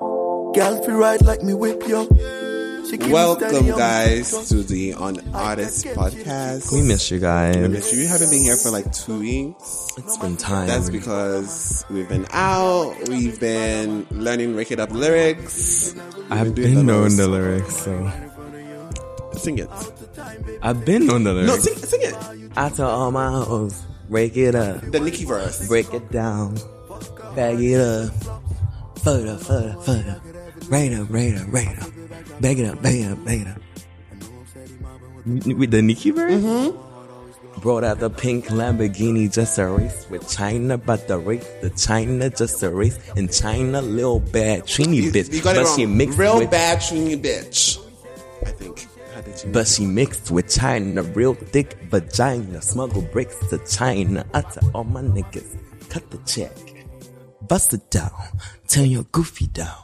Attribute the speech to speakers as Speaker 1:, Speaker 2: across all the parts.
Speaker 1: Girl, feel right like me whip yo. She keep me
Speaker 2: Welcome,
Speaker 1: steady on my
Speaker 2: guys,
Speaker 1: feet, yo.
Speaker 2: to the On Artist podcast.
Speaker 3: We miss you guys.
Speaker 2: We miss you. We haven't been here for like two weeks.
Speaker 3: It's been time.
Speaker 2: That's because we've been out. We've been learning Wicked Up lyrics. doing
Speaker 3: I've been
Speaker 2: the
Speaker 3: knowing
Speaker 2: most.
Speaker 3: the lyrics. So.
Speaker 2: Sing it.
Speaker 3: I've been knowing the
Speaker 2: No,
Speaker 3: lyrics.
Speaker 2: sing, sing it.
Speaker 3: I tell all my hoes, break it up,
Speaker 2: The Nicki verse.
Speaker 3: break it down, bag it up, further, further, further, right up, right up, right up, bag it up, bag it up, bag it up. N- With the Nicki verse? Mm-hmm. Brought out the pink Lamborghini just a race with China, but the race the China just a race and China little bad Trini
Speaker 2: You,
Speaker 3: bitch,
Speaker 2: you got it
Speaker 3: but
Speaker 2: wrong.
Speaker 3: she mixed
Speaker 2: Real
Speaker 3: with
Speaker 2: bad Trini bitch. I think. How did you-
Speaker 3: But she mixed with China, real thick vagina. Smuggle bricks to China. I tell all my niggas, cut the check. Bust it down. Turn your goofy down.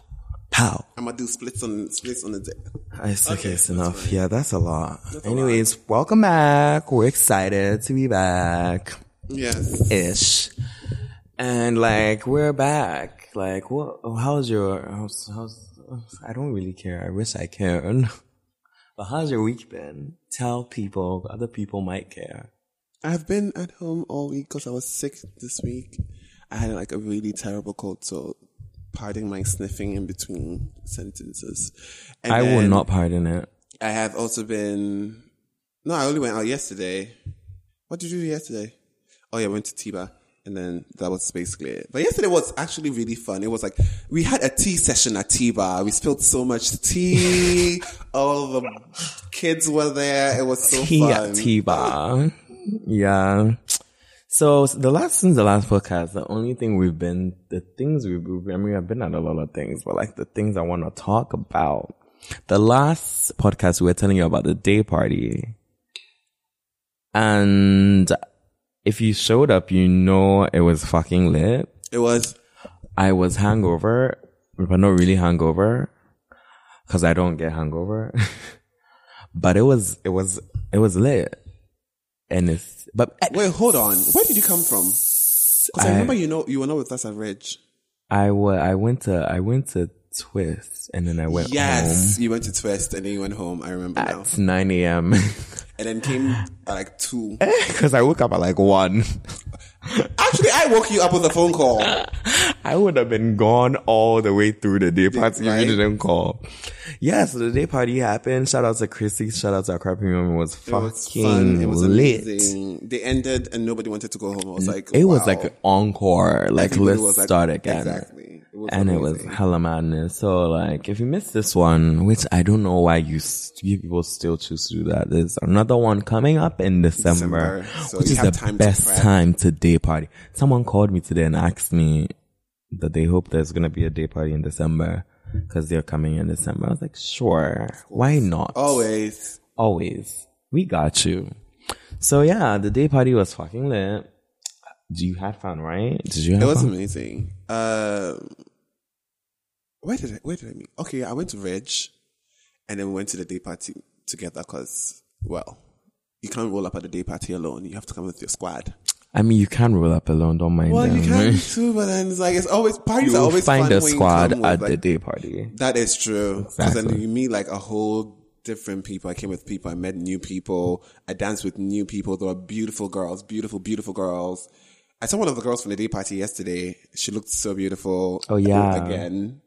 Speaker 3: Pow.
Speaker 2: I'm gonna do splits on splits on the day.
Speaker 3: It's okay,
Speaker 2: Okay,
Speaker 3: it's enough. Yeah, that's a lot. Anyways, welcome back. We're excited to be back.
Speaker 2: Yes.
Speaker 3: Ish. And like, we're back. Like, what, how's your, how's, how's, I don't really care. I wish I can. But how's your week been? Tell people, other people might care.
Speaker 2: I've been at home all week because I was sick this week. I had like a really terrible cold, so pardon my sniffing in between sentences. And
Speaker 3: I will
Speaker 2: then
Speaker 3: not pardon it.
Speaker 2: I have also been. No, I only went out yesterday. What did you do yesterday? Oh yeah, I went to Tiba, and then that was basically it. But yesterday was actually really fun. It was like we had a tea session at Tiba. We spilled so much tea. All the kids were there. It was so fun.
Speaker 3: T bar. Yeah. So s- the last since the last podcast, the only thing we've been the things we've I mean I've been at a lot of things, but like the things I want to talk about. The last podcast we were telling you about the day party. And if you showed up, you know it was fucking lit.
Speaker 2: It was
Speaker 3: I was hangover, but not really hangover, because I don't get hangover. but it was, it was, it was lit, and it's. But
Speaker 2: Wait, hold on. Where did you come from? Because I,
Speaker 3: I-
Speaker 2: remember you know you were not with us at Ridge.
Speaker 3: I wa I went to, I went to Twist, and then I went
Speaker 2: Yes, you went to Twist and then you went home. I remember
Speaker 3: home
Speaker 2: now.
Speaker 3: at nine a.m.
Speaker 2: And then came at like two.
Speaker 3: because I woke up at like one.
Speaker 2: Actually, I woke you up with a phone call.
Speaker 3: I would have been gone all the way through the day party if
Speaker 2: right?
Speaker 3: you didn't call. Yeah, so the day party happened. Shout out to Chrissy. Shout out to our crappy room. It was
Speaker 2: It
Speaker 3: fucking
Speaker 2: was fun. It was
Speaker 3: lit.
Speaker 2: amazing. They ended and nobody wanted to go home. I was like,
Speaker 3: It was
Speaker 2: wow.
Speaker 3: like an encore. Like
Speaker 2: Everybody
Speaker 3: let's
Speaker 2: was like,
Speaker 3: start again.
Speaker 2: Exactly. It was
Speaker 3: and it was
Speaker 2: amazing.
Speaker 3: hella madness. So like, if you missed this one, which I don't know why you, s- you people still choose to do that. There's another one coming up in December,
Speaker 2: December. So
Speaker 3: which
Speaker 2: you
Speaker 3: is
Speaker 2: have
Speaker 3: the
Speaker 2: time to
Speaker 3: best
Speaker 2: prep.
Speaker 3: time to day party. Someone called me today and asked me that they hope there's gonna be a day party in December because they're coming in December. I was like, sure, why not?
Speaker 2: Oh, always.
Speaker 3: always. We got you. So yeah, the day party was fucking lit. Do you had fun, right? Did you have
Speaker 2: It was
Speaker 3: fun?
Speaker 2: amazing. Um, where did I, where did I meet? Okay, I went to Ridge, and then we went to the day party together. Cause well, you can't roll up at the day party alone. You have to come with your squad.
Speaker 3: I mean, you can roll up alone. Don't mind
Speaker 2: Well,
Speaker 3: them.
Speaker 2: you can too, but then it's like it's always parties
Speaker 3: You
Speaker 2: are
Speaker 3: will
Speaker 2: always
Speaker 3: find
Speaker 2: fun
Speaker 3: a
Speaker 2: when you
Speaker 3: squad
Speaker 2: come with,
Speaker 3: at
Speaker 2: like-
Speaker 3: the day party.
Speaker 2: That is true. 'Cause then
Speaker 3: Exactly.
Speaker 2: you meet like a whole different people. I came with people. I met new people. I danced with new people. There were beautiful girls, beautiful, beautiful girls. I saw one of the girls from the day party yesterday. She looked so beautiful.
Speaker 3: Oh, yeah.
Speaker 2: Again.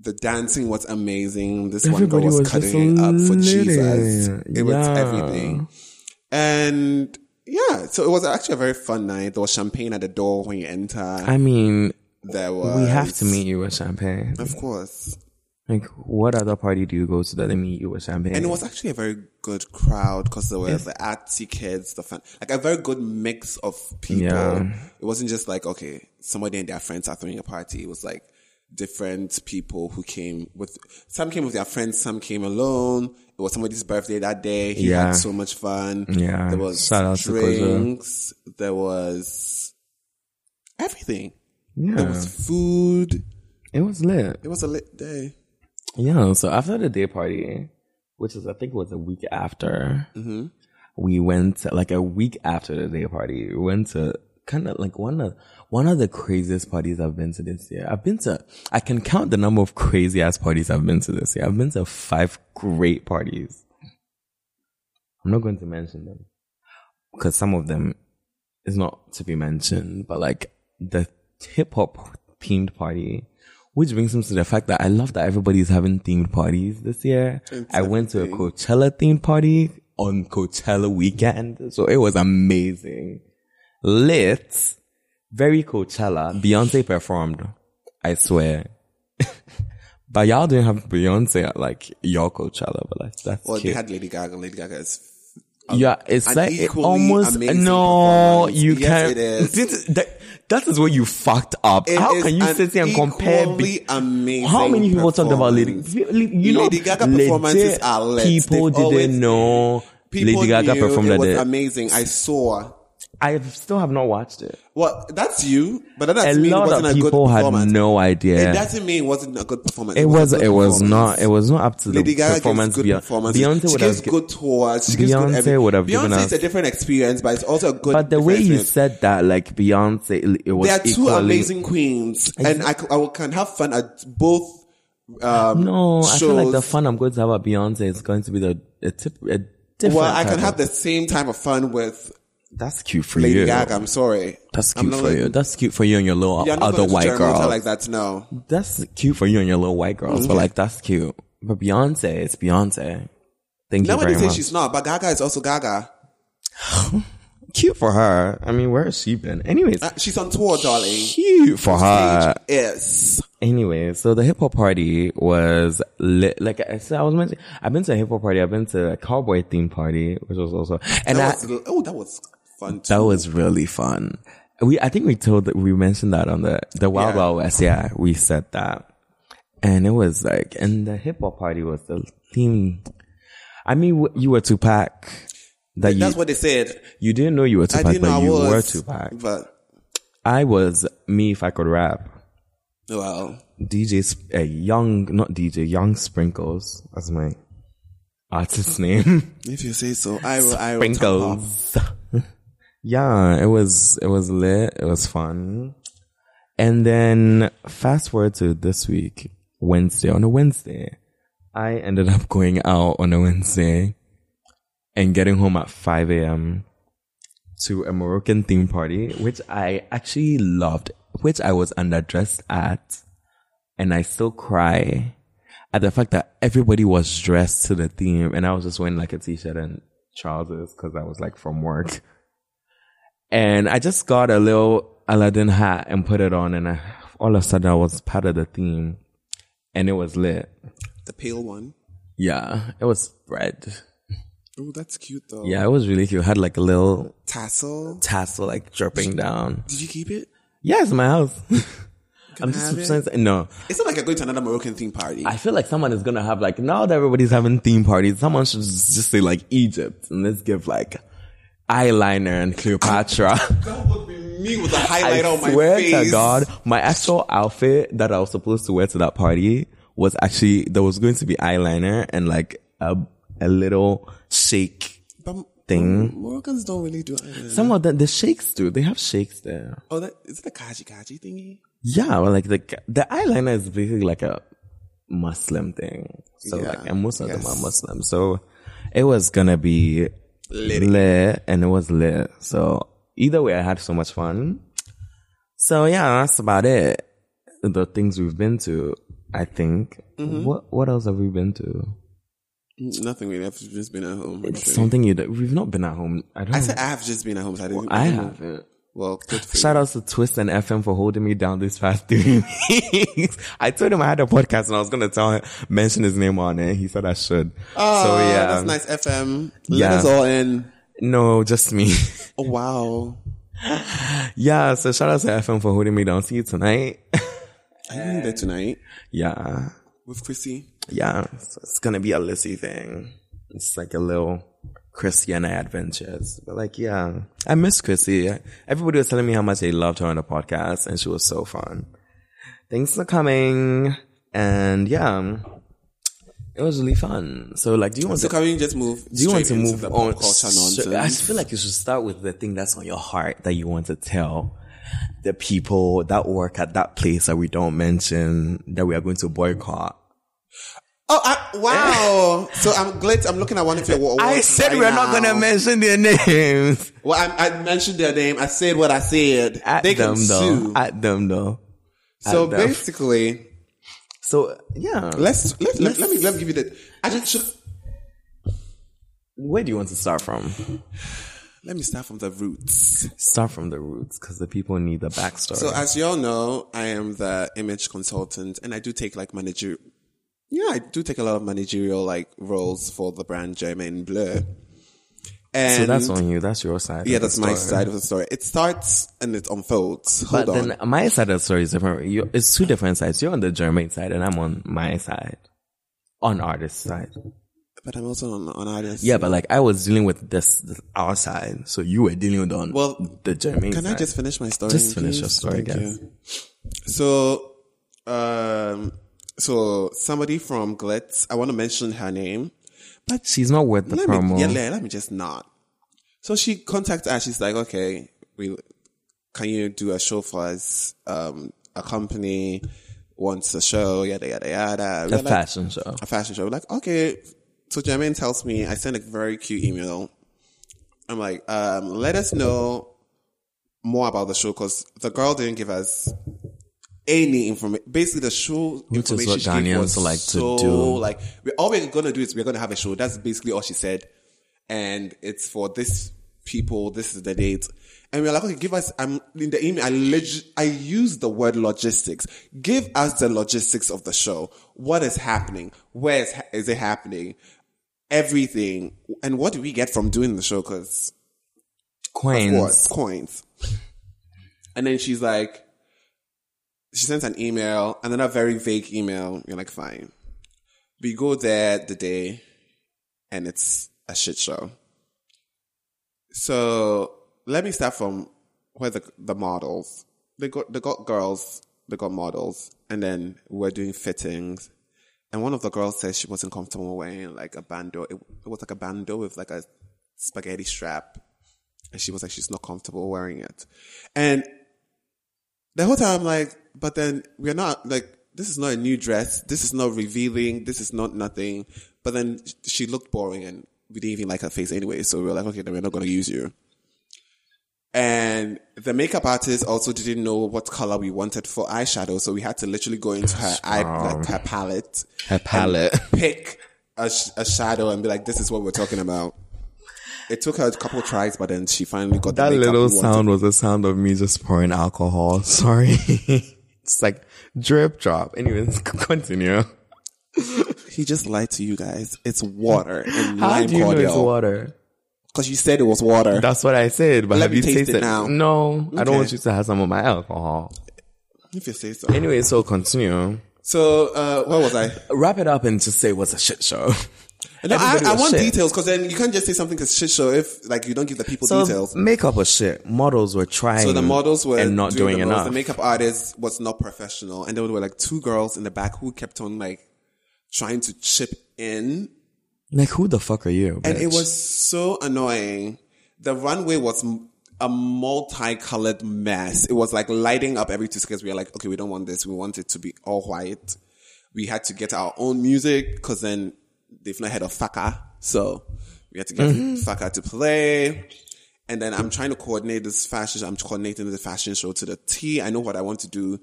Speaker 2: The dancing was amazing. This one
Speaker 3: Everybody
Speaker 2: girl was,
Speaker 3: was just
Speaker 2: cutting it up for Jesus.
Speaker 3: lit.
Speaker 2: It was
Speaker 3: Yeah.
Speaker 2: everything. And yeah, so it was actually a very fun night. There was champagne at the door when you enter.
Speaker 3: I mean,
Speaker 2: there was
Speaker 3: we have to meet you with champagne.
Speaker 2: Of course.
Speaker 3: Like, what other party do you go to that they meet you with champagne?
Speaker 2: And it was actually a very good crowd because there were the artsy kids, the fan, like a very good mix of people.
Speaker 3: Yeah.
Speaker 2: It wasn't just like, okay, somebody and their friends are throwing a party. It was like different people who came with, some came with their friends, some came alone. It was somebody's birthday that day. He
Speaker 3: Yeah.
Speaker 2: had so much fun.
Speaker 3: Yeah.
Speaker 2: There was
Speaker 3: Shout out to Kojo.
Speaker 2: drinks. There was everything.
Speaker 3: yeah,
Speaker 2: There was food.
Speaker 3: it was lit.
Speaker 2: It was a lit day.
Speaker 3: Yeah, so after the day party, which is I think was a week after, we went like a week after the day party, we went to kind of like one of one of the craziest parties I've been to this year. I've been to I can count the number of crazy ass parties I've been to this year. I've been to five great parties. I'm not going to mention them because some of them is not to be mentioned, but like the hip hop themed party, which brings me to the fact that I love that everybody's having themed parties this year. I went to a Coachella themed party on Coachella weekend, so it was amazing. Lit, very Coachella. Beyonce performed, I swear. but y'all didn't have Beyonce at like your Coachella, but like that's
Speaker 2: Well,
Speaker 3: cute.
Speaker 2: they had Lady Gaga. Lady Gaga is
Speaker 3: Yeah, it's
Speaker 2: an
Speaker 3: like it
Speaker 2: Uh, equally
Speaker 3: almost
Speaker 2: amazing
Speaker 3: no.
Speaker 2: performance.
Speaker 3: You
Speaker 2: Yes,
Speaker 3: can't.
Speaker 2: it is.
Speaker 3: This- that, that is where you fucked up.
Speaker 2: It
Speaker 3: how
Speaker 2: is
Speaker 3: can you
Speaker 2: an
Speaker 3: sit here and compare?
Speaker 2: equally amazing
Speaker 3: how many people talked about Lady?
Speaker 2: performance.
Speaker 3: You know,
Speaker 2: Lady Gaga performances
Speaker 3: legit
Speaker 2: are lit.
Speaker 3: People
Speaker 2: They've always
Speaker 3: didn't know
Speaker 2: People
Speaker 3: Lady Gaga
Speaker 2: knew
Speaker 3: performed
Speaker 2: it
Speaker 3: at
Speaker 2: was
Speaker 3: it.
Speaker 2: amazing. I saw.
Speaker 3: I still have not watched it.
Speaker 2: Well, that's you, but that
Speaker 3: A
Speaker 2: doesn't mean it
Speaker 3: lot
Speaker 2: wasn't
Speaker 3: of
Speaker 2: a good
Speaker 3: people had
Speaker 2: performance.
Speaker 3: no idea.
Speaker 2: It doesn't mean it wasn't a good performance.
Speaker 3: It was.
Speaker 2: a good
Speaker 3: It was
Speaker 2: performance.
Speaker 3: not. It was not up to
Speaker 2: Lady
Speaker 3: the
Speaker 2: Gaga gives
Speaker 3: performance.
Speaker 2: good
Speaker 3: Beyonce-
Speaker 2: performances.
Speaker 3: Beyonce
Speaker 2: she
Speaker 3: would
Speaker 2: gives
Speaker 3: have. gi-
Speaker 2: good tours. She gives good
Speaker 3: Beyonce
Speaker 2: everything.
Speaker 3: would have given
Speaker 2: Beyonce
Speaker 3: us-
Speaker 2: is a different experience, but it's also a good.
Speaker 3: But the way
Speaker 2: different
Speaker 3: you
Speaker 2: experience.
Speaker 3: said that, like Beyonce, it was
Speaker 2: They are two
Speaker 3: equally-
Speaker 2: amazing queens, and I, c- I will- can have fun at both. Um,
Speaker 3: No, I
Speaker 2: shows.
Speaker 3: feel like the fun I'm going to have at Beyonce is going to be the a tip, a different.
Speaker 2: well, I can
Speaker 3: type
Speaker 2: have
Speaker 3: of-
Speaker 2: the same type of fun with
Speaker 3: That's cute for
Speaker 2: Lady
Speaker 3: you.
Speaker 2: Gaga. I'm sorry,
Speaker 3: That's
Speaker 2: I'm
Speaker 3: cute
Speaker 2: not
Speaker 3: for
Speaker 2: like-
Speaker 3: you. That's cute for you and your little
Speaker 2: You're not
Speaker 3: other
Speaker 2: gonna
Speaker 3: white
Speaker 2: Jeremy Renner
Speaker 3: girl.
Speaker 2: like Mm-hmm. that. No,
Speaker 3: that's cute for you and your little white girls. But like, that's cute. But Beyonce, it's Beyonce. Thank you
Speaker 2: nobody
Speaker 3: very
Speaker 2: says
Speaker 3: much.
Speaker 2: she's not, but Gaga is also Gaga.
Speaker 3: cute for her. I mean, where has she been? Anyways,
Speaker 2: Uh, she's on tour, darling.
Speaker 3: cute for her.
Speaker 2: Yes.
Speaker 3: Anyway, so the hip hop party was lit. Like I said, I was mentioning, I've been to a hip hop party. I've been to a cowboy theme party, which was also, and I,
Speaker 2: That was, oh, that was fun. Too.
Speaker 3: That was really fun. We, I think we told, we mentioned that on the, the Wild
Speaker 2: Yeah.
Speaker 3: Wild West. Yeah, we said that. And it was like, and the hip hop party was the theme. I mean, w- you were Tupac. That you,
Speaker 2: That's what they said.
Speaker 3: you didn't know you were
Speaker 2: I
Speaker 3: Tupac,
Speaker 2: didn't know
Speaker 3: but
Speaker 2: I
Speaker 3: you were
Speaker 2: was.
Speaker 3: Tupac.
Speaker 2: But
Speaker 3: I was me if I could rap.
Speaker 2: oh, well,
Speaker 3: DJ, Sp- uh, Young, not DJ, Young Sprinkles. That's my artist name.
Speaker 2: if you say so, I will. I will top off.
Speaker 3: Sprinkles. yeah, it was it was lit. It was fun. And then fast forward to this week, Wednesday. On a Wednesday, I ended up going out on a Wednesday and getting home at five a.m. to a Moroccan theme party, which I actually loved, which I was underdressed at, and I still cry at the fact that everybody was dressed to the theme and I was just wearing like a t-shirt and trousers because I was like from work. And I just got a little Aladdin hat and put it on and I, all of a sudden I was part of the theme and it was lit.
Speaker 2: The pale one.
Speaker 3: Yeah, it was red.
Speaker 2: Oh, that's cute though.
Speaker 3: Yeah, it was really cute. It had like a little
Speaker 2: Tassel.
Speaker 3: tassel like dripping down.
Speaker 2: Did you keep it?
Speaker 3: Yeah, it's my house. I'm
Speaker 2: have it?
Speaker 3: just saying, no.
Speaker 2: It's not like you're going to another Moroccan theme party.
Speaker 3: I feel like someone is gonna have like now that everybody's having theme parties, someone should just just say like Egypt and let's give like eyeliner and Cleopatra.
Speaker 2: that would be me with a
Speaker 3: I
Speaker 2: highlight on my
Speaker 3: swear
Speaker 2: face.
Speaker 3: to God, my actual outfit that I was supposed to wear to that party was actually there was going to be eyeliner and like a a little shake.
Speaker 2: But
Speaker 3: Thing.
Speaker 2: Moroccans don't really do. eyeliner.
Speaker 3: Some of the the shakes do. They have shakes there.
Speaker 2: oh, that is it the kaji kaji thingy.
Speaker 3: Yeah, well, like the the eyeliner is basically like a Muslim thing. So
Speaker 2: Yeah,
Speaker 3: like, and most of them
Speaker 2: yes.
Speaker 3: are Muslim. So it was gonna be lit. and it was lit. So either way, I had so much fun. So yeah, that's about it. The things we've been to, I think.
Speaker 2: Mm-hmm.
Speaker 3: What what else have we been to?
Speaker 2: Mm, Nothing really. I've just been at home. I'm sure.
Speaker 3: Something you do- we've not been at home. I don't.
Speaker 2: I said I've just been at home. So I didn't.
Speaker 3: I
Speaker 2: didn't-
Speaker 3: haven't.
Speaker 2: Well, good for
Speaker 3: Shout outs to Twist and FM for holding me down these past three weeks. I told him I had a podcast and I was gonna tell him mention his name on it. He said I should.
Speaker 2: Oh,
Speaker 3: so yeah, um,
Speaker 2: that's nice. FM. Let
Speaker 3: Yeah.
Speaker 2: us all in.
Speaker 3: no, just me.
Speaker 2: Oh, wow.
Speaker 3: yeah, so shout out to FM for holding me down. See you tonight.
Speaker 2: Are you in there tonight
Speaker 3: yeah,
Speaker 2: with Chrissy?
Speaker 3: yeah, so it's gonna be a Lizzie thing. It's like a little Christiana adventures, but like yeah, I miss Chrissy. Everybody was telling me how much they loved her on the podcast, and she was so fun. Thanks for coming, and yeah. It was really fun. So like, do you want
Speaker 2: So
Speaker 3: to?
Speaker 2: can we just move?
Speaker 3: do you want to
Speaker 2: straight into
Speaker 3: move
Speaker 2: the
Speaker 3: on?
Speaker 2: pop culture
Speaker 3: So, I
Speaker 2: nonsense?
Speaker 3: feel like you should start with the thing that's on your heart that you want to tell the people that work at that place that we don't mention that we are going to boycott.
Speaker 2: Oh, I, wow! so I'm glad I'm looking at one of your. wa-
Speaker 3: I
Speaker 2: walls
Speaker 3: said
Speaker 2: right
Speaker 3: we're not
Speaker 2: now.
Speaker 3: gonna mention their names.
Speaker 2: Well, I, I mentioned their name. I said what I said.
Speaker 3: At
Speaker 2: they
Speaker 3: them
Speaker 2: can
Speaker 3: though.
Speaker 2: sue.
Speaker 3: At them though.
Speaker 2: so
Speaker 3: at them.
Speaker 2: basically,
Speaker 3: So yeah.
Speaker 2: let's let, let, let me let me give you the. I just should,
Speaker 3: Where do you want to start from?
Speaker 2: let me start from the roots.
Speaker 3: Start from the roots because the people need the backstory.
Speaker 2: So as y'all know, I am the image consultant, and I do take like manager. Yeah, I do take a lot of managerial like roles for the brand Germain Bleu. And
Speaker 3: So that's on you. That's your side.
Speaker 2: yeah,
Speaker 3: of the
Speaker 2: that's my
Speaker 3: story.
Speaker 2: side of the story. It starts and it unfolds. Hold
Speaker 3: But
Speaker 2: on.
Speaker 3: then my side of the story is different. you it's two different sides. You're on the German side, and I'm on my side, on artist side.
Speaker 2: but I'm also on, on artist.
Speaker 3: Yeah, but like I was dealing with this, this our side, so you were dealing with on
Speaker 2: Well,
Speaker 3: the German.
Speaker 2: Can
Speaker 3: side.
Speaker 2: I just finish my story?
Speaker 3: Just finish your story,
Speaker 2: Thank
Speaker 3: guys.
Speaker 2: you. So, um, so somebody from Glitz, I want to mention her name.
Speaker 3: But she's not worth the
Speaker 2: Let
Speaker 3: promo.
Speaker 2: me, yeah, let, let me just not. So she contacted us. She's like, okay, we, can you do a show for us? Um, a company wants a show, yada, yada, yada.
Speaker 3: a
Speaker 2: We're like,
Speaker 3: fashion show.
Speaker 2: a fashion show. We're like, okay. So Jermaine tells me, I sent a very cute email. I'm like, um, let us know more about the show because the girl didn't give us any information. Basically, the show
Speaker 3: Which is
Speaker 2: information
Speaker 3: what
Speaker 2: she gave
Speaker 3: Ghanaians
Speaker 2: was
Speaker 3: like to
Speaker 2: so,
Speaker 3: do.
Speaker 2: Like, we all we're gonna do is we're gonna have a show. That's basically all she said, and it's for this people. This is the date, and we're like, okay, give us. I'm in the email. I leg- I use the word logistics. Give us the logistics of the show. What is happening? Where is, is it happening? Everything, and what do we get from doing the show? Because
Speaker 3: Queens.
Speaker 2: coins. coins. And then she's like, she sends an email, and then a very vague email. You're like, fine. We go there the day, and it's a shit show. So let me start from where the the models they got they got girls they got models, and then we're doing fittings. And one of the girls says she wasn't comfortable wearing like a bandeau. It, it was like a bandeau with like a spaghetti strap and she was like, she's not comfortable wearing it. And the whole time I'm like, but then we're not like, this is not a new dress. This is not revealing. This is not nothing. But then sh- she looked boring and we didn't even like her face anyway. So we were like, okay, then we're not going to use you. And the makeup artist also didn't know what color we wanted for eyeshadow. So we had to literally go into her eye, like her palette,
Speaker 3: Her palette.
Speaker 2: and pick a, sh- a shadow and be like, this is what we're talking about. It took her a couple tries, but then she finally got
Speaker 3: That
Speaker 2: the makeup
Speaker 3: little
Speaker 2: we wanted.
Speaker 3: sound was the sound of me just pouring alcohol. Sorry. it's like drip drop. Anyways, continue.
Speaker 2: He just lied to you guys. It's water and
Speaker 3: How
Speaker 2: lime
Speaker 3: do you know it's
Speaker 2: cordial.
Speaker 3: water?
Speaker 2: Because you said it was water.
Speaker 3: That's what I said, but
Speaker 2: Let
Speaker 3: have
Speaker 2: me
Speaker 3: you
Speaker 2: taste it
Speaker 3: tasted
Speaker 2: now.
Speaker 3: No, I
Speaker 2: Okay.
Speaker 3: don't want you to have some of my alcohol.
Speaker 2: if you say so.
Speaker 3: Anyway, so continue.
Speaker 2: So, uh, where was I?
Speaker 3: Wrap it up and just say it was a shit show.
Speaker 2: No, I,
Speaker 3: Everybody
Speaker 2: I
Speaker 3: was
Speaker 2: want
Speaker 3: shit.
Speaker 2: details because then you can't just say something because shit show if like you don't give the people
Speaker 3: So
Speaker 2: details.
Speaker 3: makeup was shit. Models were trying.
Speaker 2: So the models were
Speaker 3: and not doing,
Speaker 2: the most.
Speaker 3: enough.
Speaker 2: The makeup artist was not professional, and there were like two girls in the back who kept on like trying to chip in
Speaker 3: like who the fuck are you?
Speaker 2: And it
Speaker 3: bitch?
Speaker 2: was so annoying. The runway was m- a multicolored mess. It was like lighting up every two seconds. We were like, okay, we don't want this. We want it to be all white. We had to get our own music because then they've not had a faka. So we had to get faka to play. And then I'm trying to coordinate this fashion show. I'm coordinating the fashion show to the T. I know what I want to do.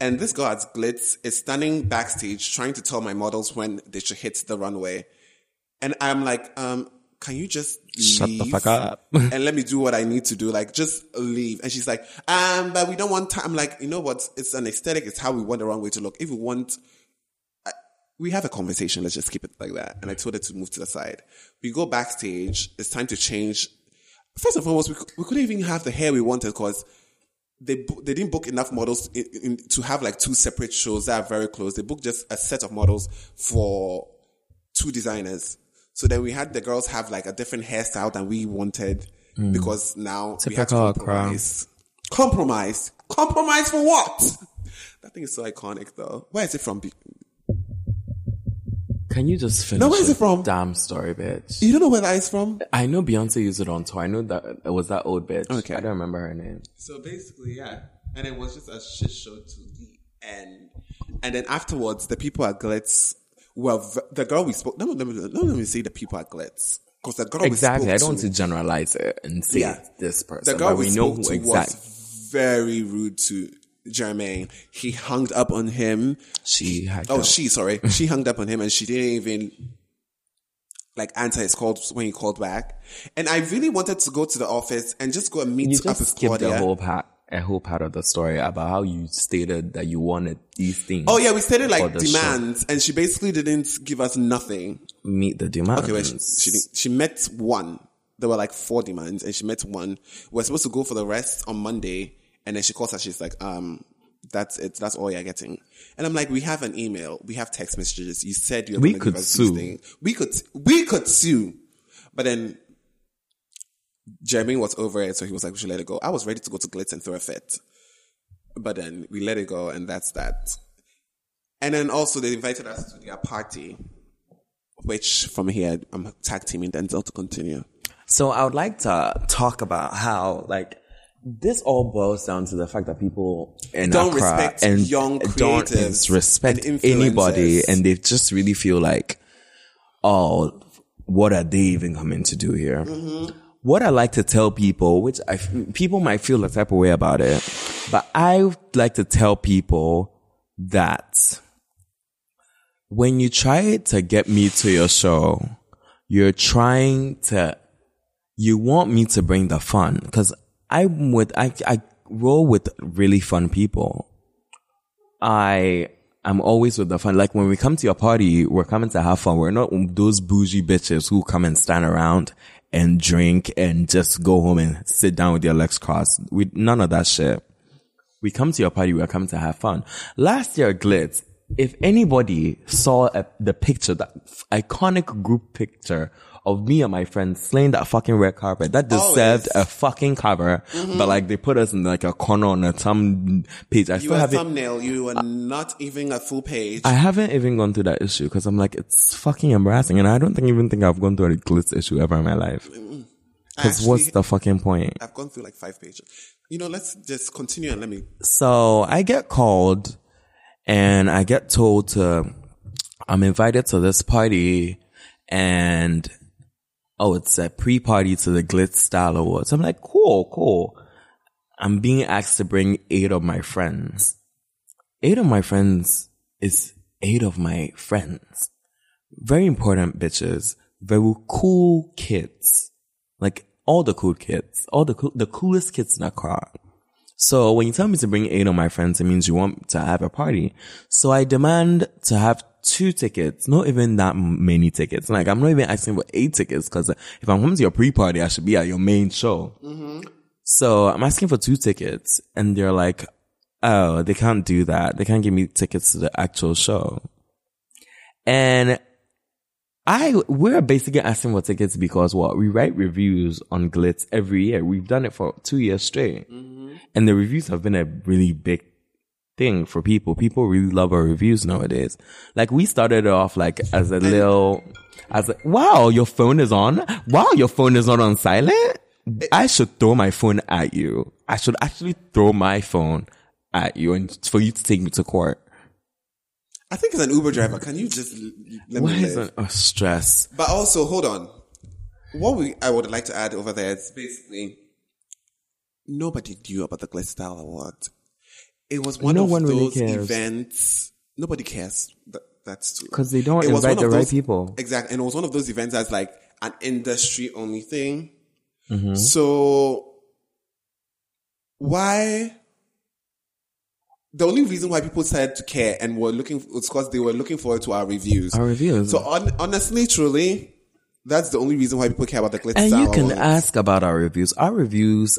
Speaker 2: And this girl at Glitz is standing backstage trying to tell my models when they should hit the runway. And I'm like, um, can you just
Speaker 3: Shut the
Speaker 2: leave
Speaker 3: fuck up.
Speaker 2: and let me do what I need to do? Like, just leave. And she's like, um, but we don't want time. I'm like, you know what? It's an aesthetic. It's how we want the runway to look. If we want, I- we have a conversation. Let's just keep it like that. And I told her to move to the side. We go backstage. It's time to change. First and foremost, we, cou- we couldn't even have the hair we wanted because they bo- they didn't book enough models in, in, to have like two separate shows that are very close. They booked just a set of models for two designers. So then we had the girls have like a different hairstyle than we wanted because now we had to
Speaker 3: Hmm. Typical Accra.
Speaker 2: compromise. Compromise, compromise for what? That thing is so iconic though. Where is it from? Be-
Speaker 3: Can you just finish?
Speaker 2: where is
Speaker 3: this
Speaker 2: it from?
Speaker 3: Damn story, bitch.
Speaker 2: You don't know where that is from?
Speaker 3: I know Beyonce used it on tour. I know that it was that old bitch.
Speaker 2: Okay.
Speaker 3: I don't remember her name.
Speaker 2: So basically, yeah. And it was just a shit show to the end. And then afterwards, the people at Glitz were v- the girl we spoke. No, no, no, no, let me say the people at Glitz because the girl
Speaker 3: Exactly.
Speaker 2: We spoke
Speaker 3: I don't want
Speaker 2: to,
Speaker 3: to generalize it and say
Speaker 2: Yeah.
Speaker 3: this person,
Speaker 2: the girl
Speaker 3: but
Speaker 2: we,
Speaker 3: we know
Speaker 2: spoke
Speaker 3: who
Speaker 2: to
Speaker 3: exactly.
Speaker 2: was very rude to Jermaine. He hung up on him.
Speaker 3: She had.
Speaker 2: Oh,
Speaker 3: done.
Speaker 2: she sorry. she hung up on him, and she didn't even like answer his calls when he called back. And I really wanted to go to the office and just go and meet
Speaker 3: You
Speaker 2: up
Speaker 3: just
Speaker 2: with
Speaker 3: skipped
Speaker 2: Claudia.
Speaker 3: a whole part, a whole part of the story about how you stated that you wanted these things.
Speaker 2: Oh yeah, we stated
Speaker 3: for
Speaker 2: like
Speaker 3: the show.
Speaker 2: demands, and she basically didn't give us nothing.
Speaker 3: meet the demands.
Speaker 2: Okay, well, she, she didn't- she met one. There were like four demands, and she met one. We're supposed to go for the rest on Monday, and then she calls her. She's like, um. That's it. That's all you're getting. And I'm like, we have an email. We have text messages. You said you're
Speaker 3: We
Speaker 2: gonna
Speaker 3: could
Speaker 2: give us
Speaker 3: sue.
Speaker 2: These things. We could, we could sue. But then Jermaine was over it. So he was like, we should let it go. I was ready to go to Glitz and throw a fit. But then we let it go. And that's that. And then also they invited us to their party, which from here I'm tag teaming Denzel to continue.
Speaker 3: So I would like to talk about how like this all boils down to the fact that people in
Speaker 2: Don't
Speaker 3: Accra
Speaker 2: respect
Speaker 3: and
Speaker 2: young
Speaker 3: don't
Speaker 2: creatives
Speaker 3: respect
Speaker 2: and influencers.
Speaker 3: anybody, and they just really feel like, oh, what are they even coming to do here?
Speaker 2: Mm-hmm.
Speaker 3: What I like to tell people, which I f- people might feel a type of way about it, but I would like to tell people that when you try to get me to your show, you're trying to you want me to bring the fun because I'm with I I roll with really fun people. I I'm always with the fun. Like when we come to your party, we're coming to have fun. We're not those bougie bitches who come and stand around and drink and just go home and sit down with your legs crossed. We none of that shit. We come to your party. We're coming to have fun. Last year, glitz. If anybody saw a, the picture, that f- iconic group picture of me and my friends slaying that fucking red carpet, that deserved a fucking cover. But like they put us in like a corner on a thumb page. I
Speaker 2: You
Speaker 3: still
Speaker 2: were a
Speaker 3: have it.
Speaker 2: thumbnail. You were not even a full page.
Speaker 3: I haven't even gone through that issue because I'm like, it's fucking embarrassing. And I don't think, even think I've gone through a glitz issue ever in my life. Because
Speaker 2: Actually,
Speaker 3: what's the fucking point?
Speaker 2: I've gone through like five pages. You know, let's just continue and let me.
Speaker 3: So I get called and I get told to, I'm invited to this party and oh, it's a pre-party to the Glitz Style Awards. I'm like, cool, cool. I'm being asked to bring eight of my friends. Eight of my friends is eight of my friends. Very important bitches. Very cool kids. Like all the cool kids. All the cool, the coolest kids in the car. So when you tell me to bring eight of my friends, it means you want to have a party. So I demand to have two tickets, not even that m- many tickets. Like I'm not even asking for eight tickets because if I'm coming to your pre-party, I should be at your main show. So I'm asking for two tickets and they're like, Oh, they can't do that. They can't give me tickets to the actual show. And I we're basically asking for tickets because what we write reviews on Glitz every year. We've done it for two years straight, and the reviews have been a really big thing for people. People really love our reviews nowadays. Like we started off like as a little, as a, wow, your phone is on. Wow, your phone is not on silent. I should throw my phone at you. I should actually throw my phone at you, and for you to take me to court.
Speaker 2: I think it's an Uber driver. Can you just l- let
Speaker 3: Why
Speaker 2: me?
Speaker 3: is
Speaker 2: live?
Speaker 3: it oh, stress?
Speaker 2: But also, hold on. What we I would like to add over there is basically nobody knew about the Glitz Style Award. It was one
Speaker 3: No
Speaker 2: of
Speaker 3: one
Speaker 2: those
Speaker 3: really cares.
Speaker 2: events. Nobody cares. Th- that's true.
Speaker 3: 'Cause they don't
Speaker 2: It was
Speaker 3: invite
Speaker 2: one of
Speaker 3: the right
Speaker 2: those-
Speaker 3: people.
Speaker 2: Exactly, and it was one of those events that's like an industry only thing.
Speaker 3: Mm-hmm.
Speaker 2: So why? The only reason why people started to care and were looking was because they were looking forward to our reviews.
Speaker 3: Our reviews.
Speaker 2: So on, honestly, truly, that's the only reason why people care about the glitz.
Speaker 3: And
Speaker 2: style
Speaker 3: you can uh,
Speaker 2: awards.
Speaker 3: ask about our reviews. Our reviews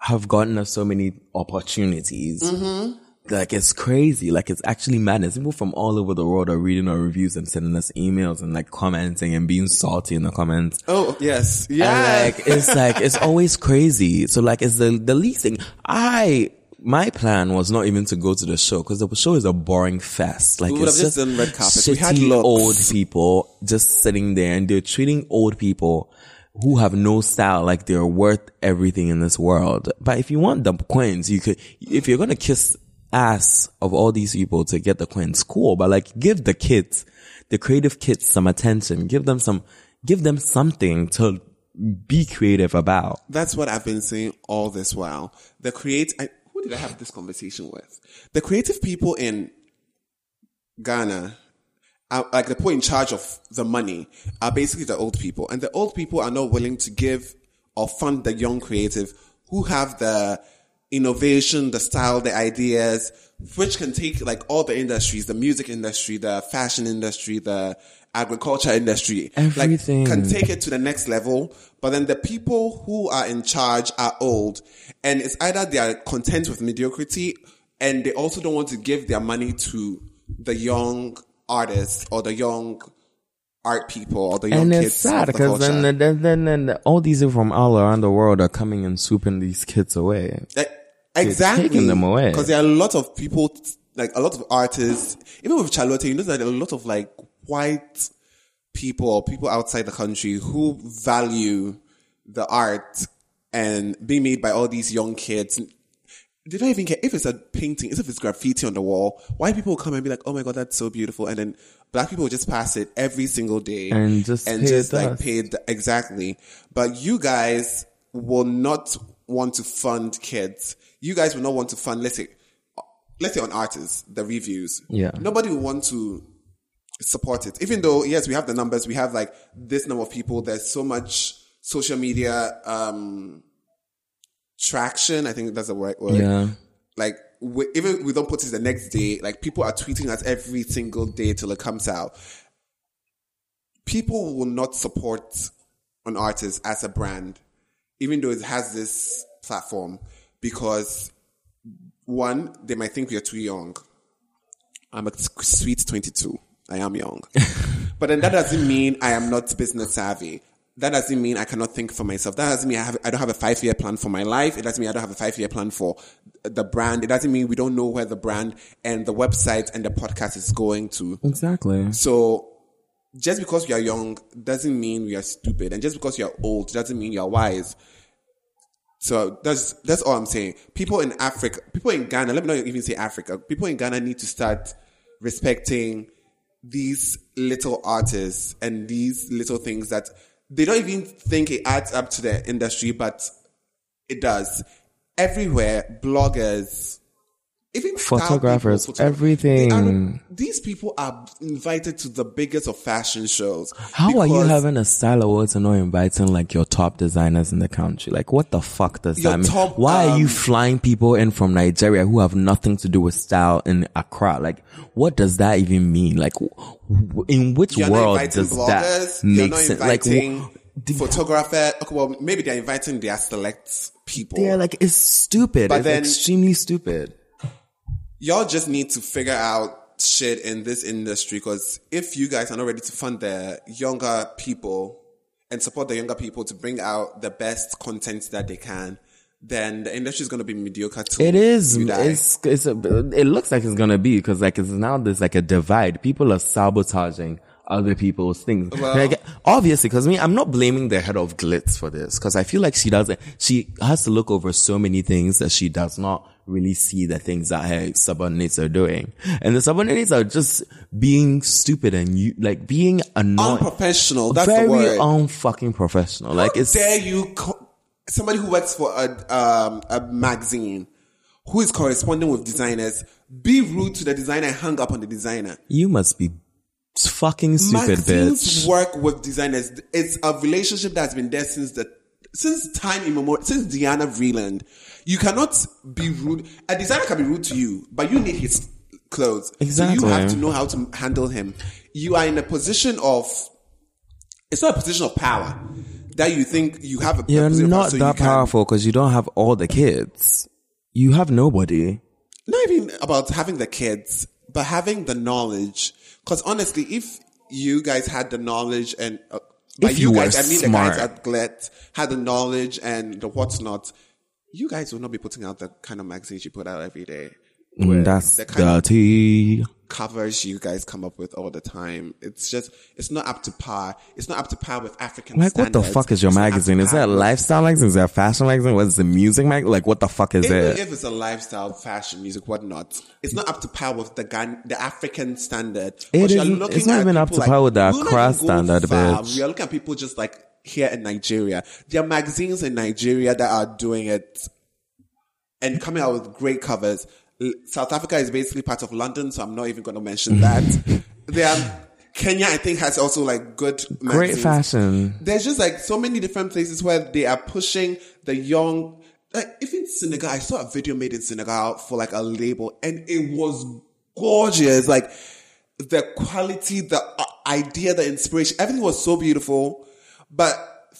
Speaker 3: have gotten us so many opportunities. Like it's crazy. Like it's actually madness. People from all over the world are reading our reviews and sending us emails and like commenting and being salty in the comments.
Speaker 2: Oh yes, yeah.
Speaker 3: And like it's like it's always crazy. So like it's the the least thing. I my plan was not even to go to the show because the show is a boring fest. Like
Speaker 2: We would
Speaker 3: it's
Speaker 2: have just done red carpet. We had
Speaker 3: shitty
Speaker 2: looks.
Speaker 3: old people just sitting there, and they're treating old people who have no style like they're worth everything in this world. But if you want the coins, you could. If you're gonna kiss ass of all these people to get the coins, cool. But like, give the kids, the creative kids, some attention. Give them some. Give them something to be creative about.
Speaker 2: That's what I've been saying all this while. The create, I, who did I have this conversation with? The creative people in Ghana, are, like the people in charge of the money, are basically the old people, and the old people are not willing to give or fund the young creative who have the innovation, the style, the ideas, which can take like all the industries, the music industry, the fashion industry, the agriculture industry,
Speaker 3: Everything.
Speaker 2: like, can take take it to the next level, but then the people who are in charge are old and it's either they are content with mediocrity and they also don't want to give their money to the young artists or the young art people or the young
Speaker 3: and
Speaker 2: kids.
Speaker 3: it's sad
Speaker 2: of the
Speaker 3: because then,
Speaker 2: culture.
Speaker 3: then, then, then the- all these people from all around the world are coming and swooping these kids away.
Speaker 2: Like, exactly
Speaker 3: taking them away.
Speaker 2: because there are a lot of people like a lot of artists even with charlotte you know that there are a lot of like white people or people outside the country who value the art and being made by all these young kids they don't even care if it's a painting, if it's graffiti on the wall. White people come and be like, "Oh my god, that's so beautiful," and then black people just pass it every single day
Speaker 3: And just pay it
Speaker 2: like
Speaker 3: dust.
Speaker 2: pay it exactly. But you guys will not want to fund kids. You guys will not want to fund. Let's say, let's say on artists, the reviews.
Speaker 3: Yeah.
Speaker 2: nobody will want to support it. Even though, yes, we have the numbers, we have like this number of people, there's so much social media um traction. I think that's the right word.
Speaker 3: Yeah.
Speaker 2: Like, we, even we don't put it the next day, like people are tweeting us every single day till it comes out. People will not support an artist as a brand, even though it has this platform, because one, they might think you're too young. I'm a s- sweet 22. I am young. but then that doesn't mean I am not business savvy. That doesn't mean I cannot think for myself. That doesn't mean I, have, I don't have a five year plan for my life. It doesn't mean I don't have a five year plan for the brand. It doesn't mean we don't know where the brand and the website and the podcast is going to.
Speaker 3: Exactly.
Speaker 2: So just because we are young doesn't mean we are stupid, and just because you are old doesn't mean you are wise. So that's that's all I'm saying. People in Africa, people in Ghana, let me not even say Africa. People in Ghana need to start respecting these little artists and these little things that they don't even think it adds up to their industry, but it does. Everywhere, bloggers, even style
Speaker 3: Photographers,
Speaker 2: people, photog-
Speaker 3: everything.
Speaker 2: they are- these people are invited to the biggest of fashion shows.
Speaker 3: How are you
Speaker 2: because
Speaker 3: having a style awards and not inviting like your top designers in the country? Like, what the fuck does
Speaker 2: Your
Speaker 3: that mean?
Speaker 2: top,
Speaker 3: Why are you
Speaker 2: um,
Speaker 3: flying people in from Nigeria who have nothing to do with style in Accra? Like, what does that even mean? Like, w- w- in which
Speaker 2: You're not
Speaker 3: world
Speaker 2: inviting
Speaker 3: does that
Speaker 2: bloggers.
Speaker 3: make
Speaker 2: You're not
Speaker 3: sense? Like,
Speaker 2: inviting
Speaker 3: w-
Speaker 2: photographer. Okay, well, maybe they're inviting their select people.
Speaker 3: they're like, it's stupid.
Speaker 2: But
Speaker 3: it's
Speaker 2: then-
Speaker 3: extremely stupid.
Speaker 2: Y'all just need to figure out shit in this industry because if you guys are not ready to fund the younger people and support the younger people to bring out the best content that they can, then the industry is going to be mediocre too.
Speaker 3: It is.
Speaker 2: You die.
Speaker 3: It's, it's a, it looks like it's gonna be because like it's now there's like a divide. People are sabotaging other people's things.
Speaker 2: Well-
Speaker 3: like, obviously, because me, I'm not blaming the head of Glitz for this because I feel like she doesn't. She has to look over so many things that she does not really see the things that her subordinates are doing, and the subordinates are just being stupid and you like being annoying.
Speaker 2: unprofessional. That's
Speaker 3: very
Speaker 2: the word.
Speaker 3: unfucking professional. Like it's
Speaker 2: dare you co- somebody who works for a um, a magazine who is corresponding with designers be rude to the designer and hang up on the designer
Speaker 3: you must be fucking stupid, bitch.
Speaker 2: magazines work with designers it's a relationship that's been there since the since time immemorial since diana vreeland you cannot be rude a designer can be rude to you but you need his clothes so
Speaker 3: Exactly.
Speaker 2: you have to know how to handle him you are in a position of it's not a position of power that you think you have a a
Speaker 3: You're
Speaker 2: position of power,
Speaker 3: not
Speaker 2: so you
Speaker 3: that
Speaker 2: can-
Speaker 3: powerful because you don't have all the kids. You have nobody.
Speaker 2: not even about having the kids, but having the knowledge. Because honestly, if you guys had the knowledge and uh, by
Speaker 3: If you were
Speaker 2: guys, I mean the
Speaker 3: smart.
Speaker 2: guys at Glet had the knowledge and the whatnot, you guys will not be putting out the kind of magazines you put out every day.
Speaker 3: Mm, that's
Speaker 2: the kind of-
Speaker 3: dirty.
Speaker 2: Covers you guys come up with all the time. It's just, it's not up to par. It's not up to par with African
Speaker 3: Like, what the
Speaker 2: standards.
Speaker 3: fuck is your
Speaker 2: It's not up to
Speaker 3: magazine? Is
Speaker 2: par
Speaker 3: that a
Speaker 2: with-
Speaker 3: lifestyle magazine? Is that a fashion magazine? What is it, music mag? Like, what the fuck is
Speaker 2: Even
Speaker 3: it?
Speaker 2: if it's a lifestyle, fashion, music, whatnot, it's not up to par with the Gan- the African standard.
Speaker 3: It
Speaker 2: But you're
Speaker 3: isn't-
Speaker 2: looking
Speaker 3: it's not
Speaker 2: at
Speaker 3: even up
Speaker 2: people
Speaker 3: to par with the
Speaker 2: we will not
Speaker 3: Accra
Speaker 2: even go
Speaker 3: standard,
Speaker 2: far.
Speaker 3: bitch.
Speaker 2: We are looking at people just like here in Nigeria. There are magazines in Nigeria that are doing it and coming out with great covers. L- South Africa is basically part of London, so I'm not even going to mention that. there are, Kenya, I think, has also like good
Speaker 3: Great
Speaker 2: magazines
Speaker 3: fashion.
Speaker 2: there's just like so many different places where they are pushing the young. Like even Senegal, I saw a video made in Senegal for like a label, and it was gorgeous. Like the quality, the uh, idea, the inspiration, everything was so beautiful. But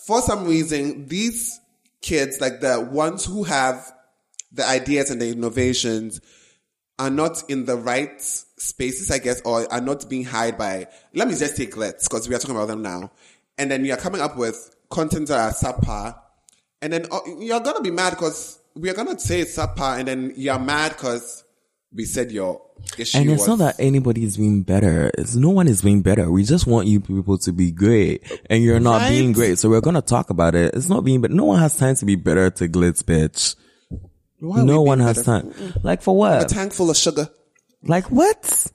Speaker 2: for some reason, these kids, like the ones who have the ideas and the innovations, are not in the right spaces, I guess, or are not being hired by. Let me just take let's because we are talking about them now, and then you are coming up with content that are subpar, and then uh, you're gonna be mad because we are gonna say it's subpar, and then you're mad because we said your issue.
Speaker 3: And it's
Speaker 2: was,
Speaker 3: not that anybody is being better. It's no one is being better. We just want you people to be great, and you're not
Speaker 2: Right?
Speaker 3: being great. So we're gonna talk about it. It's not being, but no one has time to be better to glitz, bitch.
Speaker 2: Why are we
Speaker 3: no
Speaker 2: being
Speaker 3: one has
Speaker 2: better?
Speaker 3: time. Like for what?
Speaker 2: A tank full of sugar.
Speaker 3: Like what?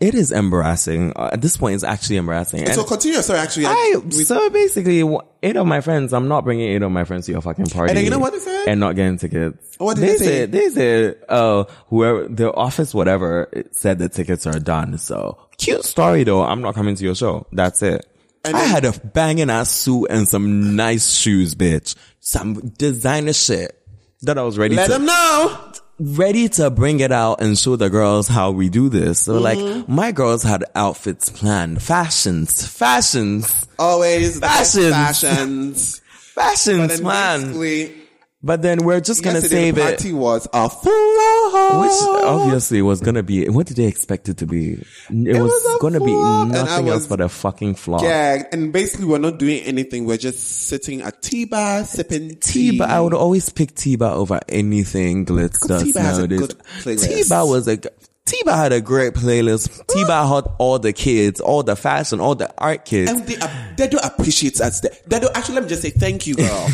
Speaker 3: It is embarrassing. Uh, at this point, it's actually embarrassing. And
Speaker 2: so continue your story. Actually,
Speaker 3: I, so basically, w- eight of my friends, I'm not bringing eight of my friends to your fucking party.
Speaker 2: then you know what they said?
Speaker 3: And not getting tickets.
Speaker 2: What did they say?
Speaker 3: said? They said, oh, whoever, the office, whatever, it said the tickets are done. So cute story though. I'm not coming to your show. That's it. I had a banging ass suit and some nice shoes, bitch. Some designer shit that I was ready
Speaker 2: let
Speaker 3: to
Speaker 2: them know.
Speaker 3: ready to bring it out and show the girls how we do this. So like
Speaker 2: Mm-hmm.
Speaker 3: my girls had outfits planned, fashions, fashions,
Speaker 2: Always the best
Speaker 3: Fashions.
Speaker 2: fashions.
Speaker 3: fashions,
Speaker 2: And
Speaker 3: man.
Speaker 2: basically,
Speaker 3: But then we're just gonna
Speaker 2: yesterday
Speaker 3: save
Speaker 2: the
Speaker 3: it.
Speaker 2: party Oh. was a floor.
Speaker 3: Which obviously was gonna be, what did they expect it to be? It, was,
Speaker 2: was a
Speaker 3: gonna
Speaker 2: flop, and
Speaker 3: be
Speaker 2: I
Speaker 3: nothing
Speaker 2: was
Speaker 3: else but a fucking flop.
Speaker 2: Yeah, and basically we're not doing anything. We're just sitting at tea bar, sipping tea.
Speaker 3: T-Ba, I would always pick T-Ba over anything Glitz does
Speaker 2: T-Ba has a
Speaker 3: nowadays.
Speaker 2: good playlist.
Speaker 3: T-Ba was a, g- T-Ba had a great playlist. T-Ba had all the kids, all the fashion, all the art kids.
Speaker 2: and they, ap- they do appreciate us. There. They do actually. Let me just say thank you, girl.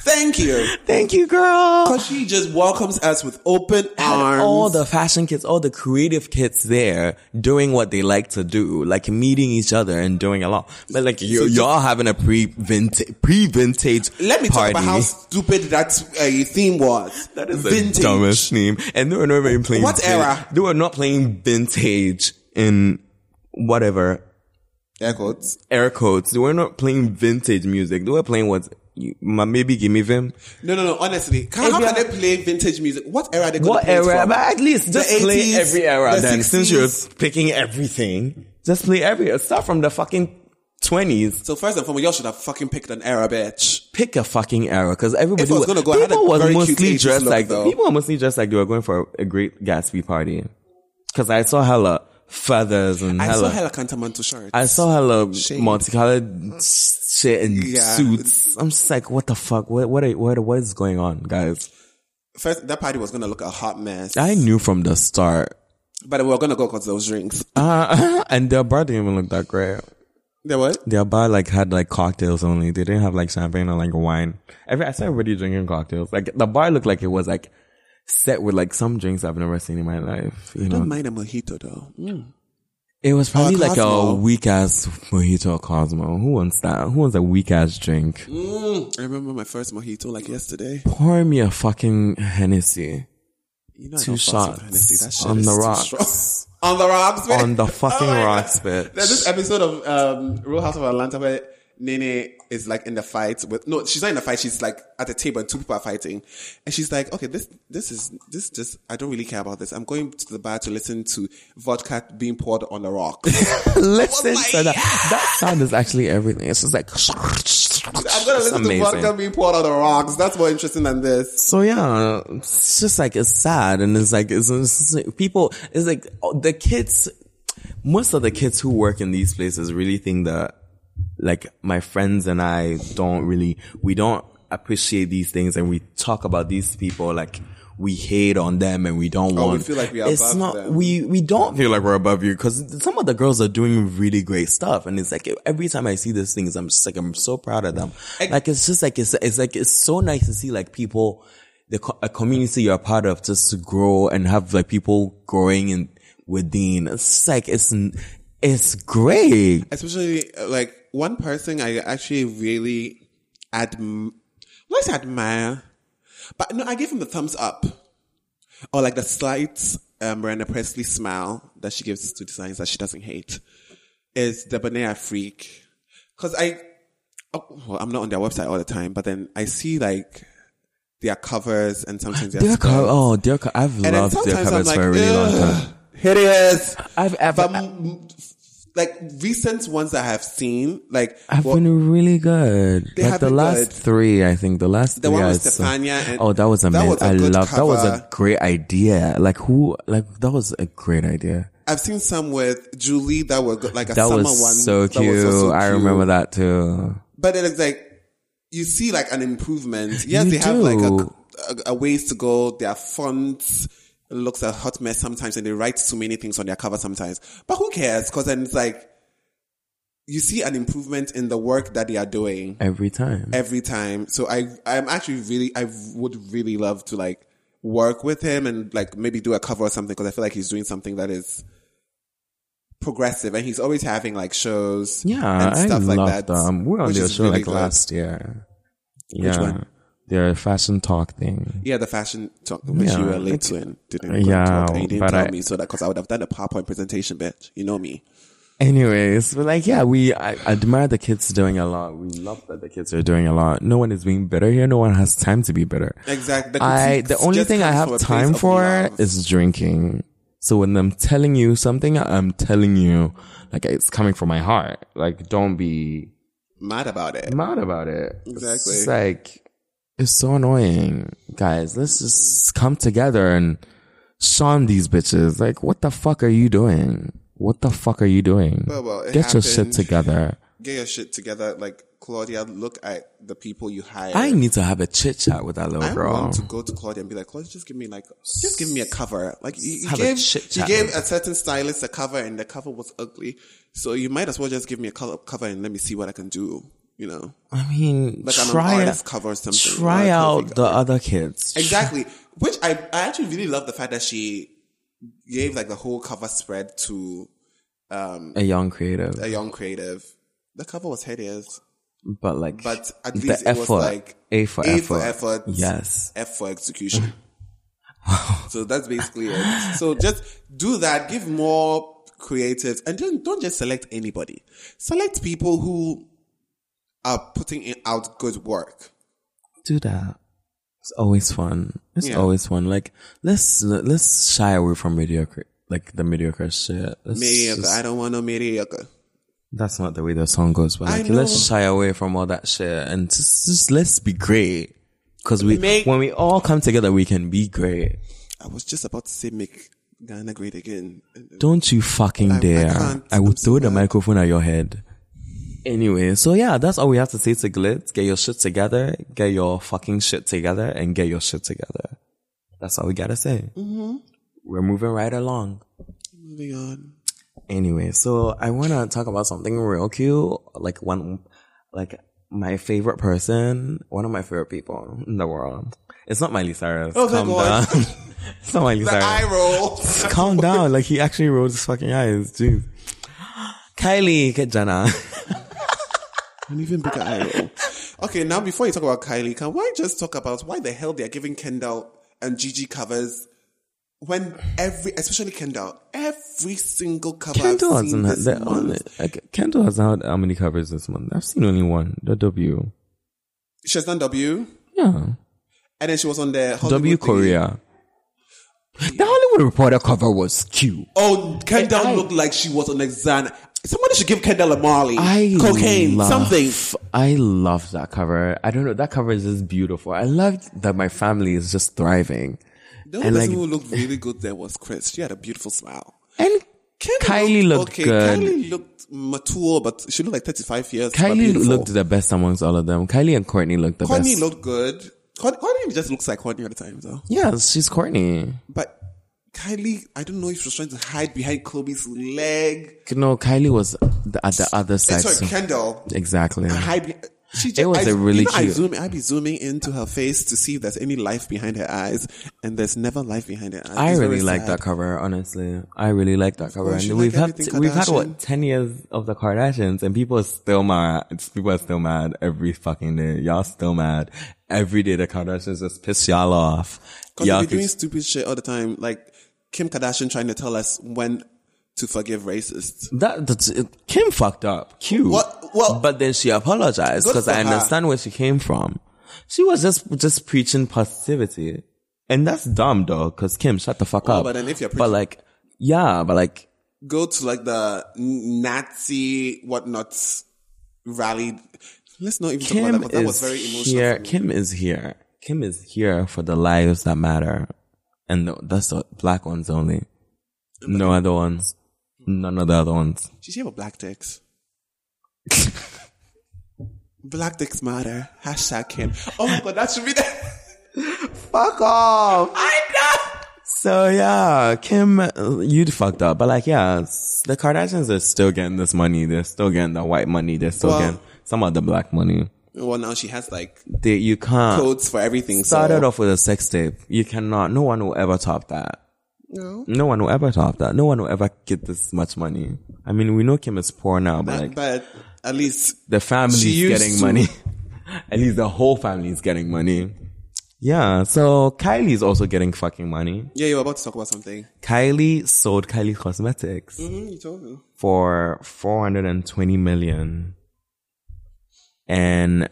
Speaker 2: thank you,
Speaker 3: Thank you, girl.
Speaker 2: because she just welcomes us with open arms.
Speaker 3: All the fashion kids, all the creative kids there doing what they like to do, like meeting each other and doing a lot. But like you, y'all having a pre vintage, pre vintage.
Speaker 2: let me
Speaker 3: party.
Speaker 2: talk about how stupid that uh, theme was. That
Speaker 3: It's the dumbest name. And they were not even playing.
Speaker 2: What
Speaker 3: vin-
Speaker 2: era?
Speaker 3: They were not playing vintage in whatever
Speaker 2: Air quotes.
Speaker 3: air quotes. They were not playing vintage music. They were playing what you, my maybe give me them.
Speaker 2: No, no, no. Honestly, can,
Speaker 3: If
Speaker 2: how
Speaker 3: you
Speaker 2: can
Speaker 3: are-
Speaker 2: they play vintage music? What era are they going
Speaker 3: What
Speaker 2: to play it
Speaker 3: era?
Speaker 2: from?
Speaker 3: But at least just
Speaker 2: The
Speaker 3: play
Speaker 2: 80s,
Speaker 3: every era.
Speaker 2: the
Speaker 3: then, since you're
Speaker 2: 60s.
Speaker 3: picking everything, just play every start from the fucking twenties.
Speaker 2: So first and foremost, y'all should have fucking picked an era, bitch.
Speaker 3: Pick a fucking era because everybody
Speaker 2: If I was gonna go, I had
Speaker 3: people
Speaker 2: a
Speaker 3: was
Speaker 2: very cute
Speaker 3: mostly
Speaker 2: 80s
Speaker 3: dressed
Speaker 2: look,
Speaker 3: like
Speaker 2: though.
Speaker 3: people were mostly dressed like they were going for a, a great Gatsby party. Because I saw hella feathers and
Speaker 2: I saw
Speaker 3: hella.
Speaker 2: hella Cantamanto shirts.
Speaker 3: I saw hella
Speaker 2: Shade.
Speaker 3: multicolored shit and
Speaker 2: Yeah.
Speaker 3: suits. I'm just like, what the fuck? What what are- what what is going on, guys?
Speaker 2: First, that party was gonna look a hot mess.
Speaker 3: I knew from the start,
Speaker 2: But we are gonna go because those drinks.
Speaker 3: uh, and their bar didn't even look that great.
Speaker 2: There what?
Speaker 3: Their bar like had like cocktails only. They didn't have like champagne or like wine. Every I saw everybody drinking cocktails. Like the bar looked like it was like set with like some drinks I've never seen in my life. You know,
Speaker 2: Don't mind a mojito though.
Speaker 3: it was probably like a
Speaker 2: Cosmo.
Speaker 3: weak ass mojito or Cosmo. Who wants that? Who wants a weak ass drink?
Speaker 2: Mm. I remember my first mojito like yesterday.
Speaker 3: Pour me a fucking Hennessy.
Speaker 2: You know, I
Speaker 3: Two
Speaker 2: don't fuck with
Speaker 3: shots
Speaker 2: Hennessy. That shit
Speaker 3: on
Speaker 2: is
Speaker 3: the
Speaker 2: too
Speaker 3: rocks.
Speaker 2: strong. on the rocks. bitch.
Speaker 3: On the fucking
Speaker 2: my
Speaker 3: rocks,
Speaker 2: God.
Speaker 3: bitch.
Speaker 2: There's this episode of um, Real House of Atlanta where Nene is like in the fight with no, she's not in the fight. She's like at the table and two people are fighting, and she's like, "Okay, this this is this just I don't really care about this. I'm going to the bar to listen to vodka being poured on the rocks.
Speaker 3: Listen
Speaker 2: my
Speaker 3: to that. That sound is actually everything. It's just like
Speaker 2: I'm gonna listen to vodka being poured on the rocks. That's more interesting than this."
Speaker 3: So yeah, it's just like it's sad, and it's like it's, it's like, people. It's like oh, the kids. Most of the kids who work in these places really think that, like my friends and I don't really we don't appreciate these things and we talk about these people like we hate on them and we don't
Speaker 2: Oh, we
Speaker 3: want.
Speaker 2: feel like we are
Speaker 3: It's
Speaker 2: above
Speaker 3: not.
Speaker 2: them.
Speaker 3: We we don't feel like we're above you because some of the girls are doing really great stuff, and it's like every time I see these things, I'm just like I'm so proud of them. like it's just like it's it's like it's so nice to see like people, the co- a community you're a part of just grow and have like people growing and within. It's like it's it's great.
Speaker 2: especially uh, like one person I actually really adm- let's admire, but no, I gave him the thumbs up, or like the slight um, Miranda Presley smile that she gives to designs that she doesn't hate is the Banana Freak, because I, oh, well, I'm not on their website all the time, but then I see like their covers and sometimes their
Speaker 3: Dear
Speaker 2: stuff.
Speaker 3: Car- oh, dear Car- I've
Speaker 2: And then
Speaker 3: loved dear
Speaker 2: sometimes I'm
Speaker 3: covers
Speaker 2: like,
Speaker 3: for a really long time.
Speaker 2: "Ugh, hideous.
Speaker 3: I've ever-
Speaker 2: But, mm, like recent ones that I have seen, like
Speaker 3: I've
Speaker 2: well,
Speaker 3: been really good.
Speaker 2: They
Speaker 3: like
Speaker 2: have
Speaker 3: the
Speaker 2: been
Speaker 3: last
Speaker 2: good.
Speaker 3: three, I think the last
Speaker 2: The
Speaker 3: three.
Speaker 2: one
Speaker 3: I
Speaker 2: with
Speaker 3: saw-
Speaker 2: Stefania and-
Speaker 3: oh, that was
Speaker 2: that
Speaker 3: amazing.
Speaker 2: was a
Speaker 3: I
Speaker 2: good
Speaker 3: love that was
Speaker 2: cover.
Speaker 3: a great idea. Like who? Like that was a great idea.
Speaker 2: I've seen some with Julie that were good, like a
Speaker 3: That
Speaker 2: summer
Speaker 3: was
Speaker 2: one.
Speaker 3: so
Speaker 2: that was
Speaker 3: cute.
Speaker 2: also
Speaker 3: I
Speaker 2: cute.
Speaker 3: remember that too.
Speaker 2: But it is like you see like an improvement. Yes,
Speaker 3: You
Speaker 2: they have like
Speaker 3: do.
Speaker 2: a, a, a ways to go. Their fonts looks a hot mess sometimes, and they write too many things on their cover sometimes. But who cares? Because then it's like you see an improvement in the work that they are doing.
Speaker 3: Every time.
Speaker 2: every time. So I I'm actually really I would really love to like work with him and like maybe do a cover or something because I feel like he's doing something that is progressive and he's always having like shows
Speaker 3: yeah,
Speaker 2: and stuff
Speaker 3: I
Speaker 2: like
Speaker 3: love
Speaker 2: that.
Speaker 3: them. We We're on
Speaker 2: which
Speaker 3: their
Speaker 2: is
Speaker 3: show
Speaker 2: really
Speaker 3: like
Speaker 2: good.
Speaker 3: last year. Yeah.
Speaker 2: Which one?
Speaker 3: Their fashion talk thing.
Speaker 2: Yeah, the fashion talk which you
Speaker 3: Yeah,
Speaker 2: were late
Speaker 3: it's-
Speaker 2: to and didn't
Speaker 3: Yeah,
Speaker 2: talk and you didn't
Speaker 3: but
Speaker 2: tell
Speaker 3: I-
Speaker 2: me so that because I would have done a PowerPoint presentation, bitch. You know me.
Speaker 3: Anyways, but like, yeah, we I admire the kids doing a lot. We love that the kids are doing a lot. No one is being bitter here. No one has time to be bitter.
Speaker 2: Exactly. The
Speaker 3: I
Speaker 2: critiques
Speaker 3: the only
Speaker 2: just
Speaker 3: thing
Speaker 2: comes from
Speaker 3: I
Speaker 2: a
Speaker 3: have
Speaker 2: place
Speaker 3: time
Speaker 2: of
Speaker 3: for
Speaker 2: love.
Speaker 3: is drinking. So when I'm telling you something, I'm telling you like it's coming from my heart. Like don't be
Speaker 2: mad about it.
Speaker 3: mad about it. It's
Speaker 2: Exactly.
Speaker 3: just, like it's so annoying, guys. Let's just come together and shun these bitches. Like what the fuck are you doing? What the fuck are you doing?
Speaker 2: Well, well, it
Speaker 3: Get your shit
Speaker 2: happened.
Speaker 3: together.
Speaker 2: Get your shit together. Like Claudia, look at the people you hire.
Speaker 3: I need to have a chit chat with that little
Speaker 2: I
Speaker 3: girl.
Speaker 2: want to go to Claudia and be like, Claudia, just give me like, just give me a cover. Like you, you
Speaker 3: have a
Speaker 2: gave,
Speaker 3: chit
Speaker 2: you
Speaker 3: chat
Speaker 2: gave
Speaker 3: with
Speaker 2: a certain stylist a cover and the cover was ugly. So you might as well just give me a color, cover and let me see what I can do. You know,
Speaker 3: I mean,
Speaker 2: like I'm an
Speaker 3: try
Speaker 2: artist
Speaker 3: it.
Speaker 2: cover or something.
Speaker 3: Try
Speaker 2: or a
Speaker 3: out
Speaker 2: graphic
Speaker 3: the
Speaker 2: cover.
Speaker 3: other kids.
Speaker 2: exactly. Which I, I actually really love the fact that she gave like the whole cover spread to
Speaker 3: A young creative,
Speaker 2: a young creative. The cover was hideous,
Speaker 3: but like,
Speaker 2: but at
Speaker 3: the
Speaker 2: least it was
Speaker 3: effort,
Speaker 2: like
Speaker 3: A for
Speaker 2: A
Speaker 3: effort,
Speaker 2: for effort.
Speaker 3: Yes,
Speaker 2: F for execution. so that's basically it. So just do that. Give more creatives, and don't don't just select anybody. Select people who are putting in, out good work.
Speaker 3: do that. It's always fun. It's
Speaker 2: Yeah.
Speaker 3: always fun. Like, let's let's shy away from mediocre, like the mediocre shit. Let's
Speaker 2: Mediocre.
Speaker 3: just-
Speaker 2: I don't want no mediocre.
Speaker 3: that's not the way the song goes, but
Speaker 2: I
Speaker 3: like,
Speaker 2: know.
Speaker 3: let's shy away from all that shit and just, just let's be great. Cause we,
Speaker 2: Make-
Speaker 3: when we all come together, we can be great.
Speaker 2: I was just about to say make Ghana great again.
Speaker 3: Don't you fucking
Speaker 2: I
Speaker 3: dare. I,
Speaker 2: can't.
Speaker 3: will
Speaker 2: I'm so
Speaker 3: throw the
Speaker 2: mad.
Speaker 3: microphone at your head. Anyway, so yeah, that's all we have to say to Glitz. Get your shit together, get your fucking shit together, and get your shit together. That's all we gotta say. Mm-hmm. We're moving right along.
Speaker 2: Moving on.
Speaker 3: Anyway, so I wanna talk about something real cute. Like one, like my favorite person, one of my favorite people in the world. It's not Miley Cyrus.
Speaker 2: Oh, thank
Speaker 3: Calm
Speaker 2: God.
Speaker 3: down. it's not Miley
Speaker 2: The
Speaker 3: Cyrus
Speaker 2: eye roll.
Speaker 3: calm down. Like he actually rolled his fucking eyes. Jeez. Kylie Jenner.
Speaker 2: An even bigger eye roll. Oh. Okay, now before you talk about Kylie, can why just talk about why the hell they are giving Kendall and Gigi covers when every, especially Kendall, every single cover
Speaker 3: Kendall
Speaker 2: I've seen
Speaker 3: hasn't had
Speaker 2: this
Speaker 3: that.
Speaker 2: month,
Speaker 3: Only, like, Kendall hasn't had how many covers this month? I've seen only one. The W.
Speaker 2: she has done W,
Speaker 3: Yeah.
Speaker 2: and then she was on the Hollywood
Speaker 3: W
Speaker 2: thingy.
Speaker 3: Korea. The Hollywood Reporter cover was cute.
Speaker 2: Oh, Kendall
Speaker 3: I-
Speaker 2: looked like she was on a Xanax. Somebody should give Kendall a Marley,
Speaker 3: I
Speaker 2: cocaine,
Speaker 3: love-
Speaker 2: something.
Speaker 3: I love that cover. I don't know. That cover is just beautiful. I love that my family is just thriving.
Speaker 2: The
Speaker 3: And
Speaker 2: only
Speaker 3: like
Speaker 2: person who looked really good there was Chris. She had a beautiful smile.
Speaker 3: and
Speaker 2: Kim
Speaker 3: Kylie looked good.
Speaker 2: Kylie looked mature, but she looked like 35 years. but
Speaker 3: Kylie
Speaker 2: beautiful.
Speaker 3: looked the best amongst all of them. Kylie and Courtney looked the
Speaker 2: Courtney
Speaker 3: best.
Speaker 2: looked good. Courtney, Courtney just looks like Courtney all the time, though.
Speaker 3: yeah, she's Courtney.
Speaker 2: But Kylie, I don't know if she was trying to hide behind Chloe's leg.
Speaker 3: No, Kylie was the, at the other side. so-
Speaker 2: Sorry, Kendall.
Speaker 3: exactly.
Speaker 2: Hide be- she just,
Speaker 3: It was
Speaker 2: I,
Speaker 3: a really
Speaker 2: you know, I
Speaker 3: cute-
Speaker 2: zoom. I be zooming into her face to see if there's any life behind her eyes, and there's never life behind her eyes.
Speaker 3: I
Speaker 2: It's
Speaker 3: really
Speaker 2: very
Speaker 3: like
Speaker 2: sad.
Speaker 3: that cover, honestly. I really like that cover.
Speaker 2: course,
Speaker 3: And
Speaker 2: you
Speaker 3: we've
Speaker 2: like
Speaker 3: had
Speaker 2: everything
Speaker 3: we've had
Speaker 2: Kardashian.
Speaker 3: what ten years of the Kardashians, and people are still mad. It's, people are still mad every fucking day. Y'all still mad every day. The Kardashians just piss y'all off.
Speaker 2: Because
Speaker 3: Y'all
Speaker 2: we're
Speaker 3: could-
Speaker 2: doing stupid shit all the time, like Kim Kardashian trying to tell us when to forgive racists.
Speaker 3: that that's, it, Kim fucked up. Cute.
Speaker 2: What- well-
Speaker 3: but then she apologized
Speaker 2: Good
Speaker 3: because
Speaker 2: for
Speaker 3: I
Speaker 2: her.
Speaker 3: understand where she came from. She was just just preaching positivity, and that's dumb though. Because Kim, shut the fuck up.
Speaker 2: but then if you're
Speaker 3: but
Speaker 2: preaching-
Speaker 3: like, yeah, but like.
Speaker 2: Go to like the Nazi whatnot rally. Let's not even talk about that. 'cause
Speaker 3: Kim
Speaker 2: That was
Speaker 3: is
Speaker 2: very emotional.
Speaker 3: Here.
Speaker 2: for me.
Speaker 3: Kim is here. Kim is here for the lives that matter, and th- that's the black ones only. No other ones. None of the other ones.
Speaker 2: Did she have a black dicks? black dicks matter. Hashtag Kim. Oh my god, that should be the.
Speaker 3: Fuck off.
Speaker 2: I know.
Speaker 3: So yeah, Kim, you fucked up. But like, yeah, s- the Kardashians are still getting this money. They're still getting the white money. They're still
Speaker 2: Well-
Speaker 3: getting some of the black money.
Speaker 2: Well, now she has like
Speaker 3: They, you can't.
Speaker 2: codes for everything.
Speaker 3: started
Speaker 2: so.
Speaker 3: off with a sex tape. You cannot. No one will ever top that.
Speaker 2: No.
Speaker 3: No one will ever top that. No one will ever get this much money. I mean, we know Kim is poor now, but like
Speaker 2: uh, but at least
Speaker 3: the family's
Speaker 2: she used
Speaker 3: getting
Speaker 2: to.
Speaker 3: money. At least the whole family is getting money. Yeah. So Kylie's also getting fucking money.
Speaker 2: yeah, you were about to talk about something.
Speaker 3: Kylie sold Kylie Cosmetics
Speaker 2: Mm, you told me.
Speaker 3: for 420 million. And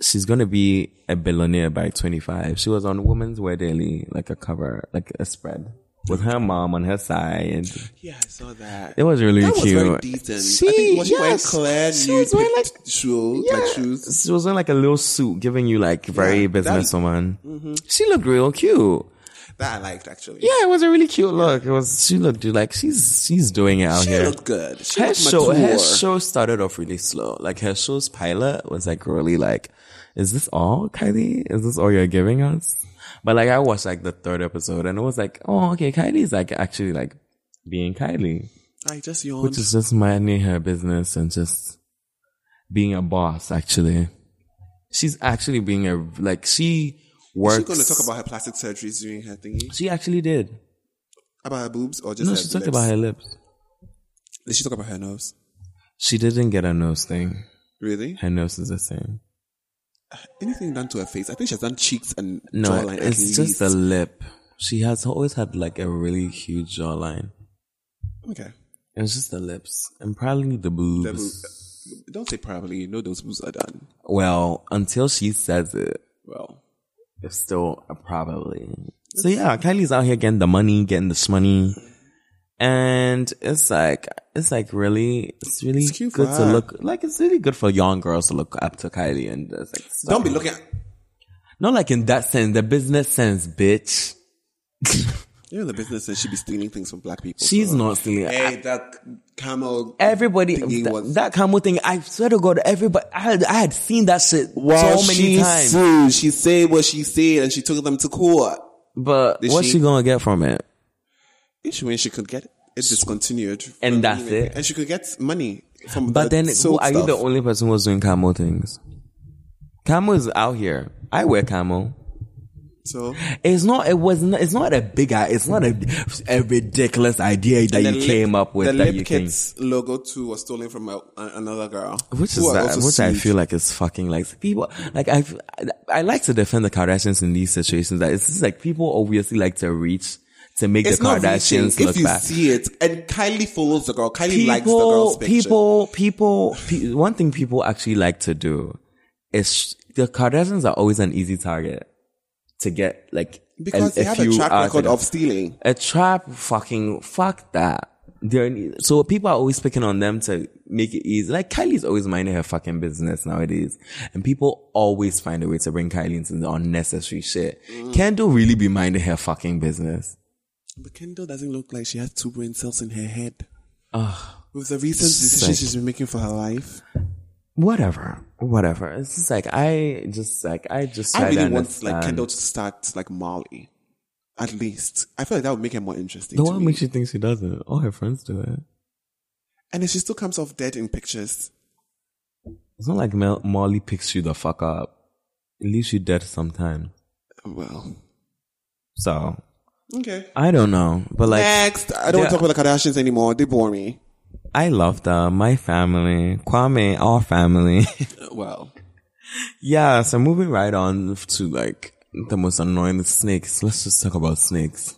Speaker 3: she's going to be a billionaire by 25. She was on Women's Wear Daily, like a cover, like a spread with her mom on her side.
Speaker 2: Yeah, I saw that.
Speaker 3: It was really
Speaker 2: that was
Speaker 3: cute.
Speaker 2: very decent. I think was she wearing
Speaker 3: yes,
Speaker 2: clear
Speaker 3: she
Speaker 2: nude
Speaker 3: was wearing like
Speaker 2: pic- shoes, like shoes.
Speaker 3: she was wearing like a little suit, giving you like very
Speaker 2: Yeah, that-
Speaker 3: businesswoman. She looked real cute.
Speaker 2: That I liked actually.
Speaker 3: Mm-hmm. Yeah, it was a really cute look. It was she looked like she's she's doing it out
Speaker 2: she
Speaker 3: here.
Speaker 2: looked good. She
Speaker 3: her
Speaker 2: looked
Speaker 3: show her
Speaker 2: mature.
Speaker 3: show started off really slow. Like her show's pilot was like really like, is this all, Kylie? Is this all you're giving us? But like I watched like the third episode and it was like, oh okay, Kylie's like actually like being Kylie.
Speaker 2: I just yawned.
Speaker 3: Which is just minding her business and just being a boss, actually. She's actually being a, like, she works.
Speaker 2: Is she going to talk about her plastic surgeries during her thingy?
Speaker 3: She actually did.
Speaker 2: About her boobs or just
Speaker 3: No,
Speaker 2: her
Speaker 3: she talked
Speaker 2: lips?
Speaker 3: about her lips.
Speaker 2: Did she talk about her nose?
Speaker 3: She didn't get a nose thing.
Speaker 2: Really?
Speaker 3: Her nose is the same.
Speaker 2: Anything done to her face? I think she's done cheeks and
Speaker 3: No,
Speaker 2: jawline. at
Speaker 3: it's just
Speaker 2: least.
Speaker 3: the lip. She has always had like a really huge jawline.
Speaker 2: okay.
Speaker 3: It was just the lips and probably the boobs.
Speaker 2: The boob- Don't say probably. You know those boobs are done.
Speaker 3: Well, until she says it,
Speaker 2: Well,
Speaker 3: It's still a probably. So yeah, Kylie's out here getting the money, getting the shmoney. And it's like, it's like really, it's really
Speaker 2: It's cute for
Speaker 3: good to
Speaker 2: her.
Speaker 3: look, like it's really good for young girls to look up to Kylie and it's like, stuff.
Speaker 2: don't be looking. At,
Speaker 3: not like in that sense, the business sense, bitch.
Speaker 2: you're in the business and she be stealing things from black people.
Speaker 3: She's
Speaker 2: so.
Speaker 3: not stealing.
Speaker 2: Hey, that camel.
Speaker 3: Everybody,
Speaker 2: thingy
Speaker 3: that,
Speaker 2: was-
Speaker 3: that Camo thing, I swear to God, everybody, I had, I had seen that shit
Speaker 2: Well,
Speaker 3: so many
Speaker 2: she
Speaker 3: times.
Speaker 2: sued. She said what she said, and she took them to court.
Speaker 3: but
Speaker 2: Did
Speaker 3: what's
Speaker 2: she-
Speaker 3: she gonna get from it?
Speaker 2: Issue when she could get it discontinued,
Speaker 3: And
Speaker 2: from
Speaker 3: that's
Speaker 2: anywhere.
Speaker 3: it.
Speaker 2: and she could get money from.
Speaker 3: But
Speaker 2: the
Speaker 3: then, who,
Speaker 2: sold
Speaker 3: are you the
Speaker 2: stuff.
Speaker 3: only person who's doing camo things? Camo is out here. I wear camo.
Speaker 2: So
Speaker 3: It's not. It was. Not, it's not a big. i- It's not a, a ridiculous idea that
Speaker 2: And
Speaker 3: you
Speaker 2: the lip-
Speaker 3: came up with.
Speaker 2: The
Speaker 3: that
Speaker 2: Lip
Speaker 3: you
Speaker 2: Kit's logo too was stolen from a, a- another girl,
Speaker 3: can, which
Speaker 2: who
Speaker 3: is
Speaker 2: are
Speaker 3: that,
Speaker 2: also
Speaker 3: which I
Speaker 2: sued.
Speaker 3: feel like is fucking like people. Like I, I like to defend the Kardashians in these situations. That it's just like people obviously like to reach to make
Speaker 2: It's
Speaker 3: the
Speaker 2: not
Speaker 3: Kardashians
Speaker 2: reaching,
Speaker 3: look
Speaker 2: if you
Speaker 3: bad.
Speaker 2: see it, and Kylie follows the girl. Kylie likes the girl's
Speaker 3: people,
Speaker 2: picture.
Speaker 3: people, people, pe- One thing people actually like to do is sh- the Kardashians are always an easy target to get, like
Speaker 2: because
Speaker 3: a,
Speaker 2: they
Speaker 3: a
Speaker 2: have a
Speaker 3: few
Speaker 2: track
Speaker 3: out
Speaker 2: record
Speaker 3: there.
Speaker 2: of stealing.
Speaker 3: a trap. Fucking fuck that. They're an- so people are always picking on them to make it easy. Like Kylie's always minding her fucking business nowadays, and people always find a way
Speaker 2: Mm.
Speaker 3: to bring Kylie into the unnecessary shit. Kendall really be minding her fucking business.
Speaker 2: But Kendall doesn't look like she has two brain cells in her head.
Speaker 3: Ugh.
Speaker 2: With the recent decisions
Speaker 3: Sick.
Speaker 2: she's been making for her life,
Speaker 3: Whatever. Whatever. It's just like I just like I just
Speaker 2: I
Speaker 3: try to
Speaker 2: really want like
Speaker 3: understand.
Speaker 2: Kendall to start like Molly. At least I feel like that would make her more interesting.
Speaker 3: The
Speaker 2: to
Speaker 3: one
Speaker 2: me.
Speaker 3: makes you think she does it. All her friends do it.
Speaker 2: and if she still comes off dead in pictures,
Speaker 3: It's not like Mel- Molly picks you the fuck up. It leaves you dead sometimes.
Speaker 2: Oh, well,
Speaker 3: So
Speaker 2: okay.
Speaker 3: I don't know, but like
Speaker 2: Next, I don't want to
Speaker 3: Yeah.
Speaker 2: talk about the Kardashians anymore. They bore me.
Speaker 3: I love them. My family, Kwame, our family.
Speaker 2: Uh, Well,
Speaker 3: yeah. So moving right on to like the most annoying snakes. Let's just talk about snakes.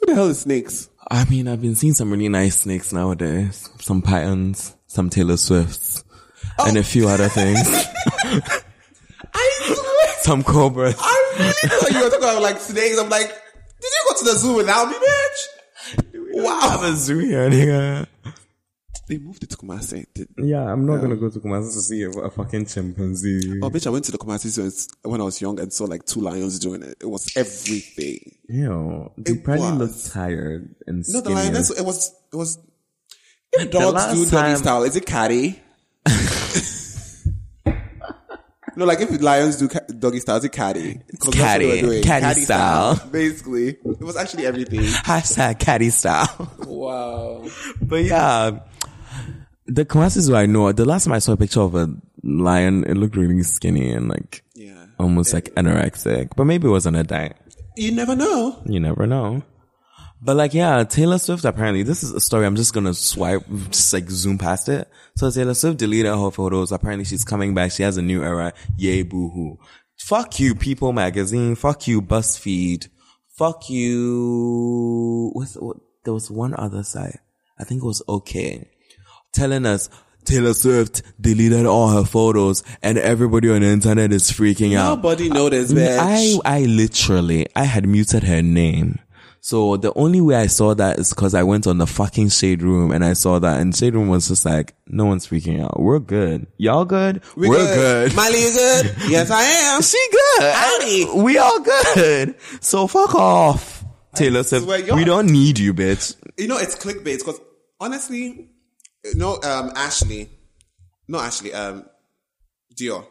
Speaker 2: who the hell is snakes?
Speaker 3: I mean, I've been seeing some really nice snakes nowadays. Some pythons, some Taylor Swifts, and a few other things. some cobras.
Speaker 2: I really thought you were talking about like snakes. I'm like, did you go to the zoo without me, bitch?
Speaker 3: Wow,
Speaker 2: Wow.
Speaker 3: a zoo here, nigga.
Speaker 2: They moved it to Kumasi. Did-
Speaker 3: Yeah, I'm not gonna go to Kumasi to see a, a fucking chimpanzee.
Speaker 2: Oh, bitch, I went to the Kumasi Zoo and s- when I was young and saw like two lions doing it. It was everything.
Speaker 3: Ew, they
Speaker 2: It
Speaker 3: probably
Speaker 2: was.
Speaker 3: look tired and
Speaker 2: No, the
Speaker 3: skinny.
Speaker 2: lioness, it was, it was, if dogs
Speaker 3: last
Speaker 2: do doggy
Speaker 3: time-
Speaker 2: style, is it catty? no, like if lions do ca- doggy style, is it catty? 'Cause that's what they were
Speaker 3: catty.
Speaker 2: doing.
Speaker 3: Catty style.
Speaker 2: Basically. It was actually everything.
Speaker 3: Hashtag caddy style.
Speaker 2: wow.
Speaker 3: but yeah, the Kumasi Zoo I know, the last time I saw a picture of a lion, it looked really skinny and like
Speaker 2: Yeah.
Speaker 3: almost like anorexic. But maybe it was on a diet.
Speaker 2: You never know.
Speaker 3: You never know. But like, yeah, Taylor Swift apparently, this is a story. I'm just gonna swipe, just like zoom past it. So Taylor Swift deleted her photos. Apparently she's coming back. She has a new era. Yay, boo hoo. Fuck you, People Magazine. Fuck you, BuzzFeed. Fuck you. What's, what, there was one other site. I think it was okay. Telling us Taylor Swift deleted all her photos and everybody on the internet is freaking out.
Speaker 2: Nobody noticed, bitch.
Speaker 3: I, I literally, I had muted her name. So the only way I saw that is because I went on the fucking shade room and I saw that and shade room was just like, no one's freaking out. We're good. Y'all good? We're, good.
Speaker 2: Miley, you good? yes, I am.
Speaker 3: she good.
Speaker 2: Howdy.
Speaker 3: we all good. So fuck off. Taylor said,
Speaker 2: swear, y'all-
Speaker 3: we don't need you, bitch.
Speaker 2: You know, it's clickbait because honestly, no, um, Ashley, no, Ashley, um, Dior,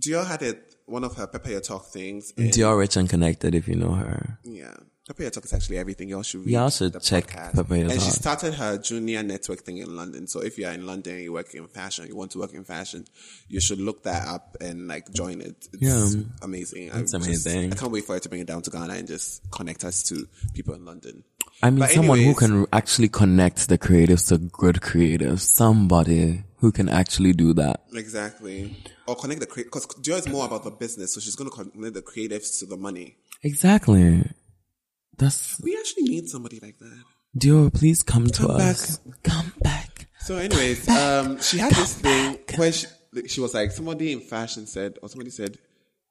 Speaker 2: Dior had it one of her Pepe Your Talk things. And,
Speaker 3: Dior Rich and Connected if you know her.
Speaker 2: yeah, Pepe Your Talk is actually everything. Y'all should read.
Speaker 3: Y'all should
Speaker 2: the
Speaker 3: check
Speaker 2: podcast.
Speaker 3: Pepe Your
Speaker 2: And she
Speaker 3: Talk.
Speaker 2: started her junior network thing in London. So if you are in London, and you work in fashion, you want to work in fashion, you should look that up and like join it. It's
Speaker 3: Yeah.
Speaker 2: amazing.
Speaker 3: It's
Speaker 2: I just-
Speaker 3: amazing.
Speaker 2: I can't wait for it to bring it down to Ghana and just connect us to people in London.
Speaker 3: I mean,
Speaker 2: But
Speaker 3: someone who
Speaker 2: anyways-
Speaker 3: can actually connect the creatives to good creatives. Somebody who can actually do that.
Speaker 2: Exactly. Or connect the because Dior is more about the business, so she's going to connect the creatives to the money.
Speaker 3: Exactly. That's
Speaker 2: We actually need somebody like that.
Speaker 3: Dior. Please come, to
Speaker 2: Come
Speaker 3: us. Come back.
Speaker 2: So, anyways, um, she had this thing where she, she was like, somebody in fashion said, or somebody said,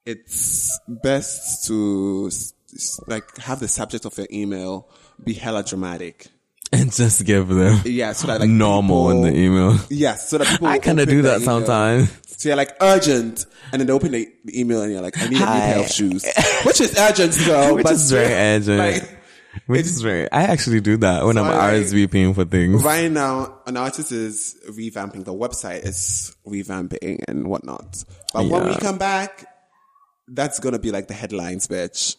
Speaker 2: it's best to s- s- like have the subject of your email be hella dramatic.
Speaker 3: And just give them
Speaker 2: Yeah, so that like
Speaker 3: normal in
Speaker 2: people-
Speaker 3: the e-, email.
Speaker 2: Yeah, so that people
Speaker 3: I
Speaker 2: will
Speaker 3: kind of
Speaker 2: open
Speaker 3: do
Speaker 2: their
Speaker 3: that
Speaker 2: email.
Speaker 3: sometimes.
Speaker 2: So you're like urgent, and then they open the the email and you're like, I need a new pair of shoes, which is urgent though,
Speaker 3: Which
Speaker 2: but
Speaker 3: is very urgent.
Speaker 2: like-
Speaker 3: Which is very. I actually do that when I'm
Speaker 2: So I like-
Speaker 3: RSVPing for things.
Speaker 2: Right now, an artist is revamping. The website is revamping and whatnot. But when
Speaker 3: Yeah.
Speaker 2: we come back, that's gonna be like the headlines, bitch.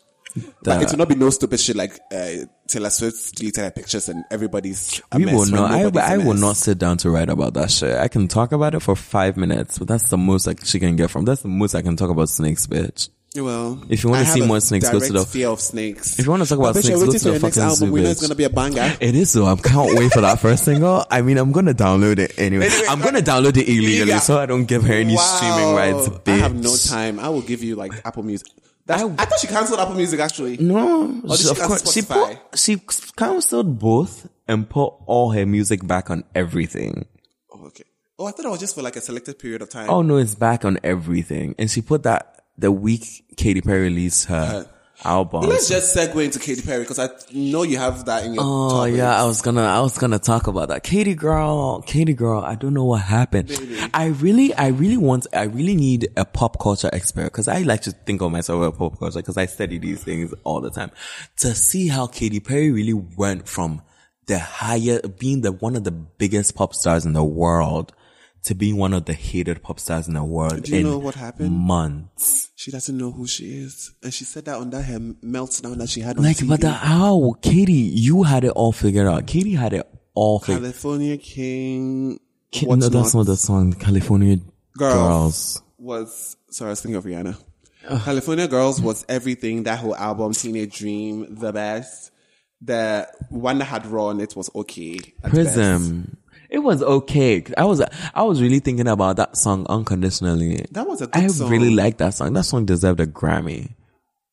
Speaker 2: But it will not be no stupid shit like uh, Taylor Swift deleted her pictures and everybody's. A
Speaker 3: We
Speaker 2: mess
Speaker 3: will
Speaker 2: when
Speaker 3: not.
Speaker 2: nobody's
Speaker 3: I, I
Speaker 2: a
Speaker 3: will
Speaker 2: mess.
Speaker 3: not sit down to write about that shit. I can talk about it for five minutes, but that's the most like she can get from. That's the most I can talk about snakes, bitch.
Speaker 2: Well,
Speaker 3: If you wanna
Speaker 2: I have
Speaker 3: see
Speaker 2: a
Speaker 3: more snakes, go to
Speaker 2: direct
Speaker 3: the-
Speaker 2: fear of snakes.
Speaker 3: If you wanna talk about
Speaker 2: But bitch,
Speaker 3: snakes,
Speaker 2: I'm
Speaker 3: go
Speaker 2: waiting
Speaker 3: to
Speaker 2: for
Speaker 3: the
Speaker 2: your next
Speaker 3: fucking
Speaker 2: album.
Speaker 3: zoo,
Speaker 2: We know it's
Speaker 3: bitch.
Speaker 2: gonna be a banger.
Speaker 3: It is though. I can't wait for that first single. I mean, I'm gonna download it anyway.
Speaker 2: Anyway,
Speaker 3: I'm gonna download it illegally,
Speaker 2: Yeah.
Speaker 3: so I don't give her any streaming rights. Bitch.
Speaker 2: I have no time. I will give you like Apple Music. That's, I, thought she canceled Apple Music actually.
Speaker 3: No,
Speaker 2: did she
Speaker 3: of
Speaker 2: cancel
Speaker 3: course. She
Speaker 2: Spotify?
Speaker 3: put, she cancelled both and put all her music back on everything.
Speaker 2: Oh, okay. Oh, I thought it was just for like a selected period of time.
Speaker 3: Oh no, it's back on everything. And she put that the week Katy Perry released her albums.
Speaker 2: Let's just segue into Katy Perry because I know you have that in your.
Speaker 3: Oh
Speaker 2: top list.
Speaker 3: yeah, I was gonna, I was gonna talk about that. Katie girl, Katie girl, I don't know what happened. I really, I really want, I really need a pop culture expert because I like to think of myself as a pop culture because I study these things all the time to see how Katy Perry really went from the higher, being the one of the biggest pop stars in the world to being one of the hated pop stars in the world.
Speaker 2: Do you
Speaker 3: in
Speaker 2: know what happened?
Speaker 3: Months.
Speaker 2: She doesn't know who she is, and she said that under her meltdown that she had. On
Speaker 3: Like,
Speaker 2: TV.
Speaker 3: but the, how Katie, you had it all figured out. Katie had it all figured.
Speaker 2: California King.
Speaker 3: Ki-
Speaker 2: what's
Speaker 3: no, that's not the song. California Girls.
Speaker 2: Girls was sorry, I was thinking of Rihanna. California Girls was everything. That whole album, Teenage Dream, the best. The one that had Raw on it was okay. at best.
Speaker 3: Prism. It was okay. I was I was really thinking about that song unconditionally.
Speaker 2: That was a good
Speaker 3: I
Speaker 2: song.
Speaker 3: really liked that song. That song deserved a Grammy.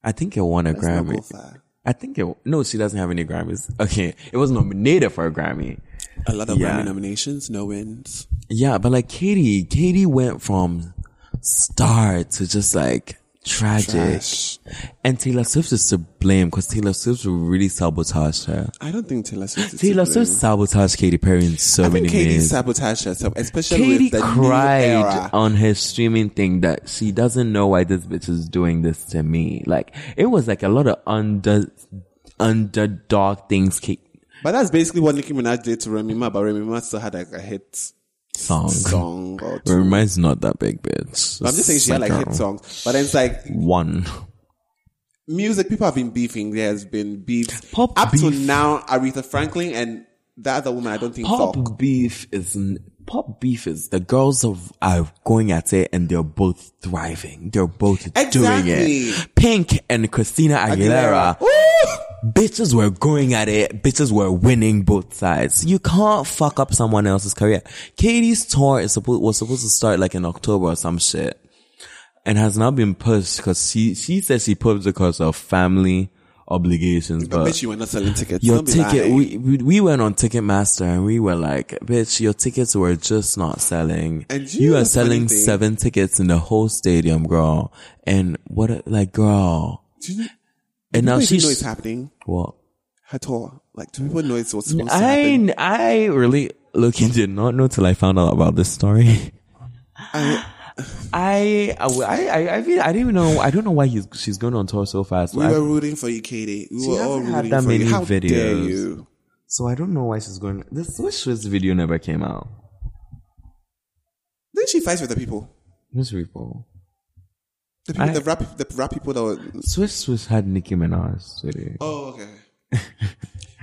Speaker 3: I think it won a
Speaker 2: not
Speaker 3: Grammy.
Speaker 2: go far.
Speaker 3: I think it. No, she doesn't have any Grammys. Okay, it was nominated for a Grammy.
Speaker 2: A lot of
Speaker 3: Yeah.
Speaker 2: Grammy nominations, no wins.
Speaker 3: Yeah, but like Katie, Katie went from star to just like tragic.
Speaker 2: Trash.
Speaker 3: And Taylor Swift is to blame because Taylor Swift really sabotaged her.
Speaker 2: I don't think Taylor Swift is to
Speaker 3: Taylor
Speaker 2: blame.
Speaker 3: Swift sabotaged Katy Perry in so
Speaker 2: I
Speaker 3: many
Speaker 2: think Katie
Speaker 3: ways.
Speaker 2: sabotaged herself, especially
Speaker 3: Katie
Speaker 2: with the new
Speaker 3: cried
Speaker 2: era.
Speaker 3: on her streaming thing that she doesn't know why this bitch is doing this to me. Like it was like a lot of under underdog things. Kate
Speaker 2: But that's basically what Nicki Minaj did to Remy Ma, but Remy Ma still had like a hit
Speaker 3: song.
Speaker 2: song or two.
Speaker 3: Reminds not that big bitch.
Speaker 2: I'm just saying she had like hit songs. But then it's like
Speaker 3: One.
Speaker 2: music, people have been beefing. There's been beefs.
Speaker 3: Pop
Speaker 2: Up to
Speaker 3: beef.
Speaker 2: now, Aretha Franklin and the other woman I don't think
Speaker 3: Pop
Speaker 2: fuck.
Speaker 3: beef is n- pop beef is the girls of are going at it and they're both thriving. They're both doing
Speaker 2: Exactly.
Speaker 3: it. Pink and Christina Aguilera.
Speaker 2: Aguilera. Woo!
Speaker 3: bitches were going at it. Bitches were winning both sides. You can't fuck up someone else's career. Katie's tour is supposed was supposed to start like in October or some shit, and has now been pushed because she she says she pushed because of family obligations.
Speaker 2: I
Speaker 3: But,
Speaker 2: bet you were not selling tickets.
Speaker 3: your
Speaker 2: Don't be
Speaker 3: ticket,
Speaker 2: lying.
Speaker 3: we, we we went on Ticketmaster and we were like, bitch, your tickets were just not selling.
Speaker 2: And you
Speaker 3: you
Speaker 2: know
Speaker 3: are
Speaker 2: the funny
Speaker 3: selling
Speaker 2: thing-
Speaker 3: seven tickets in the whole stadium, girl. And what, a, like, girl.
Speaker 2: Do you-
Speaker 3: And
Speaker 2: people even
Speaker 3: now
Speaker 2: know
Speaker 3: she's
Speaker 2: it's happening
Speaker 3: what?
Speaker 2: at all. Like, do people know it's what's supposed to happen?
Speaker 3: I I really look you did not know till I found out about this story. I I I I, I, mean, I didn't even know I don't know why he's, she's going on tour so fast.
Speaker 2: We
Speaker 3: I-
Speaker 2: were rooting for you, Katie. We were all
Speaker 3: hasn't had
Speaker 2: rooting
Speaker 3: that
Speaker 2: for
Speaker 3: many
Speaker 2: you. How dare
Speaker 3: videos.
Speaker 2: you?
Speaker 3: so I don't know why she's going. This Swiss Swiss video never came out.
Speaker 2: Didn't she fight with the people?
Speaker 3: Those people.
Speaker 2: The people,
Speaker 3: I-
Speaker 2: the rap, the rap people that were.
Speaker 3: Swiss Swiss had Nicki Minaj video.
Speaker 2: Oh, okay.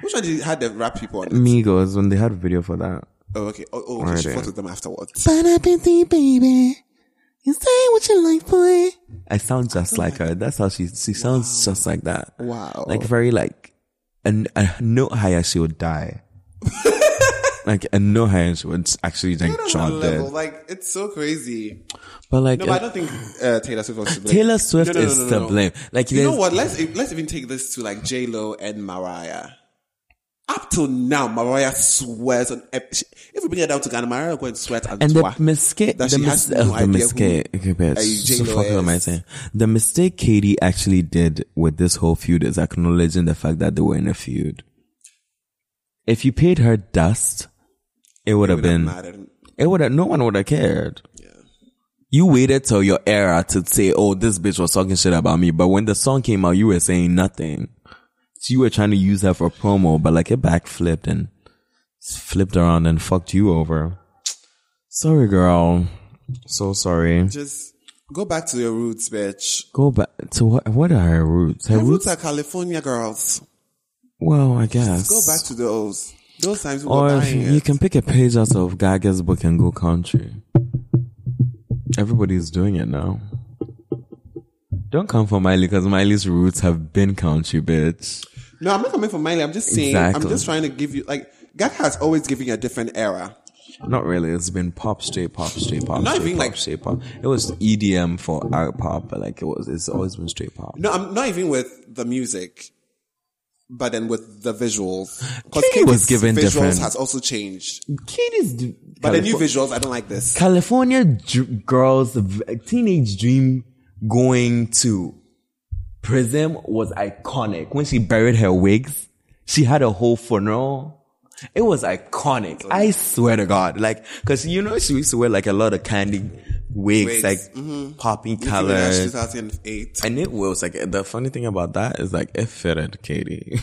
Speaker 2: Which one did you had the rap people on? it?
Speaker 3: Migos when they had a video for that.
Speaker 2: Oh, okay. Oh, oh okay. She
Speaker 3: Alright.
Speaker 2: fought with them afterwards.
Speaker 3: baby. You say what you like, boy. I sound just like her. That's how she she sounds just like that.
Speaker 2: Wow.
Speaker 3: Like very like and a note higher she would die. like a note higher she would actually like
Speaker 2: Another
Speaker 3: drop
Speaker 2: level.
Speaker 3: dead.
Speaker 2: Like it's so crazy.
Speaker 3: But like
Speaker 2: No, but I don't think uh, Taylor Swift was to blame.
Speaker 3: Taylor Swift
Speaker 2: No, no, no,
Speaker 3: is
Speaker 2: no,
Speaker 3: to
Speaker 2: no.
Speaker 3: blame. Like
Speaker 2: You know
Speaker 3: there's-
Speaker 2: what? Let's let's even take this to like J Lo and Mariah. Up till now, Mariah swears on ev- she- everybody are down to Ghana. Mariah going to sweat and,
Speaker 3: And
Speaker 2: twa.
Speaker 3: the mistake,
Speaker 2: That
Speaker 3: the,
Speaker 2: she
Speaker 3: mis-
Speaker 2: has
Speaker 3: oh,
Speaker 2: no
Speaker 3: the
Speaker 2: idea
Speaker 3: mistake, okay, bitch.
Speaker 2: uh,
Speaker 3: So
Speaker 2: J-Lo
Speaker 3: fuck am I
Speaker 2: is.
Speaker 3: saying? The mistake Katie actually did with this whole feud is acknowledging the fact that they were in a feud. If you paid her dust, it would have
Speaker 2: Without
Speaker 3: been,
Speaker 2: matter.
Speaker 3: it would have, no one would have cared. You waited till your era to say, oh, this bitch was talking shit about me. But when the song came out, you were saying nothing. So you were trying to use her for promo, but like it backflipped and flipped around and fucked you over. Sorry, girl. So sorry.
Speaker 2: Just go back to your roots, bitch.
Speaker 3: Go back to what, what are her roots? Her
Speaker 2: Your roots
Speaker 3: roots?
Speaker 2: are California girls.
Speaker 3: Well, I guess.
Speaker 2: Go back to those. Those times we were
Speaker 3: Or
Speaker 2: buying
Speaker 3: you
Speaker 2: it.
Speaker 3: can pick a page out of Gaga's book and go country. Everybody's doing it now. Don't come for Miley because Miley's roots have been country, bitch.
Speaker 2: No, I'm not coming for Miley. I'm just saying.
Speaker 3: Exactly.
Speaker 2: I'm just trying to give you like Gaga has always given you a different era.
Speaker 3: Not really. It's been pop, straight pop, straight pop,
Speaker 2: Not
Speaker 3: straight
Speaker 2: even
Speaker 3: pop,
Speaker 2: like-
Speaker 3: straight pop. It was EDM for art pop, but like it was, it's always been straight pop.
Speaker 2: No, I'm not even with the music, but then with the visuals. Because
Speaker 3: Katy was given
Speaker 2: visuals
Speaker 3: different-
Speaker 2: has also changed.
Speaker 3: Katie's,
Speaker 2: But the new visuals, I don't like this.
Speaker 3: California dr- girls, v- teenage dream going to
Speaker 4: Prism was iconic. When she buried her wigs, she had a whole funeral. It was
Speaker 2: Oh,
Speaker 4: iconic. I swear to God. Like, cause you know, she used to wear like a lot of candy wigs,
Speaker 2: Wigs. Mm-hmm.
Speaker 4: like popping
Speaker 2: That's
Speaker 4: colors.
Speaker 2: 2008.
Speaker 3: And it was like the funny thing about that is like it fitted Katie.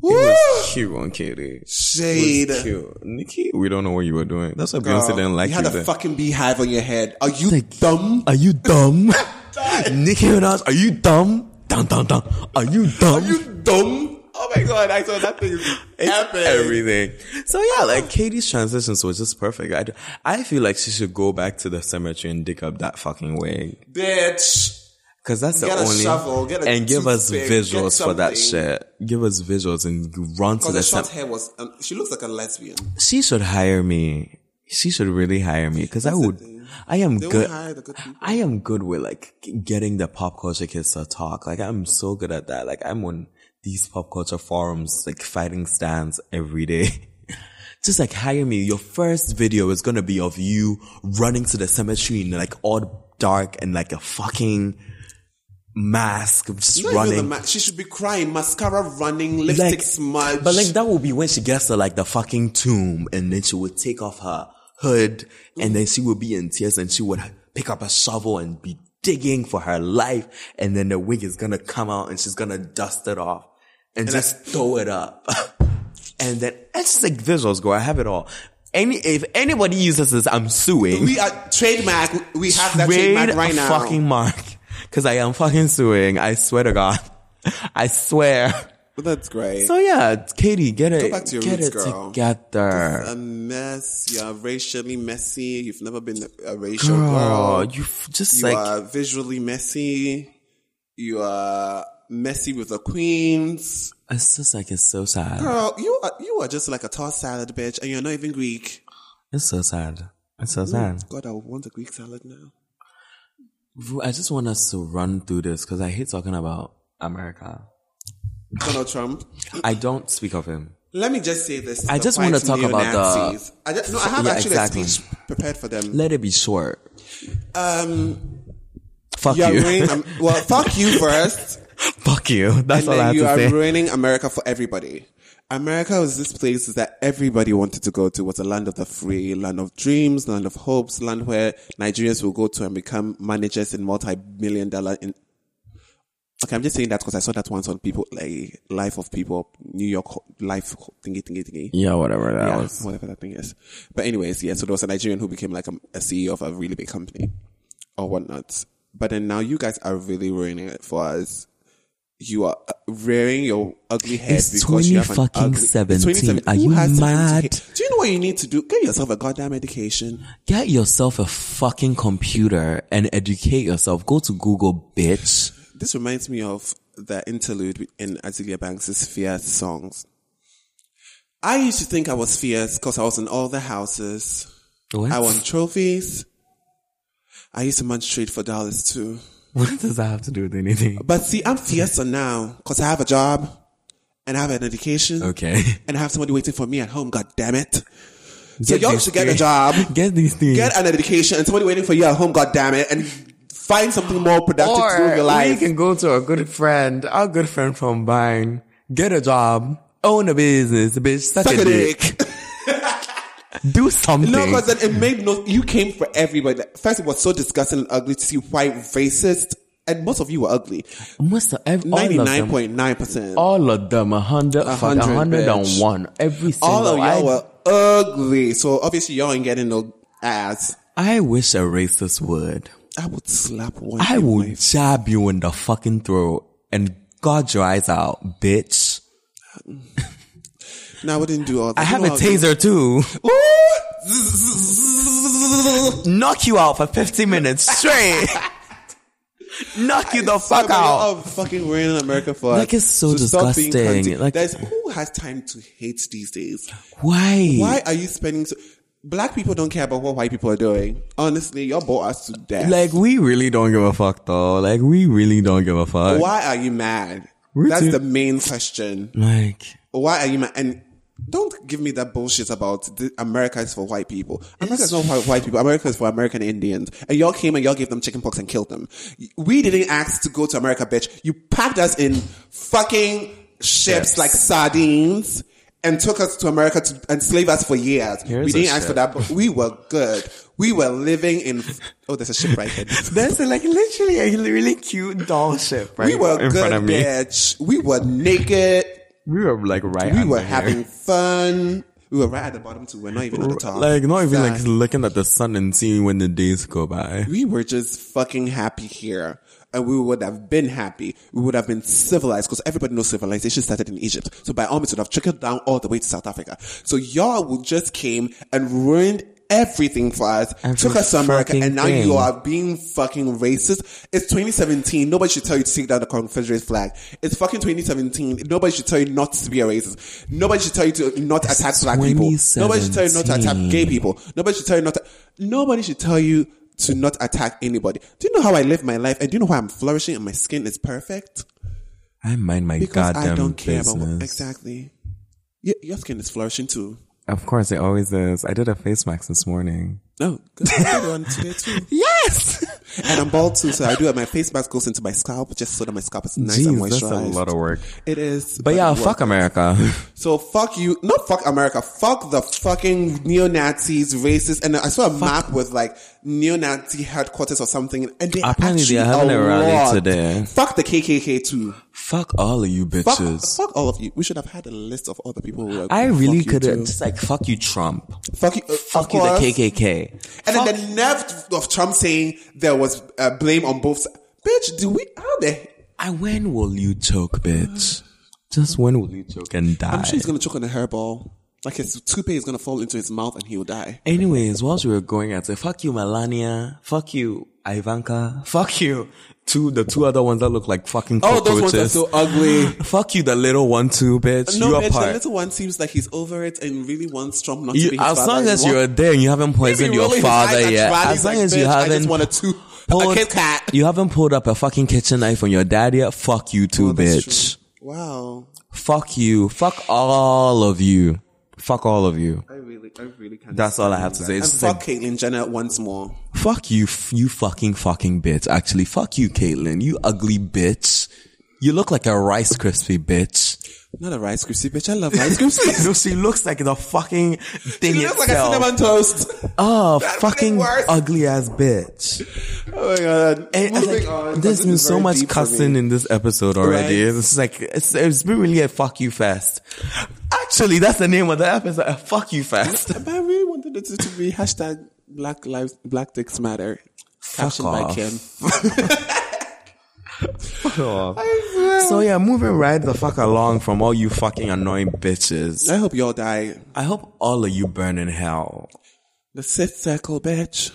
Speaker 2: Woo!
Speaker 3: cute on Katie.
Speaker 2: Shade.
Speaker 3: It's cute. Nikki, we don't know what you were doing. That's why
Speaker 2: Girl,
Speaker 3: Beyonce didn't like
Speaker 2: you
Speaker 3: you.
Speaker 2: had a
Speaker 3: then.
Speaker 2: fucking beehive on your head. Are you dumb?
Speaker 4: Are you dumb? Nicki Minaj, are you dumb? Dun dun dun. Are you dumb?
Speaker 2: dumb? Oh my god! I saw that thing
Speaker 3: It's
Speaker 2: happen.
Speaker 3: everything. So yeah, like Katie's transitions was just perfect. I, d- I feel like she should go back to the cemetery and dig up that fucking wig.
Speaker 2: Bitch.
Speaker 3: Cause that's
Speaker 2: Get
Speaker 3: the
Speaker 2: a
Speaker 3: only
Speaker 2: shovel, get a
Speaker 3: and give us
Speaker 2: toothpick, get
Speaker 3: visuals for that
Speaker 2: something.
Speaker 3: shit. Give us visuals and run to
Speaker 2: Because
Speaker 3: the
Speaker 2: her Oh, short
Speaker 3: cemetery.
Speaker 2: hair was. Um, she looks like a lesbian.
Speaker 3: She should hire me. She should really hire me because I would. I am
Speaker 2: They
Speaker 3: good.
Speaker 2: won't hire the good people.
Speaker 3: I am good with like g- getting the pop culture kids to talk. Like I'm so good at that. Like I'm on these pop culture forums, like fighting stands every day. Just like hire me. Your first video is gonna be of you running to the cemetery in like all dark and like a fucking mask, just
Speaker 2: Not even the
Speaker 3: running.
Speaker 2: ma- she should be crying, mascara running, lipstick smudge.
Speaker 3: But like that will be when she gets to like the fucking tomb and then she would take off her hood and then she would be in tears and she would pick up a shovel and be digging for her life and then the wig is gonna come out and she's gonna dust it off and, just throw it up. and then it's just like visuals go, I have it all. Any if anybody uses this, I'm suing.
Speaker 2: we are trademark. We have that trademark
Speaker 3: Trade
Speaker 2: right
Speaker 3: a
Speaker 2: now.
Speaker 3: Fucking mark. Cause I am fucking suing. I swear to God. I swear.
Speaker 2: But that's great.
Speaker 3: So yeah, Katie, get it,
Speaker 2: back to your
Speaker 3: get
Speaker 2: roots,
Speaker 3: it
Speaker 2: girl.
Speaker 3: together.
Speaker 2: a mess. You're racially messy. You've never been a racial girl.
Speaker 3: Girl, you f- just
Speaker 2: You
Speaker 3: like
Speaker 2: are visually messy. You are messy with the queens.
Speaker 3: it's just like it's so sad.
Speaker 2: Girl, you are you are just like a tossed salad, bitch, and you're not even Greek.
Speaker 3: It's so sad. It's so sad.
Speaker 2: God, I want a Greek salad now.
Speaker 3: I just want us to run through this because I hate talking about America.
Speaker 2: Donald Trump.
Speaker 3: I don't speak of him.
Speaker 2: Let me just say this.
Speaker 3: I
Speaker 2: the
Speaker 3: just
Speaker 2: white
Speaker 3: wanna talk about the-
Speaker 2: neo-Nazis. I just, no, I have
Speaker 3: Yeah,
Speaker 2: actually
Speaker 3: exactly.
Speaker 2: a speech prepared for them.
Speaker 3: Let it be short.
Speaker 2: um,
Speaker 3: Fuck
Speaker 2: you are
Speaker 3: you.
Speaker 2: ruining. Um, well, fuck you first.
Speaker 3: Fuck you. That's
Speaker 2: and
Speaker 3: all I
Speaker 2: then
Speaker 3: have
Speaker 2: you
Speaker 3: to
Speaker 2: are
Speaker 3: say.
Speaker 2: ruining America for everybody. America was this place that everybody wanted to go to. Was a land of the free, land of dreams, land of hopes, land where Nigerians will go to and become managers in multi-million dollar. In- okay, I'm just saying that because I saw that once on people, like life of people, New York ho- life ho- thingy thingy thingy.
Speaker 3: yeah, whatever that
Speaker 2: Yeah,
Speaker 3: was.
Speaker 2: whatever that thing is. But anyways, yeah. So there was a Nigerian who became like a, a CEO of a really big company or whatnot. But then now you guys are really ruining it for us. You are uh, rearing your ugly head
Speaker 3: It's
Speaker 2: because you have an
Speaker 3: 20
Speaker 2: ugly.
Speaker 3: fucking 17. Are
Speaker 2: Who
Speaker 3: you
Speaker 2: has 17?
Speaker 3: mad?
Speaker 2: Do you know what you need to do? Get yourself a goddamn education.
Speaker 3: Get yourself a fucking computer and educate yourself. Go to Google, bitch.
Speaker 2: This reminds me of the interlude in Azealia Banks' Fierce songs. I used to think I was fierce because I was in all the houses.
Speaker 3: What?
Speaker 2: I won trophies. I used to munch for dollars too.
Speaker 3: what does that have to do with anything?
Speaker 2: But see, I'm fiesta now because I have a job and I have an education.
Speaker 3: Okay.
Speaker 2: And I have somebody waiting for me at home, god damn it. So
Speaker 3: Get
Speaker 2: y'all
Speaker 3: these
Speaker 2: should get a
Speaker 3: things.
Speaker 2: job,
Speaker 3: Get these things.
Speaker 2: get an education, and somebody waiting for you at home, god damn it, and find something more productive to do with
Speaker 3: or
Speaker 2: your life.
Speaker 3: we can go to a good friend, our good friend from Vine, get a job, own a business, bitch, suck,
Speaker 2: Suck
Speaker 3: a,
Speaker 2: a
Speaker 3: dick.
Speaker 2: dick.
Speaker 3: do something.
Speaker 2: No, because then it made no. You came for everybody. First, it was so disgusting and ugly to see white racist, and most of you were ugly.
Speaker 3: Must have, ev- all
Speaker 2: Ninety
Speaker 3: of
Speaker 2: nine
Speaker 3: them,
Speaker 2: point nine percent.
Speaker 3: all of them, a hundred, a
Speaker 2: hundred,
Speaker 3: hundred
Speaker 2: bitch.
Speaker 3: and one, every single.
Speaker 2: All of
Speaker 3: I,
Speaker 2: y'all were ugly. So obviously y'all ain't getting no ass.
Speaker 3: I wish a racist would.
Speaker 2: I would slap one.
Speaker 3: I
Speaker 2: in
Speaker 3: would
Speaker 2: my-
Speaker 3: jab you in the fucking throat and gouge your eyes out, bitch.
Speaker 2: No, I wouldn't do all that.
Speaker 3: I
Speaker 2: You
Speaker 3: have
Speaker 2: know
Speaker 3: a
Speaker 2: how I would do-
Speaker 3: taser too. Knock you out for 15 minutes straight. Knock you the fuck
Speaker 2: Somebody
Speaker 3: out.
Speaker 2: all fucking ruining America for
Speaker 3: Like,
Speaker 2: us.
Speaker 3: it's so
Speaker 2: stop being
Speaker 3: disgusting.
Speaker 2: cunty.
Speaker 3: Like-
Speaker 2: There's- who has time to hate these days?
Speaker 3: Why?
Speaker 2: Why are you spending so? Black people don't care about what white people are doing. Honestly, y'all bore us to death.
Speaker 3: Like, we really don't give a fuck though. Like, we really don't give a fuck.
Speaker 2: Why are you mad?
Speaker 3: We're
Speaker 2: That's
Speaker 3: too-
Speaker 2: the main question.
Speaker 3: Like,
Speaker 2: Why are you mad? And Don't give me that bullshit about the, America is for white people. America is not for white people. America is for American Indians. And y'all came and y'all gave them chickenpox and killed them. We didn't ask to go to America, bitch. You packed us in fucking ships
Speaker 3: Ships.
Speaker 2: like sardines and took us to America to enslave us for years.
Speaker 3: Here's
Speaker 2: we
Speaker 3: a
Speaker 2: didn't ask
Speaker 3: ship.
Speaker 2: for that, but we were good. We were living in. Oh, there's a ship right there.
Speaker 5: That's like literally a really cute doll ship, right?
Speaker 2: We were
Speaker 3: in
Speaker 2: good,
Speaker 3: front of me.
Speaker 2: bitch. We were naked.
Speaker 3: We were like right.
Speaker 2: We
Speaker 3: under
Speaker 2: were
Speaker 3: here.
Speaker 2: having fun. We were right at the bottom too. We're not even at the top.
Speaker 3: like not even like
Speaker 2: Sad.
Speaker 3: looking at the sun and seeing when the days go by.
Speaker 2: we were just fucking happy here. And we would have been happy. We would have been civilized because everybody knows civilization started in Egypt. So by all means, it would have trickled down all the way to South Africa. So y'all would just came and ruined everything for us,
Speaker 3: Every
Speaker 2: took us to America,
Speaker 3: fucking
Speaker 2: and now
Speaker 3: thing.
Speaker 2: you are being fucking racist. It's 2017. Nobody should tell you to take down the Confederate flag. It's fucking 2017. Nobody should tell you not to be a racist. Nobody should tell you to not attack black people. Nobody should tell you not to attack gay
Speaker 3: 2017.
Speaker 2: gay people. Nobody should tell you not. To, nobody should tell you to not attack anybody. Do you know how I live my life? And do you know why I'm flourishing and my skin is perfect?
Speaker 3: I mind my
Speaker 2: Because
Speaker 3: goddamn
Speaker 2: I don't care
Speaker 3: business.
Speaker 2: about what, exactly. Your, your skin is flourishing too.
Speaker 3: Of course, it always is. I did a face mask this morning.
Speaker 2: No, good. I did one today too.
Speaker 3: Yes.
Speaker 2: And I'm bald too, so I do it. My face mask goes into my scalp just so that my scalp is nice and
Speaker 3: Jeez,
Speaker 2: moisturized.
Speaker 3: that's a lot of work.
Speaker 2: It is.
Speaker 3: But yeah,
Speaker 2: it
Speaker 3: fuck
Speaker 2: works.
Speaker 3: America.
Speaker 2: So fuck you, not fuck America, fuck the fucking neo Nazis, racists, and I saw a map with like neo Nazi headquarters or something, and they
Speaker 3: Apparently
Speaker 2: actually
Speaker 3: they are having a rally
Speaker 2: lot.
Speaker 3: today.
Speaker 2: Fuck the KKK too.
Speaker 3: fuck all of you
Speaker 2: Fuck,
Speaker 3: bitches.
Speaker 2: fuck all of you. We should have had a list of all the people who were.
Speaker 3: I
Speaker 2: fuck
Speaker 3: really
Speaker 2: you
Speaker 3: could
Speaker 2: too.
Speaker 3: have just like fuck you Trump.
Speaker 2: Fuck you. uh,
Speaker 3: Fuck
Speaker 2: of
Speaker 3: you the
Speaker 2: course.
Speaker 3: KKK.
Speaker 2: And
Speaker 3: fuck,
Speaker 2: then the nerve of Trump saying there was uh, blame on both. sides. Bitch, do we? How the?
Speaker 3: and when will you choke, bitch? Just when will you choke and die?
Speaker 2: I'm sure he's gonna choke on a hairball. Like his toupee is gonna fall into his mouth and he will die.
Speaker 3: Anyways, whilst we were going at it, fuck you, Melania. Fuck you, Ivanka. Fuck you. Two, the two other ones that look like fucking
Speaker 2: Oh, those
Speaker 3: cockroaches.
Speaker 2: ones are so ugly.
Speaker 3: Fuck you, the little one too, bitch.
Speaker 2: No,
Speaker 3: you
Speaker 2: bitch,
Speaker 3: are part.
Speaker 2: the little one seems like he's over it and really wants Trump not to
Speaker 3: You,
Speaker 2: be his
Speaker 3: as
Speaker 2: father.
Speaker 3: long
Speaker 2: He
Speaker 3: as
Speaker 2: wants-
Speaker 3: you're there and you haven't
Speaker 2: Maybe
Speaker 3: poisoned your
Speaker 2: rolling his
Speaker 3: father
Speaker 2: eyes at
Speaker 3: yet,
Speaker 2: Charlie's
Speaker 3: as long
Speaker 2: like,
Speaker 3: as you
Speaker 2: "Bitch, I
Speaker 3: haven't
Speaker 2: just want a two, a
Speaker 3: pulled-
Speaker 2: Kit Kat.
Speaker 3: you haven't pulled up a fucking kitchen knife on your dad yet, fuck you too,
Speaker 2: Oh, That's
Speaker 3: bitch.
Speaker 2: true. Wow,
Speaker 3: Fuck you. Fuck all of you. Fuck all of you.
Speaker 2: I really, I really can't.
Speaker 3: That's all I have to say.
Speaker 2: And
Speaker 3: It's just
Speaker 2: fuck Caitlyn Jenner once more.
Speaker 3: like, fuck you, f- you fucking fucking bitch. Actually, fuck you, Caitlyn. You ugly bitch. You look like a Rice Krispie bitch.
Speaker 2: Not a Rice Krispie bitch. I love Rice Krispies.
Speaker 3: No, she looks like the fucking thing
Speaker 2: She looks like a cinnamon toast.
Speaker 3: oh,
Speaker 2: That's
Speaker 3: fucking
Speaker 2: worse.
Speaker 3: ugly ass bitch.
Speaker 2: Oh my god.
Speaker 3: And, and,
Speaker 2: Moving
Speaker 3: eh, like,
Speaker 2: on, 'cause
Speaker 3: there's
Speaker 2: this
Speaker 3: been
Speaker 2: is
Speaker 3: so
Speaker 2: very
Speaker 3: much
Speaker 2: deep for me.
Speaker 3: cussing in this episode already.
Speaker 2: Right.
Speaker 3: It's like it's, it's been really a fuck you fest. Actually, that's the name of the episode. A fuck you fest.
Speaker 2: But I really wanted it to be hashtag Black Lives Black Dicks Matter. Captioned by
Speaker 3: off.
Speaker 2: Kim.
Speaker 3: so yeah, moving right the fuck along from all you fucking annoying bitches.
Speaker 2: I hope y'all die.
Speaker 3: I hope all of you burn in hell.
Speaker 2: The sit circle, bitch.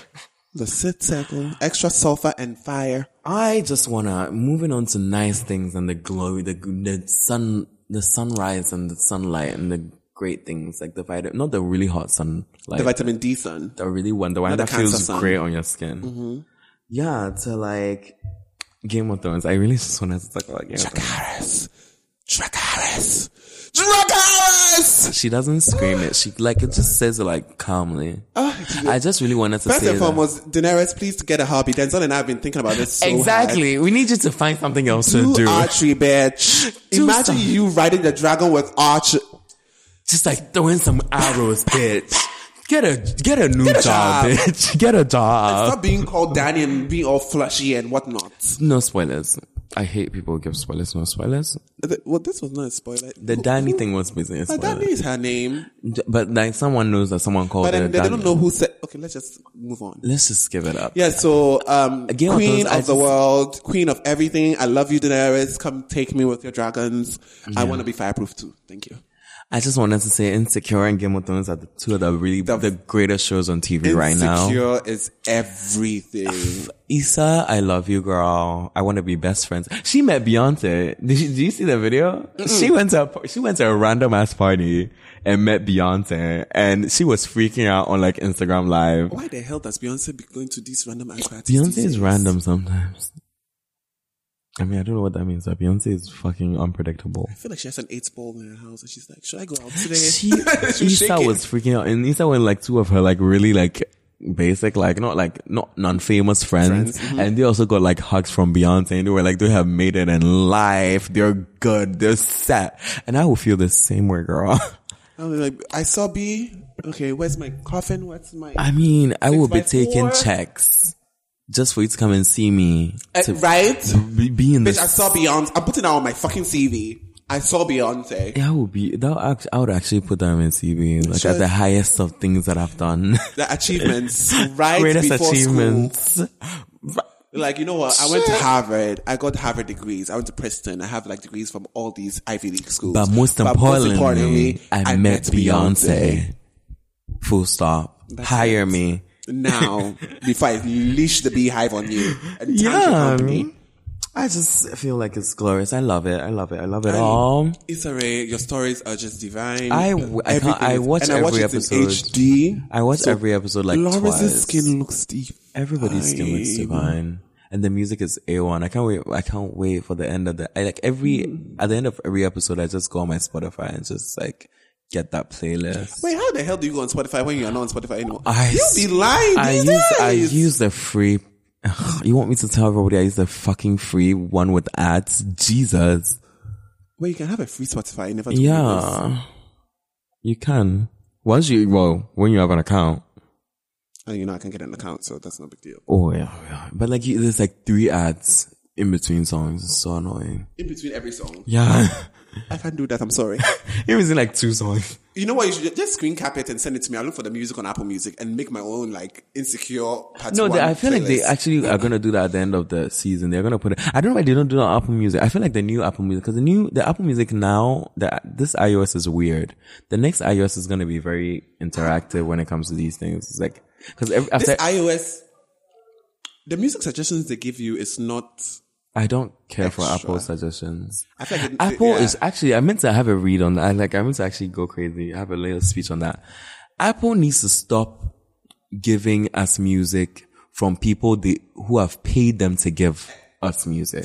Speaker 2: the sit circle. Extra sulfur and fire.
Speaker 3: I just wanna moving on to nice things and the glow, the the sun, the sunrise and the sunlight and the great things like the vitamin, not the really hot sun, like
Speaker 2: The vitamin D sun.
Speaker 3: the really one, the one
Speaker 2: Not the
Speaker 3: that feels
Speaker 2: cancer Mm-hmm. sun.
Speaker 3: great on your skin. Yeah, to like Game of Thrones. I really just wanted to talk about Game of Thrones.
Speaker 2: Dracarys. Dracarys. Dracarys!
Speaker 3: She doesn't scream it. She like it just says it like calmly.
Speaker 2: Ah,
Speaker 3: I just really wanted to
Speaker 2: First
Speaker 3: say
Speaker 2: and
Speaker 3: that.
Speaker 2: foremost, Daenerys, please get a hobby. Denzel and I have been thinking about this so
Speaker 3: exactly. We need you to find something else
Speaker 2: hard.
Speaker 3: to
Speaker 2: Do
Speaker 3: do.
Speaker 2: archery, bitch.
Speaker 3: Do
Speaker 2: Imagine
Speaker 3: some-
Speaker 2: you riding the dragon with archer.
Speaker 3: Uh, just like throwing some arrows, bitch. Get a get a new
Speaker 2: a
Speaker 3: job,
Speaker 2: job.
Speaker 3: bitch. Get a job.
Speaker 2: Stop being called Danny and being all flushy and whatnot.
Speaker 3: No spoilers. I hate people who give spoilers. No spoilers.
Speaker 2: The- Well, this was not a spoiler.
Speaker 3: The Danny thing was basically a
Speaker 2: But
Speaker 3: spoiler,
Speaker 2: Danny is her name.
Speaker 3: but like someone knows that someone called
Speaker 2: But
Speaker 3: her
Speaker 2: then they
Speaker 3: Danny.
Speaker 2: don't know who said. Okay, let's just move on.
Speaker 3: Let's just give it up.
Speaker 2: Yeah, so um,
Speaker 3: Game of
Speaker 2: queen
Speaker 3: Thrones,
Speaker 2: of,
Speaker 3: I
Speaker 2: the
Speaker 3: just-
Speaker 2: world, queen of everything. I love you, Daenerys. Come take me with your dragons. I want to be fireproof too. Thank you.
Speaker 3: I just wanted to say Insecure and Game of Thrones are the two of the really the, greatest shows on TV right now.
Speaker 2: Insecure is everything.
Speaker 3: Issa, I love you, girl. I want to be best friends. She met Beyonce. Did you, did you see the video? She went to a, par- she went to a random ass party and met Beyonce, and she was freaking out on like Instagram Live.
Speaker 2: Why
Speaker 3: Eh,
Speaker 2: the hell does Beyonce be going to these random ass parties?
Speaker 3: Beyonce
Speaker 2: these
Speaker 3: is
Speaker 2: days?
Speaker 3: random sometimes. I mean, I don't know what that means. But Beyonce is fucking unpredictable.
Speaker 2: I feel like she has an eight ball in her house and she's like, should I go out today?
Speaker 3: She,
Speaker 2: She was
Speaker 3: Issa
Speaker 2: shaking.
Speaker 3: was freaking out, and Issa went like two of her like really like basic, like not like not non-famous friends,
Speaker 2: mm-hmm.
Speaker 3: and they also got like hugs from Beyonce, and they were like, they have made it in life. They're good. They're set, and I will feel the same way, girl.
Speaker 2: I was like, I saw B. Okay, where's my coffin? Where's my Eh,
Speaker 3: I mean, I will be
Speaker 2: by
Speaker 3: taking
Speaker 2: four?
Speaker 3: checks just for you to come and see me.
Speaker 2: Uh,
Speaker 3: to
Speaker 2: right?
Speaker 3: be, be in
Speaker 2: Bitch, I
Speaker 3: this.
Speaker 2: saw Beyonce. I'm putting that on my fucking CV. I saw Beyonce.
Speaker 3: I would be. That would act- I would actually put them in CV, like at the highest of things that I've done.
Speaker 2: The achievements right
Speaker 3: eh, Greatest
Speaker 2: before school.
Speaker 3: achievements.
Speaker 2: Like, you know what? I went to Harvard. I got Harvard degrees. I went to Princeton. I have like degrees from all these Ivy League schools.
Speaker 3: But most importantly, I, met, Beyonce. Full stop. Hire me.
Speaker 2: Now, before I leash the beehive on you and yeah,
Speaker 3: Yeah, I
Speaker 2: company.
Speaker 3: mean, I just feel like it's glorious. I love it. I love it. I love it all.
Speaker 2: It's alright. Your stories are just divine.
Speaker 3: I w- I can't-
Speaker 2: Everything
Speaker 3: I
Speaker 2: is-
Speaker 3: watch
Speaker 2: and I watch
Speaker 3: every
Speaker 2: it in
Speaker 3: episode.
Speaker 2: HD.
Speaker 3: I watch
Speaker 2: So,
Speaker 3: every episode like
Speaker 2: Laura's
Speaker 3: twice.
Speaker 2: skin looks deep.
Speaker 3: Everybody's skin looks divine. And the music is A1. I can't wait. I can't wait for the end of the, I like every, at the end of every episode, I just go on my Spotify and just like get that playlist.
Speaker 2: Wait, how the hell do you go on Spotify when you're not on Spotify anymore?
Speaker 3: I
Speaker 2: you be lying.
Speaker 3: I
Speaker 2: these
Speaker 3: use I
Speaker 2: days.
Speaker 3: use the free. Ugh, you want me to tell everybody I use the fucking free one with ads? Jesus.
Speaker 2: Well, you can have a free Spotify. I never. told you this.
Speaker 3: Yeah. You can. Once you, well, when you have an account.
Speaker 2: and you know I can get an account, so that's no big deal.
Speaker 3: Oh yeah. yeah. But like, you, there's like three ads in between songs. It's so annoying.
Speaker 2: In between every song,
Speaker 3: Yeah.
Speaker 2: I can't do that. I'm sorry.
Speaker 3: it was in like two songs.
Speaker 2: you know what? You should just screen cap it and send it to me. I will look for the music on Apple Music and make my own like insecure. Part
Speaker 3: No,
Speaker 2: one
Speaker 3: they, I feel like they
Speaker 2: playlist.
Speaker 3: actually are gonna do that at the end of the season. They're gonna put it. I don't know why they don't do it on Apple Music. I feel like the new Apple Music because the new the Apple Music now that this iOS is weird. The next iOS is gonna be very interactive when it comes to these things. It's like because after
Speaker 2: This iOS. The music suggestions they give you is not.
Speaker 3: I don't care for
Speaker 2: Extra.
Speaker 3: Apple suggestions.
Speaker 2: I feel like it-
Speaker 3: Apple
Speaker 2: yeah.
Speaker 3: is actually. I meant to have a read on that. I like. I meant to actually go crazy. I have a little speech on that. Apple needs to stop giving us music from people they, who have paid them to give us music.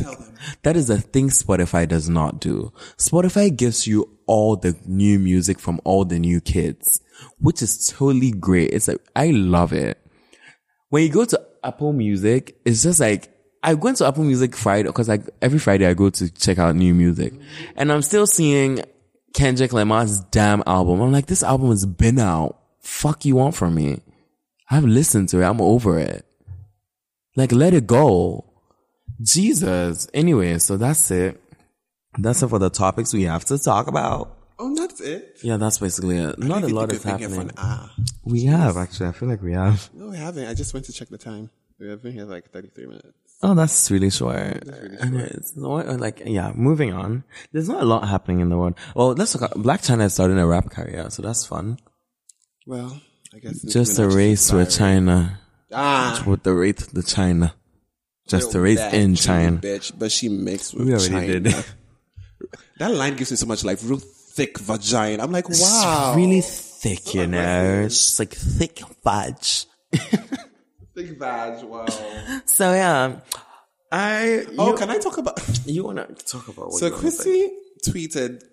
Speaker 3: That is a thing Spotify does not do. Spotify gives you all the new music from all the new kids, which is totally great. It's like I love it when you go to Apple Music, it's just like I went to Apple Music Friday because like every Friday I go to check out new music, and I'm still seeing Kendrick Lamar's damn album. I'm like, this album has been out. Fuck you want from me? I've listened to it. I'm over it. Like, let it go. Jesus. Anyway, so that's it. That's it for the topics we have to talk about.
Speaker 2: Oh, that's it.
Speaker 3: Yeah, that's basically it. Not a lot is happening.
Speaker 2: Ah,
Speaker 3: We have actually. I feel like we have.
Speaker 2: no, we haven't. I just went to check the time. We have been here like 33 minutes.
Speaker 3: Oh, that's really short. Anyways, what- uh, like, yeah, moving on. There's not a lot happening in the world. Well, let's look at Black China is starting a rap career, so that's fun.
Speaker 2: Well, I guess it's
Speaker 3: Just a
Speaker 2: been
Speaker 3: race
Speaker 2: actually
Speaker 3: with China.
Speaker 2: Ah,
Speaker 3: With the rate the China. Just a race
Speaker 2: that
Speaker 3: in
Speaker 2: Jew
Speaker 3: China.
Speaker 2: bitch. But she mixed with
Speaker 3: We already
Speaker 2: China.
Speaker 3: did.
Speaker 2: That line gives me so much life. Real thick vagina. I'm like, wow,
Speaker 3: It's really thick, you know. It's like thick fudge.
Speaker 2: thick vag. Wow.
Speaker 3: So yeah. I
Speaker 2: oh, can I talk about?
Speaker 3: you wanna talk about what
Speaker 2: So
Speaker 3: you wanna say.
Speaker 2: Chrissy tweeted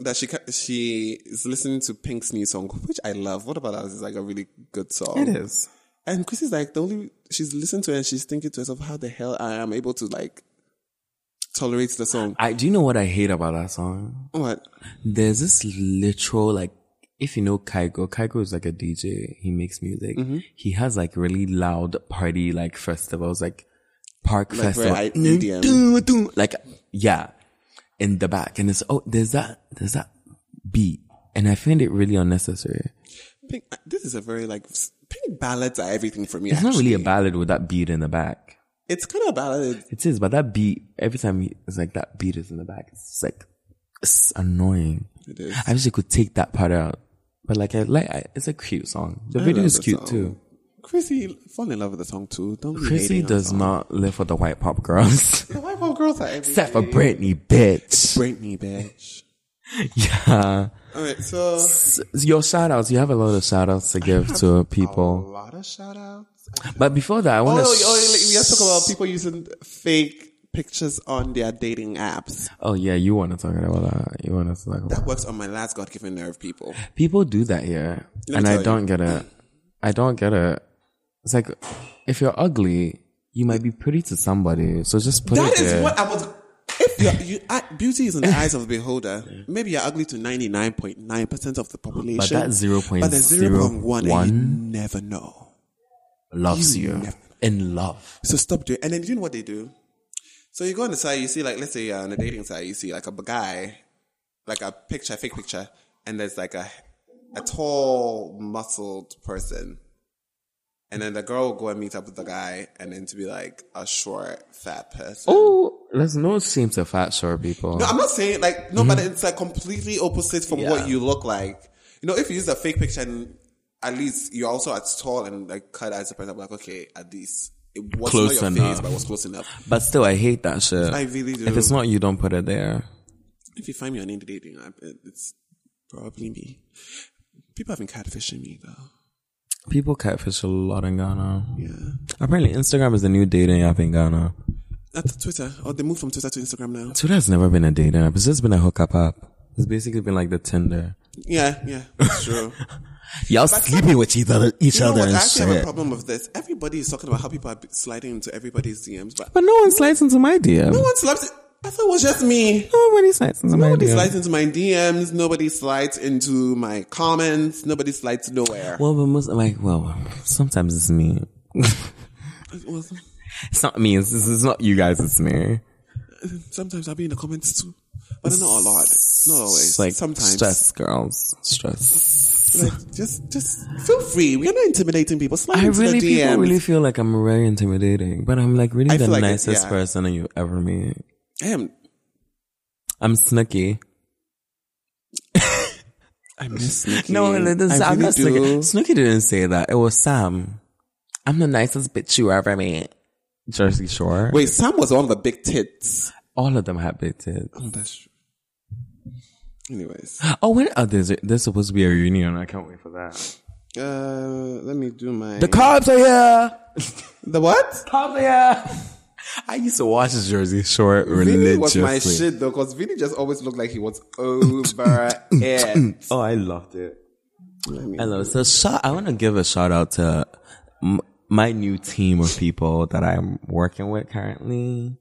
Speaker 2: that she ca- she is listening to Pink's new song, which I love. What about us? It's like a really good song.
Speaker 3: It is.
Speaker 2: And Chrissy's like the only she's listening to it and she's thinking to herself, how the hell I am able to like tolerate the song.
Speaker 3: I do you know what I hate about that song?
Speaker 2: What?
Speaker 3: there's this literal like if you know Kaigo, Kaigo is like a DJ. He makes music.
Speaker 2: Mm-hmm.
Speaker 3: He has like really loud party like festivals, like park
Speaker 2: Like
Speaker 3: festival.
Speaker 2: very EDM.
Speaker 3: Dun, dun, dun. Like yeah, in the back, and it's oh, there's that, there's that beat, and I find it really unnecessary.
Speaker 2: Pink, this is a very like s- pink ballads are everything for me.
Speaker 3: It's not really a
Speaker 2: actually.
Speaker 3: ballad with that beat in the back.
Speaker 2: It's kind of ballad.
Speaker 3: It is, but that beat every time he, it's like that beat is in the back. It's just like it's annoying.
Speaker 2: It is.
Speaker 3: I wish they could take that part out. But like, I like I, it's a cute song. The video
Speaker 2: love
Speaker 3: is
Speaker 2: the
Speaker 3: cute
Speaker 2: song.
Speaker 3: too.
Speaker 2: Chrissy fall in love with the song too. Don't be
Speaker 3: Chrissy
Speaker 2: hating on
Speaker 3: does
Speaker 2: song.
Speaker 3: not live for the white pop girls,
Speaker 2: The white pop girls are everything.
Speaker 3: except for Britney, bitch.
Speaker 2: Britney, bitch.
Speaker 3: Yeah.
Speaker 2: All right, so
Speaker 3: S- Your shout outs, you have a lot of shout outs to give to
Speaker 2: a
Speaker 3: people.
Speaker 2: lot of shout outs.
Speaker 3: But before that, I
Speaker 2: Oh,
Speaker 3: want to.
Speaker 2: oh, oh, we have to talk about people using fake pictures on their dating apps.
Speaker 3: Oh yeah, you want to talk about that? You want to talk about
Speaker 2: That works on my last God given nerve, people.
Speaker 3: people do that here,
Speaker 2: me
Speaker 3: and
Speaker 2: tell
Speaker 3: I
Speaker 2: you.
Speaker 3: don't get it. I don't get it. It's like if you're ugly, you might be pretty to somebody, so just put
Speaker 2: That
Speaker 3: it
Speaker 2: is
Speaker 3: there.
Speaker 2: what I was. If you're, you, I, beauty is in the eyes of the beholder. Maybe you're ugly to ninety nine point nine percent of the population,
Speaker 3: but that zero point
Speaker 2: but there's zero point one, and you
Speaker 3: one
Speaker 2: never know.
Speaker 3: loves
Speaker 2: you
Speaker 3: you,
Speaker 2: never-
Speaker 3: in love.
Speaker 2: So stop doing. And then you know what they do? So you go on the site, you see like let's say you're on a dating site, you see like a guy, like a picture, fake picture, and there's like a a tall, muscled person, and then the girl will go and meet up with the guy, and then to be like a short, fat person.
Speaker 3: Oh, there's no shame to fat short people.
Speaker 2: No, I'm not saying like no, but
Speaker 3: Mm-hmm.
Speaker 2: it's like completely opposite from what you look like. You know, if you use a fake picture, and at least you're also as tall and like cut as a person. I'm like, okay, at least it was not
Speaker 3: Close
Speaker 2: your face,
Speaker 3: enough.
Speaker 2: but it was close enough.
Speaker 3: but still, I hate that shit.
Speaker 2: I really do.
Speaker 3: If it's not you, don't put it there.
Speaker 2: If you find me on any dating app, it- it's probably me. People have been catfishing me though.
Speaker 3: People catfish a lot in Ghana.
Speaker 2: Yeah,
Speaker 3: Apparently, Instagram is the new dating app in Ghana.
Speaker 2: that's Twitter. Oh, they moved from Twitter to Instagram now.
Speaker 3: Twitter has never been a dating app. It's just been a hookup app. It's basically been like the Tinder.
Speaker 2: Yeah, yeah, that's true.
Speaker 3: Y'all sleeping with each other, each
Speaker 2: you know
Speaker 3: other
Speaker 2: what? I
Speaker 3: and
Speaker 2: actually have a
Speaker 3: shit.
Speaker 2: problem with this. Everybody is talking about how people are sliding into everybody's DMs, but
Speaker 3: But no one slides into my DM.
Speaker 2: no one slaps it. I thought it was just me.
Speaker 3: Nobody slides into
Speaker 2: Nobody
Speaker 3: my DM.
Speaker 2: slides into my DMs. Nobody slides into my comments. Nobody slides nowhere.
Speaker 3: well, but most like, well, sometimes it's me. it's not me. It's, it's not you guys. It's me.
Speaker 2: Sometimes I'll be in the comments too, but not a lot. Not always.
Speaker 3: It's like
Speaker 2: Sometimes.
Speaker 3: stress, girls, stress.
Speaker 2: Like, just, just feel free. We're not intimidating people. Slide
Speaker 3: I
Speaker 2: into
Speaker 3: really,
Speaker 2: the DMs.
Speaker 3: people really feel like I'm very intimidating, but I'm like really
Speaker 2: I
Speaker 3: the
Speaker 2: feel like it-
Speaker 3: nicest
Speaker 2: yeah.
Speaker 3: person you ever meet.
Speaker 2: I am.
Speaker 3: I'm snooky.
Speaker 2: I miss Nikki.
Speaker 3: No, no, no,
Speaker 2: I
Speaker 3: I'm
Speaker 2: really
Speaker 3: not
Speaker 2: do.
Speaker 3: Snooki. Snooki didn't say that. It was Sam. I'm the nicest bitch you ever met. Jersey Shore.
Speaker 2: Wait, Sam was one of the big tits.
Speaker 3: All of them have big tits.
Speaker 2: Oh, that's true. Anyways, uh,
Speaker 3: Oh, when are there's, there's supposed to be a reunion. I can't wait for that.
Speaker 2: uh, let me do my
Speaker 3: The cops are here.
Speaker 2: the what?
Speaker 3: Cops are here. I used to watch Jersey Shore
Speaker 2: Vinny
Speaker 3: religiously.
Speaker 2: was my shit though, because Vinny just always looked like he was over it.
Speaker 3: Oh, I loved it. I love it. So, shout, I want to give a shout out to m- my new team of people that I'm working with currently.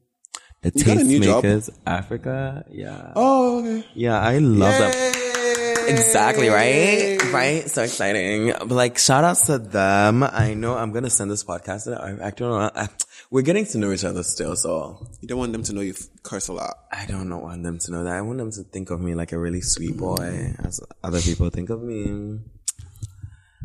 Speaker 3: The
Speaker 2: got a new job?
Speaker 3: Tastemakers Africa. Yeah.
Speaker 2: Oh, okay.
Speaker 3: Yeah, I love that.
Speaker 2: Yay!
Speaker 3: Exactly, right? Right? So exciting. But like, shout outs to them. I know I'm going to send this podcast. and I, I don't know. I, we're getting to know each other still, so
Speaker 2: You don't want them to know you curse a lot.
Speaker 3: I don't not want them to know that. I want them to think of me like a really sweet boy, as other people think of me.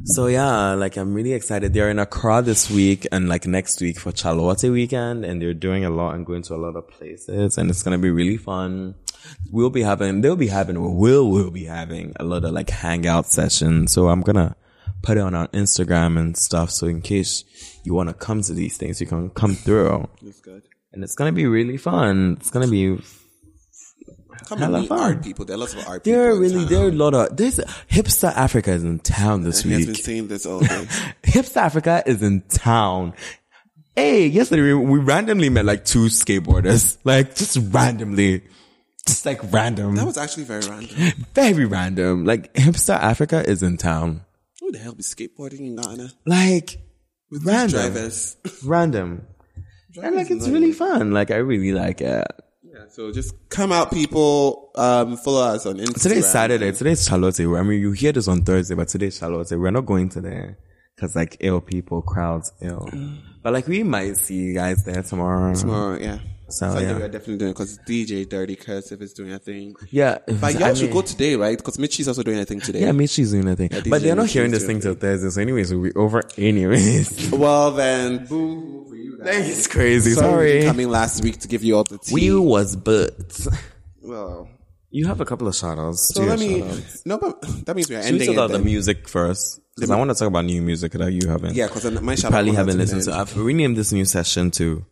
Speaker 3: So yeah, like I'm really excited. They're in Accra this week and like next week for Chalawate weekend, and they're doing a lot and going to a lot of places, and it's gonna be really fun. We'll be having, they'll be having, or will will be having a lot of like hangout sessions. So I'm gonna put it on our Instagram and stuff. So in case you wanna come to these things, you can come through,
Speaker 2: That's good.
Speaker 3: and it's gonna be really fun. It's gonna be
Speaker 2: Come and
Speaker 3: Hella
Speaker 2: meet
Speaker 3: fun.
Speaker 2: art people. There are lots of art
Speaker 3: There are
Speaker 2: people. in
Speaker 3: really
Speaker 2: town.
Speaker 3: there are a lot of there's hipster Africa is in town this
Speaker 2: He has been
Speaker 3: week.
Speaker 2: saying this all day.
Speaker 3: Hipster Africa is in town. Hey, yesterday we, we randomly met like two skateboarders, like just randomly, just like random,
Speaker 2: that was actually very random.
Speaker 3: very random. Like hipster Africa is in town,
Speaker 2: Who the hell be skateboarding in Ghana?
Speaker 3: like random,
Speaker 2: Drivers.
Speaker 3: random, and like it's really fun. Like I really like it.
Speaker 2: Yeah, so just come out, people. Um, follow us on Instagram.
Speaker 3: Today's Saturday. Today's Charlotte. I mean, you hear this on Thursday, but today's Charlotte. We're not going to there because like ill people, crowds ill. But like we might see you guys there tomorrow.
Speaker 2: Mm. Tomorrow, Oh, yeah.
Speaker 3: So,
Speaker 2: Sunday
Speaker 3: yeah.
Speaker 2: we're definitely doing because DJ Dirty Cursive is doing a thing.
Speaker 3: Yeah,
Speaker 2: But
Speaker 3: I
Speaker 2: y'all should
Speaker 3: mean-
Speaker 2: go today, right? Because Mitchie's also doing a thing today.
Speaker 3: Yeah, Michi's doing a thing, but
Speaker 2: DJ
Speaker 3: they're not
Speaker 2: Michi's
Speaker 3: hearing this
Speaker 2: doing
Speaker 3: thing till Thursday. So anyways, we'll be over anyways.
Speaker 2: Well then, boo for you guys.
Speaker 3: it's crazy.
Speaker 2: Sorry,
Speaker 3: Sorry,
Speaker 2: for coming last week to give you all the tea.
Speaker 3: we was but
Speaker 2: well,
Speaker 3: you have a couple of shout outs.
Speaker 2: so let me. No, but that means we're
Speaker 3: Should we
Speaker 2: ending
Speaker 3: talk
Speaker 2: it.
Speaker 3: about the
Speaker 2: then.
Speaker 3: music first? Because I want to talk about new music that you haven't.
Speaker 2: Yeah, because my shout
Speaker 3: probably haven't listened to. I've renamed this new session to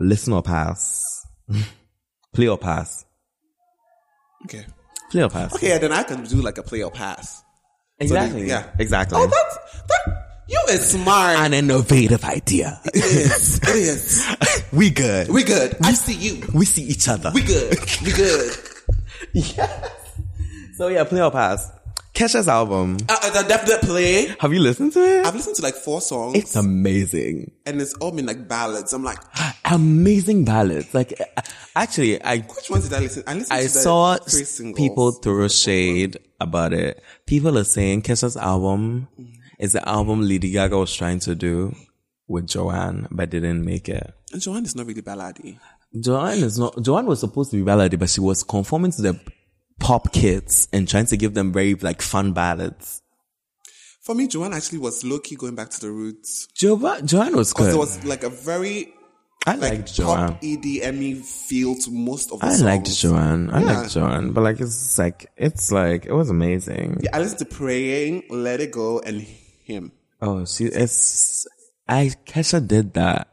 Speaker 3: "Listen or Pass," "Play or Pass,"
Speaker 2: Okay.
Speaker 3: "Play or Pass."
Speaker 2: Okay, then I can do like a play or pass. So then-
Speaker 3: exactly.
Speaker 2: yeah.
Speaker 3: exactly.
Speaker 2: Oh, that's that. You is smart.
Speaker 3: An innovative idea.
Speaker 2: it is. It is.
Speaker 3: We good.
Speaker 2: We good. I see you.
Speaker 3: We see each other.
Speaker 2: We good. We good.
Speaker 3: so yeah, play or pass. Kesha's album.
Speaker 2: Uh, uh, that, that play.
Speaker 3: Have you listened to it?
Speaker 2: I've listened to like four songs,
Speaker 3: It's amazing.
Speaker 2: and it's all been like ballads. I'm like,
Speaker 3: Amazing ballads. Like uh, actually, I
Speaker 2: which one did I listen? I listened.
Speaker 3: I
Speaker 2: to the
Speaker 3: saw
Speaker 2: three singles.
Speaker 3: people throw shade about it. People are saying Kesha's album
Speaker 2: Mm-hmm.
Speaker 3: is the album Lady Gaga was trying to do with Joanne, but didn't make it.
Speaker 2: And Joanne is not really ballady.
Speaker 3: Joanne is not. Joanne was supposed to be ballady, but she was conforming to the pop kids and trying to give them very like fun ballads.
Speaker 2: For me, Joanne actually was low key going back to the roots
Speaker 3: Jo- Joanne was
Speaker 2: because
Speaker 3: good.
Speaker 2: there was like a very
Speaker 3: I
Speaker 2: like
Speaker 3: liked Joanne.
Speaker 2: pop EDM feel to most of the
Speaker 3: I
Speaker 2: songs.
Speaker 3: liked Joanne. I
Speaker 2: Yeah.
Speaker 3: liked Joanne, but like it's like it's like it was amazing.
Speaker 2: I listened to Praying, Let It Go, and Him.
Speaker 3: Oh, she it's I Kesha did that.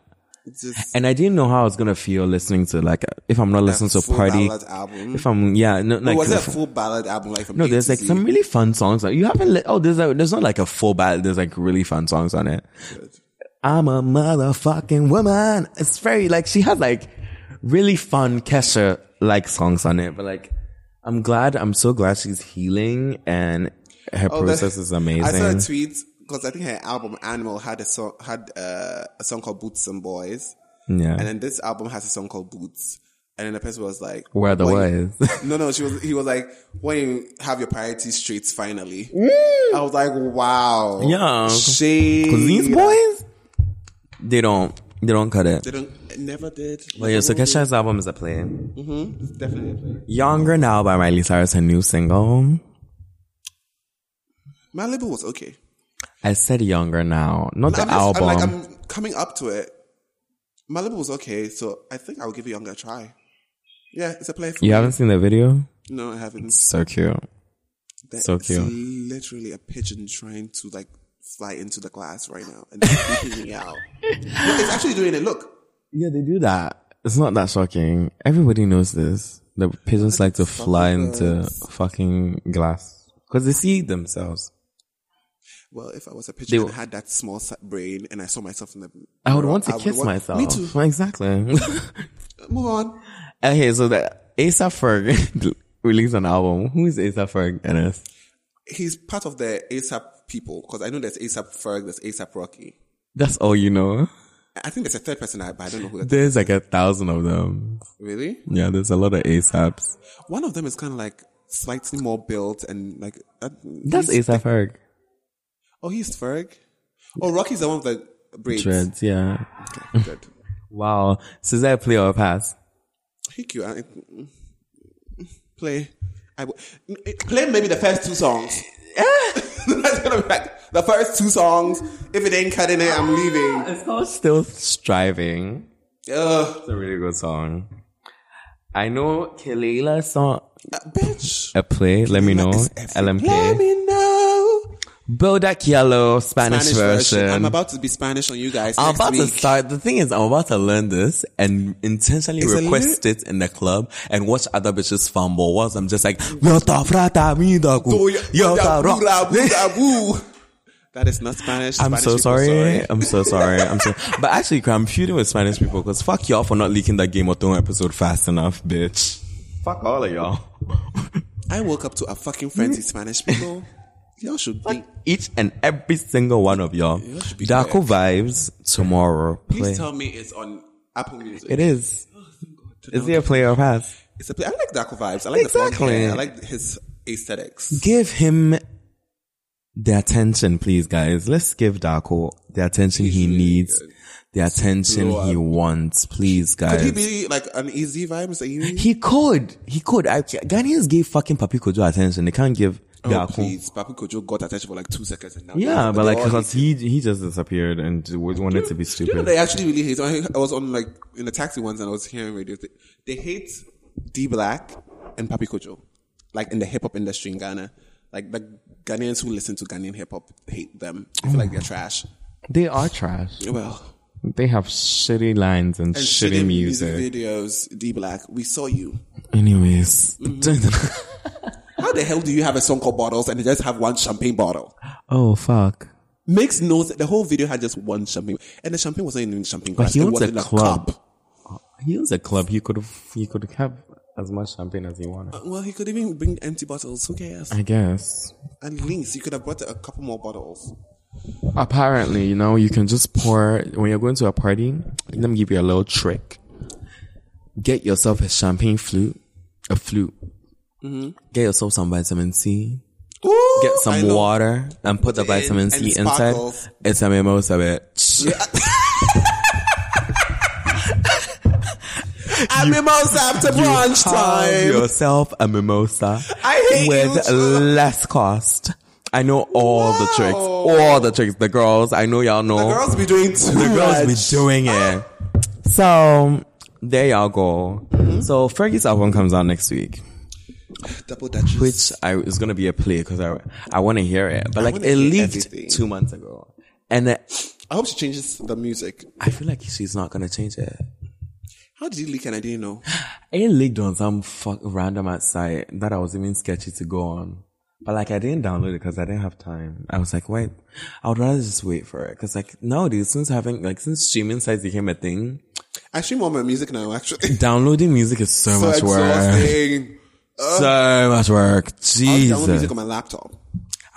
Speaker 2: It's Just
Speaker 3: And I didn't know how I was gonna feel listening to like if I'm not listening to
Speaker 2: full
Speaker 3: party.
Speaker 2: ballad album.
Speaker 3: If I'm yeah, no, like
Speaker 2: was it a
Speaker 3: if-
Speaker 2: full ballad album? Like from
Speaker 3: no,
Speaker 2: A
Speaker 3: there's
Speaker 2: to
Speaker 3: like
Speaker 2: Z?
Speaker 3: some really fun songs. Like, you haven't. Li- oh, there's a, there's not like a full ballad. There's like really fun songs on it. I'm a motherfucking woman. It's very like she has like really fun Kesha like songs on it. But like, I'm glad. I'm so glad she's healing and her
Speaker 2: Oh, that-
Speaker 3: process is
Speaker 2: I saw
Speaker 3: amazing.
Speaker 2: a tweet because I think her album Animal had a song had uh, a song called Boots and Boys,
Speaker 3: yeah.
Speaker 2: and then this album has a song called Boots. And then the person was like,
Speaker 3: Where the
Speaker 2: when-
Speaker 3: was.
Speaker 2: No, no, she was. He was like, "When you have your priorities straight, finally." I was like, "Wow,
Speaker 3: Mm. Yeah.
Speaker 2: she
Speaker 3: Cause these boys, they don't, they don't cut it.
Speaker 2: uh, they don't never did."
Speaker 3: But yeah, so Kesha's album is a play.
Speaker 2: definitely a play.
Speaker 3: Younger Now by Miley Cyrus, her new single.
Speaker 2: My label was okay.
Speaker 3: I said Younger Now, not the
Speaker 2: I'm just-
Speaker 3: album.
Speaker 2: I'm like, I'm coming up to it. My label was okay, so I think I'll give it younger a try. Yeah, it's a play. For
Speaker 3: you
Speaker 2: me.
Speaker 3: haven't seen the video?
Speaker 2: No, I haven't.
Speaker 3: So cute.
Speaker 2: That
Speaker 3: So
Speaker 2: is
Speaker 3: cute.
Speaker 2: literally a pigeon trying to like fly into the glass right now and it's freaking me out. No, it's actually doing it. Look,
Speaker 3: Yeah, they do that. It's not that shocking. Everybody knows this. The pigeons like to fly into fucking glass because they see themselves.
Speaker 2: well, if I was a
Speaker 3: They
Speaker 2: pigeon and
Speaker 3: will-
Speaker 2: had that small si- brain and I saw myself in the,
Speaker 3: I would
Speaker 2: mirror,
Speaker 3: want to kiss
Speaker 2: want-
Speaker 3: myself.
Speaker 2: Me too.
Speaker 3: Exactly.
Speaker 2: Move on.
Speaker 3: okay, so the Asa Ferg released an album. Who is Asa Ferg, Dennis?
Speaker 2: He's part of the ASAP people because I know there's ASAP Ferg, there's ASAP Rocky.
Speaker 3: That's all you know.
Speaker 2: I think there's a third person, I- but I don't know who that is.
Speaker 3: There's like a thousand of them.
Speaker 2: Really?
Speaker 3: Yeah, there's a lot of ASAPs.
Speaker 2: One of them is kind of like slightly more built and like uh,
Speaker 3: That's
Speaker 2: he's-
Speaker 3: ASAP Ferg.
Speaker 2: Oh, he's Ferg. Oh, Rocky's the one with the braids.
Speaker 3: Dreads, yeah.
Speaker 2: Okay, good.
Speaker 3: Wow. So is that a play or a pass?
Speaker 2: Thank you. I, play. I w- play maybe the first two songs. That's gonna be like the first two songs. If it ain't cutting it, I'm leaving.
Speaker 3: It's called Still Striving.
Speaker 2: Ugh.
Speaker 3: It's a really good song. I know Kalila song
Speaker 2: Uh, bitch.
Speaker 3: a play, let me know.
Speaker 2: It's every- Let
Speaker 3: LMK.
Speaker 2: me know.
Speaker 3: Bodak Yellow Spanish,
Speaker 2: Spanish
Speaker 3: version.
Speaker 2: version. I'm about to be Spanish on you guys.
Speaker 3: I'm
Speaker 2: next
Speaker 3: about to
Speaker 2: week.
Speaker 3: start. The thing is, I'm about to learn this and intentionally
Speaker 2: It's a
Speaker 3: request it in the club and watch other bitches fumble whilst I'm just like, Yota frata mi daku,
Speaker 2: Do ya-
Speaker 3: yota
Speaker 2: da-
Speaker 3: rock."
Speaker 2: boo, da- boo, da- boo. That is not Spanish.
Speaker 3: I'm
Speaker 2: Spanish
Speaker 3: so
Speaker 2: people,
Speaker 3: sorry. I'm so sorry. I'm so. But actually, I'm feuding with Spanish people because fuck y'all for not leaking that Game of Thrones episode fast enough, bitch. Fuck all of y'all.
Speaker 2: I woke up to a fucking frenzy, Spanish people. Y'all should be.
Speaker 3: Each and every single one of y'all.
Speaker 2: should be
Speaker 3: Daco vibes tomorrow. Play.
Speaker 2: Please tell me it's on Apple Music.
Speaker 3: It is. Is there a play or pass?
Speaker 2: It's a play. I like Daco vibes. I like the blonde
Speaker 3: Exactly.
Speaker 2: hair. I like his aesthetics.
Speaker 3: give him the attention, please, guys. Let's give Darko the attention he needs, the attention
Speaker 2: blow
Speaker 3: he
Speaker 2: up.
Speaker 3: wants, please, guys.
Speaker 2: Could he be like an easy vibe? Is that you? mean?
Speaker 3: He could. He could. I, Ghanaians gave fucking Papi Kojo attention. They can't give
Speaker 2: Oh,
Speaker 3: Darko.
Speaker 2: please. Papi Kojo got attention for like two seconds and now.
Speaker 3: Yeah, but
Speaker 2: they
Speaker 3: like,
Speaker 2: all
Speaker 3: cause
Speaker 2: hate him.
Speaker 3: he, he just disappeared and wanted to be
Speaker 2: Do you know
Speaker 3: stupid.
Speaker 2: they actually really hate? I I was on like in the taxi once and I was hearing radio. They, they hate D Black and Papi Kojo, like in the hip hop industry in Ghana. Like the Ghanaians who listen to Ghanaian hip hop hate them. I feel like they're trash.
Speaker 3: They are trash.
Speaker 2: Well,
Speaker 3: They have shitty lines and,
Speaker 2: and
Speaker 3: shitty, music.
Speaker 2: videos. D Black, we saw you.
Speaker 3: Anyways. Mm-hmm.
Speaker 2: How the hell do you have a song called Bottles and you just have one champagne bottle?
Speaker 3: oh, fuck.
Speaker 2: Makes no sense. The whole video had just one champagne, and the champagne wasn't even in champagne
Speaker 3: But
Speaker 2: glass.
Speaker 3: he
Speaker 2: it
Speaker 3: owns
Speaker 2: was
Speaker 3: a
Speaker 2: in a
Speaker 3: club.
Speaker 2: cup.
Speaker 3: He owns a club. He could he could have as much champagne as he wanted.
Speaker 2: Well, he could even bring empty bottles. Who cares?
Speaker 3: I guess.
Speaker 2: At least you could have brought a couple more bottles.
Speaker 3: Apparently, you know, you can just pour when you're going to a party. Let me give you a little trick. Get yourself a champagne flute, a flute. Get yourself some vitamin C.
Speaker 2: Mm-hmm. Ooh,
Speaker 3: Get
Speaker 2: I
Speaker 3: some
Speaker 2: know.
Speaker 3: water and put the
Speaker 2: it in
Speaker 3: vitamin
Speaker 2: and
Speaker 3: C
Speaker 2: it
Speaker 3: inside.
Speaker 2: sparkles.
Speaker 3: It's a mimosa, bitch.
Speaker 2: A mimosa after brunch
Speaker 3: Have
Speaker 2: time.
Speaker 3: yourself a mimosa
Speaker 2: I hate
Speaker 3: with
Speaker 2: you.
Speaker 3: less cost. I know all the tricks, all the tricks. The girls, I know y'all know.
Speaker 2: The girls be doing too
Speaker 3: The
Speaker 2: much.
Speaker 3: girls be doing it. So there y'all go.
Speaker 2: Mm-hmm.
Speaker 3: So Fergie's album comes out next week,
Speaker 2: Double Dutchess.
Speaker 3: which I is gonna be a play because I I want to hear it. But like
Speaker 2: wanna
Speaker 3: it
Speaker 2: hear
Speaker 3: leaked
Speaker 2: everything.
Speaker 3: two months ago, and uh,
Speaker 2: I hope she changes the music.
Speaker 3: I feel like she's not gonna change it.
Speaker 2: How did you leak and I didn't know?
Speaker 3: It leaked on some fuck random outside that I was even sketchy to go on. But like I didn't download it because I didn't have time. I was like, wait, I would rather just wait for it because like nowadays since having like since streaming sites became a thing,
Speaker 2: I stream all my music now, actually.
Speaker 3: downloading music is so,
Speaker 2: so
Speaker 3: much work.
Speaker 2: exhausting.
Speaker 3: Uh, so much work.
Speaker 2: I download music
Speaker 3: Jesus.
Speaker 2: on my laptop.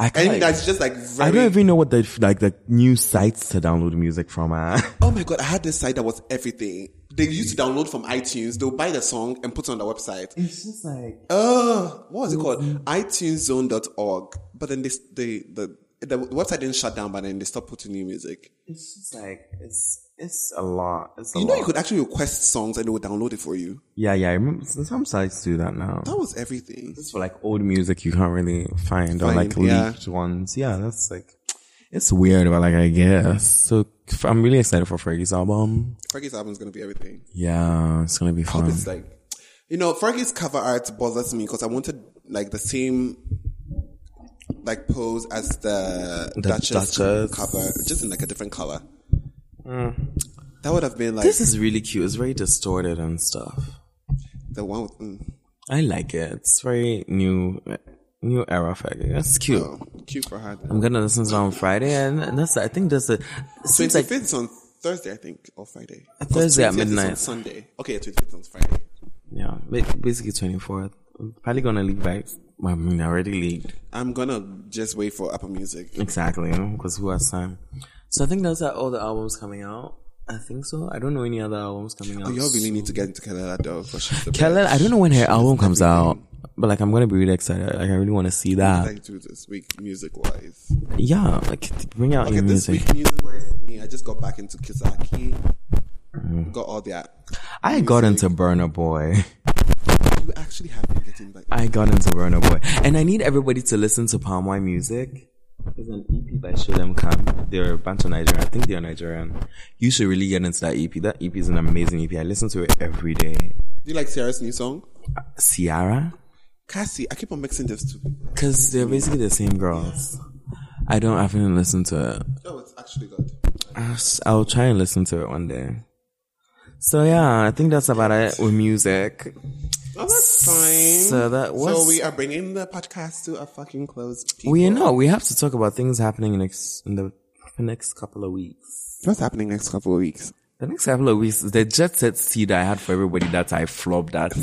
Speaker 3: I,
Speaker 2: And
Speaker 3: can't, like,
Speaker 2: that's just like very.
Speaker 3: I don't even know what the, like, the new sites to download music from are.
Speaker 2: oh my god, I had this site that was everything. They used to download from iTunes. They'll buy the song and put it on the website.
Speaker 3: It's just like,
Speaker 2: Uh, what was it called?
Speaker 3: Mm-hmm.
Speaker 2: iTuneZone.org. But then this, they, the, the website didn't shut down, but then they stopped putting new music.
Speaker 3: it's just like, it's, it's a lot. It's a
Speaker 2: You know,
Speaker 3: lot.
Speaker 2: you could actually request songs and they would download it for you.
Speaker 3: yeah, yeah, I remember, some sites do that now.
Speaker 2: That was everything.
Speaker 3: It's for like old music you can't really find, or
Speaker 2: Find,
Speaker 3: like
Speaker 2: yeah.
Speaker 3: leaked ones. Yeah, that's like, it's weird, but like, I guess. So f- I'm really excited for Fergie's album.
Speaker 2: Fergie's album is going to be everything.
Speaker 3: Yeah, it's gonna be
Speaker 2: Hope
Speaker 3: fun.
Speaker 2: It's like, you know, Fergie's cover art bothers me because I wanted like the same like pose as the, Duchess,
Speaker 3: Duchess. Mm.
Speaker 2: cover, just in like a different color. That would have been like
Speaker 3: This is really cute. It's very distorted and stuff.
Speaker 2: the one with, mm,
Speaker 3: I like it. It's very new, new era faggot. That's cute.
Speaker 2: oh, cute for her.
Speaker 3: I'm gonna listen to it on Friday, and and that's. I think that's a. It seems
Speaker 2: Twenty
Speaker 3: like
Speaker 2: fifth on Thursday, I think, or Friday.
Speaker 3: Thursday at
Speaker 2: 25th is on
Speaker 3: midnight.
Speaker 2: Sunday. Okay, twenty fifth on Friday.
Speaker 3: yeah, ba- basically 24th. I'm probably gonna leak by. I mean, I already leaked
Speaker 2: I'm gonna just wait for Apple Music.
Speaker 3: exactly because who has time? So I think those are all the albums coming out. I think so. I don't know any other albums coming out.
Speaker 2: You all really need to get into Kellela though, because she's the
Speaker 3: Kellen,
Speaker 2: best.
Speaker 3: I don't know when her album comes out, but like I'm gonna be really excited. Like I really want to see that.
Speaker 2: Like do this week music wise.
Speaker 3: Yeah, like bring out
Speaker 2: Okay,
Speaker 3: your
Speaker 2: this
Speaker 3: music.
Speaker 2: week music wise for me, I just got back into Kizaki.
Speaker 3: Mm.
Speaker 2: Got all that.
Speaker 3: I got into Burner Boy.
Speaker 2: You actually have been getting back.
Speaker 3: I got into Burner Boy. And I need everybody to listen to Palm Wine Music. There's an EP by Show Them Come. They're a bunch of Nigerian. I think they're Nigerian. You should really get into that EP. That EP is an amazing EP. I listen to it every day.
Speaker 2: Do you like Sierra's new song?
Speaker 3: Ciara?
Speaker 2: Cassie, I keep on mixing those two.
Speaker 3: Because they're basically the same girls. I don't, I haven't listened to it.
Speaker 2: Oh, it's actually good.
Speaker 3: I'll s- I'll try and listen to it one day. So yeah, I think that's about it with music.
Speaker 2: Oh, that's fine.
Speaker 3: So that was-
Speaker 2: So we are bringing the podcast to a fucking close. People.
Speaker 3: We know we have to talk about things happening next in the next couple of weeks.
Speaker 2: What's happening next couple of weeks?
Speaker 3: The next couple of weeks, the jet set seed I had for everybody that I flopped at.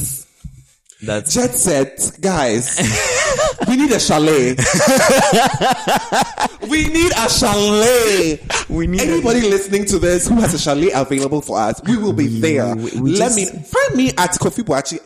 Speaker 3: That's
Speaker 2: Jet set, guys. we need a chalet. we need a chalet.
Speaker 3: We need a-
Speaker 2: anybody listening to this who has a chalet available for us. We will be there.
Speaker 3: we- we
Speaker 2: Let
Speaker 3: just-
Speaker 2: me find me at Kofi Boachi.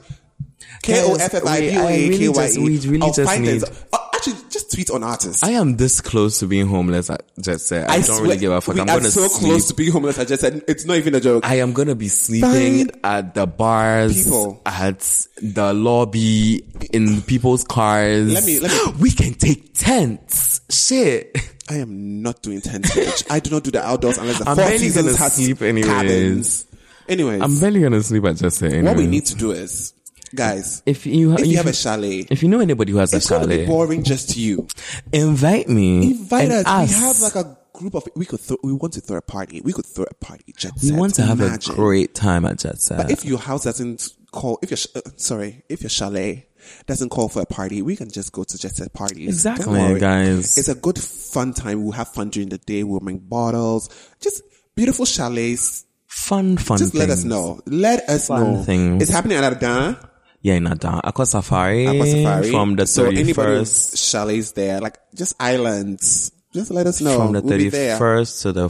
Speaker 2: K O F F I B O
Speaker 3: I
Speaker 2: A
Speaker 3: really
Speaker 2: K Y
Speaker 3: just-
Speaker 2: E.
Speaker 3: we really
Speaker 2: I'll
Speaker 3: just
Speaker 2: find
Speaker 3: need-
Speaker 2: it. Oh, Actually, just tweet on artists.
Speaker 3: I am this close to being homeless at jet set. I, don't
Speaker 2: swear,
Speaker 3: really give a fuck.
Speaker 2: We
Speaker 3: I'm
Speaker 2: are
Speaker 3: gonna
Speaker 2: so
Speaker 3: sleep.
Speaker 2: close to being homeless. I just said it's not even a joke.
Speaker 3: I am gonna be sleeping
Speaker 2: Find
Speaker 3: at the bars,
Speaker 2: people.
Speaker 3: at the lobby, in people's cars.
Speaker 2: Let me- let me-
Speaker 3: We can take tents. Shit.
Speaker 2: I am not doing tents, bitch. I do not do the outdoors unless the
Speaker 3: I'm
Speaker 2: four
Speaker 3: barely
Speaker 2: seasons
Speaker 3: gonna
Speaker 2: has
Speaker 3: sleep anyways.
Speaker 2: cabins. Anyways,
Speaker 3: I'm barely gonna sleep at jet set.
Speaker 2: what we
Speaker 3: anyways.
Speaker 2: need to do is, guys,
Speaker 3: Mm. if you
Speaker 2: if you have a
Speaker 3: sh-
Speaker 2: chalet,
Speaker 3: if you know anybody who has a
Speaker 2: it's going to be
Speaker 3: chalet,
Speaker 2: boring just to you.
Speaker 3: invite me.
Speaker 2: Invite
Speaker 3: and
Speaker 2: us. We have like a group of we could throw, we want to throw a party. We could throw a party. Jet
Speaker 3: We
Speaker 2: set.
Speaker 3: want to have
Speaker 2: Imagine.
Speaker 3: a great time at Jet Set.
Speaker 2: If your house doesn't call, if your sh- uh, sorry, if your chalet doesn't call for a party, we can just go to jet set parties. Don't
Speaker 3: Exactly,
Speaker 2: worry.
Speaker 3: guys.
Speaker 2: It's a good fun time. We'll have fun during the day. We'll bring bottles. Just beautiful chalets.
Speaker 3: Fun, fun.
Speaker 2: Just let us
Speaker 3: things.
Speaker 2: know. Let us
Speaker 3: Fun
Speaker 2: know.
Speaker 3: things.
Speaker 2: It's happening at Adana.
Speaker 3: Yeah, in Adan. Aqua Safari.
Speaker 2: Aqua Safari.
Speaker 3: Eh, From the 31st.
Speaker 2: so anybody who's chalets there, like just islands, just let us know.
Speaker 3: from the
Speaker 2: we'll be
Speaker 3: thirty
Speaker 2: there.
Speaker 3: first to the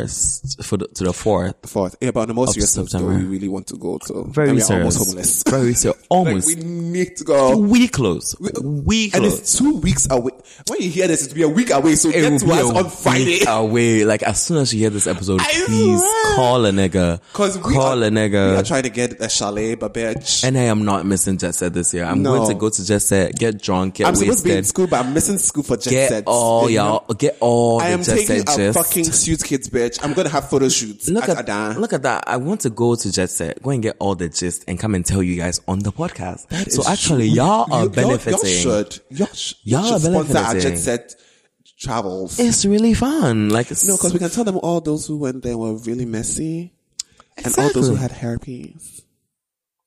Speaker 3: first for the, to the fourth.
Speaker 2: Fourth. Yeah, but on the most
Speaker 3: Of
Speaker 2: serious note, though,
Speaker 3: September.
Speaker 2: we really want to go to.
Speaker 3: Very
Speaker 2: and we are
Speaker 3: serious.
Speaker 2: almost homeless.
Speaker 3: Very serious.
Speaker 2: like,
Speaker 3: Almost.
Speaker 2: we need to go.
Speaker 3: we close. We,
Speaker 2: And
Speaker 3: close.
Speaker 2: it's two weeks away. When you hear this, it'll be a week away. So get to us
Speaker 3: a
Speaker 2: on Friday.
Speaker 3: week away. Like as soon as you hear this episode,
Speaker 2: I
Speaker 3: please
Speaker 2: swear.
Speaker 3: call a nigga.
Speaker 2: Because we
Speaker 3: call
Speaker 2: are,
Speaker 3: a
Speaker 2: we are
Speaker 3: nigga.
Speaker 2: trying to get a chalet, but bitch.
Speaker 3: And I am not missing Jet Set this year. I'm
Speaker 2: No.
Speaker 3: going to go to Jet Set, get drunk, get
Speaker 2: I'm supposed to be in
Speaker 3: wasted,
Speaker 2: school, but I'm missing school for jet
Speaker 3: get
Speaker 2: sets.
Speaker 3: all
Speaker 2: You know?
Speaker 3: y'all, get all
Speaker 2: I
Speaker 3: the
Speaker 2: am
Speaker 3: Jet
Speaker 2: taking
Speaker 3: Set
Speaker 2: a
Speaker 3: gist.
Speaker 2: fucking suitcase, bitch. I'm gonna have photo shoots
Speaker 3: Look
Speaker 2: at,
Speaker 3: at,
Speaker 2: Adan.
Speaker 3: look at that. I want to go to Jet Set, go and get all the gist and come and tell you guys on the podcast. so
Speaker 2: It's
Speaker 3: actually,
Speaker 2: true.
Speaker 3: y'all
Speaker 2: You-
Speaker 3: are
Speaker 2: Y'all,
Speaker 3: benefiting.
Speaker 2: should. Y'all, sh-
Speaker 3: Y'all
Speaker 2: should
Speaker 3: are
Speaker 2: sponsor our
Speaker 3: benefiting.
Speaker 2: jet set travels.
Speaker 3: It's really fun. Like it's
Speaker 2: no, because we can tell them all those who went there were really messy, and all those who
Speaker 3: Exactly.
Speaker 2: had herpes,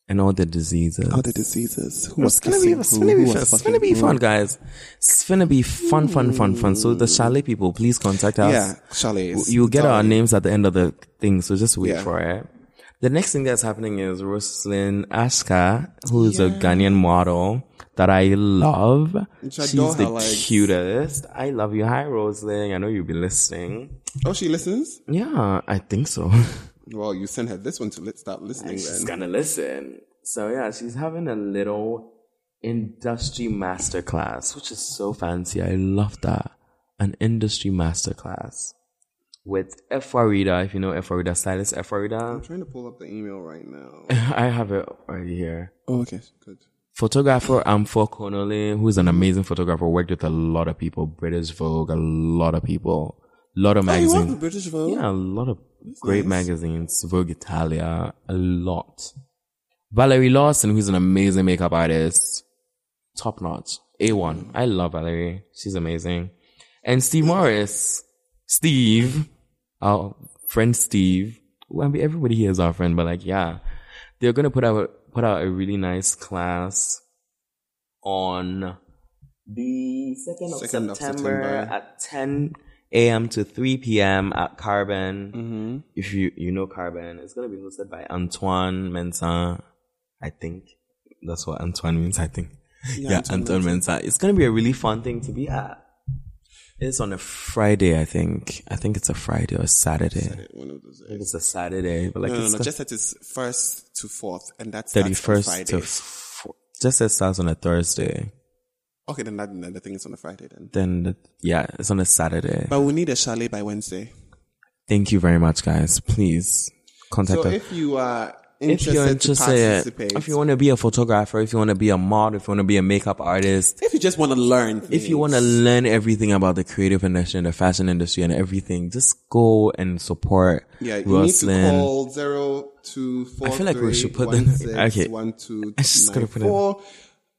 Speaker 3: and all the diseases.
Speaker 2: all the diseases, who was
Speaker 3: it's gonna be,
Speaker 2: kissing,
Speaker 3: it's
Speaker 2: who,
Speaker 3: gonna
Speaker 2: Uh, who
Speaker 3: be,
Speaker 2: was
Speaker 3: fun. It's
Speaker 2: fucking
Speaker 3: gonna be
Speaker 2: who.
Speaker 3: fun, guys. It's gonna be fun, fun, fun, fun. So the chalet people, please contact us.
Speaker 2: Yeah, chalets.
Speaker 3: You'll get our
Speaker 2: Sorry.
Speaker 3: names at the end of the thing, so just wait
Speaker 2: Yeah.
Speaker 3: for it. The next thing that's happening is Roslyn Ashka, who is a Ghanaian model that I love.
Speaker 2: I
Speaker 3: She's
Speaker 2: adore her
Speaker 3: the
Speaker 2: legs.
Speaker 3: cutest. I love you. Hi, Roslyn. I know you've been listening.
Speaker 2: Oh, she listens.
Speaker 3: Yeah, I think so.
Speaker 2: Well, you send her this one to let start listening.
Speaker 3: She's
Speaker 2: Then.
Speaker 3: gonna listen. So yeah, she's having a little industry masterclass, which is so fancy. I love that. An industry masterclass with F. Farida, if you know F. Farida, Silas F.
Speaker 2: I'm
Speaker 3: Farida.
Speaker 2: trying to pull up the email right now.
Speaker 3: I have it already here.
Speaker 2: Oh, okay, good.
Speaker 3: Photographer Amfor Connolly, who's an amazing photographer, worked with a lot of people, British Vogue, a lot of people, a lot of
Speaker 2: Oh, you want the
Speaker 3: magazines.
Speaker 2: British vote?
Speaker 3: Yeah, a lot of great magazines, Vogue Italia, a lot. Valerie Lawson, who's an amazing makeup artist, top notch, A1. I love Valerie. She's amazing. And Steve Morris, Steve, our friend Steve. Well, I mean, everybody here is our friend, but like, yeah, they're going to put out, put out a really nice class on the 2nd of,
Speaker 2: 2nd
Speaker 3: September,
Speaker 2: of September.
Speaker 3: at 10 a.m. to 3 p.m. at Carbon. If you, you know Carbon, it's going to be hosted by Antoine Mensah, I think. That's what Antoine means, I think. Yeah, Antoine, Mensah. It's going to be a really fun thing to be at. It's on a Friday, I think. I think it's a Friday or Saturday.
Speaker 2: One of those. eh.
Speaker 3: I think it's a Saturday, but like
Speaker 2: No, no,
Speaker 3: it's
Speaker 2: no. Just that it's first to fourth, and that's
Speaker 3: thirty
Speaker 2: Friday.
Speaker 3: first to four. Just it starts on a Thursday.
Speaker 2: Okay, then that, then the thing is on a Friday then.
Speaker 3: Then the, yeah, it's on a Saturday.
Speaker 2: But we need a chalet by Wednesday.
Speaker 3: Thank you very much, guys. Please contact
Speaker 2: So
Speaker 3: us.
Speaker 2: if you are
Speaker 3: If
Speaker 2: interested,
Speaker 3: you're
Speaker 2: to
Speaker 3: interested,
Speaker 2: participate,
Speaker 3: if you want to be a photographer, if you want to be a model, if you want to be a makeup artist,
Speaker 2: if you just want to learn,
Speaker 3: if you want to learn everything about the creative industry and the fashion industry and everything, just go and support
Speaker 2: yeah, you
Speaker 3: Roslyn.
Speaker 2: need to call zero two four.
Speaker 3: I feel like we should put
Speaker 2: them.
Speaker 3: them- okay.
Speaker 2: one two.
Speaker 3: I'm just gonna
Speaker 2: nine,
Speaker 3: put it-
Speaker 2: four.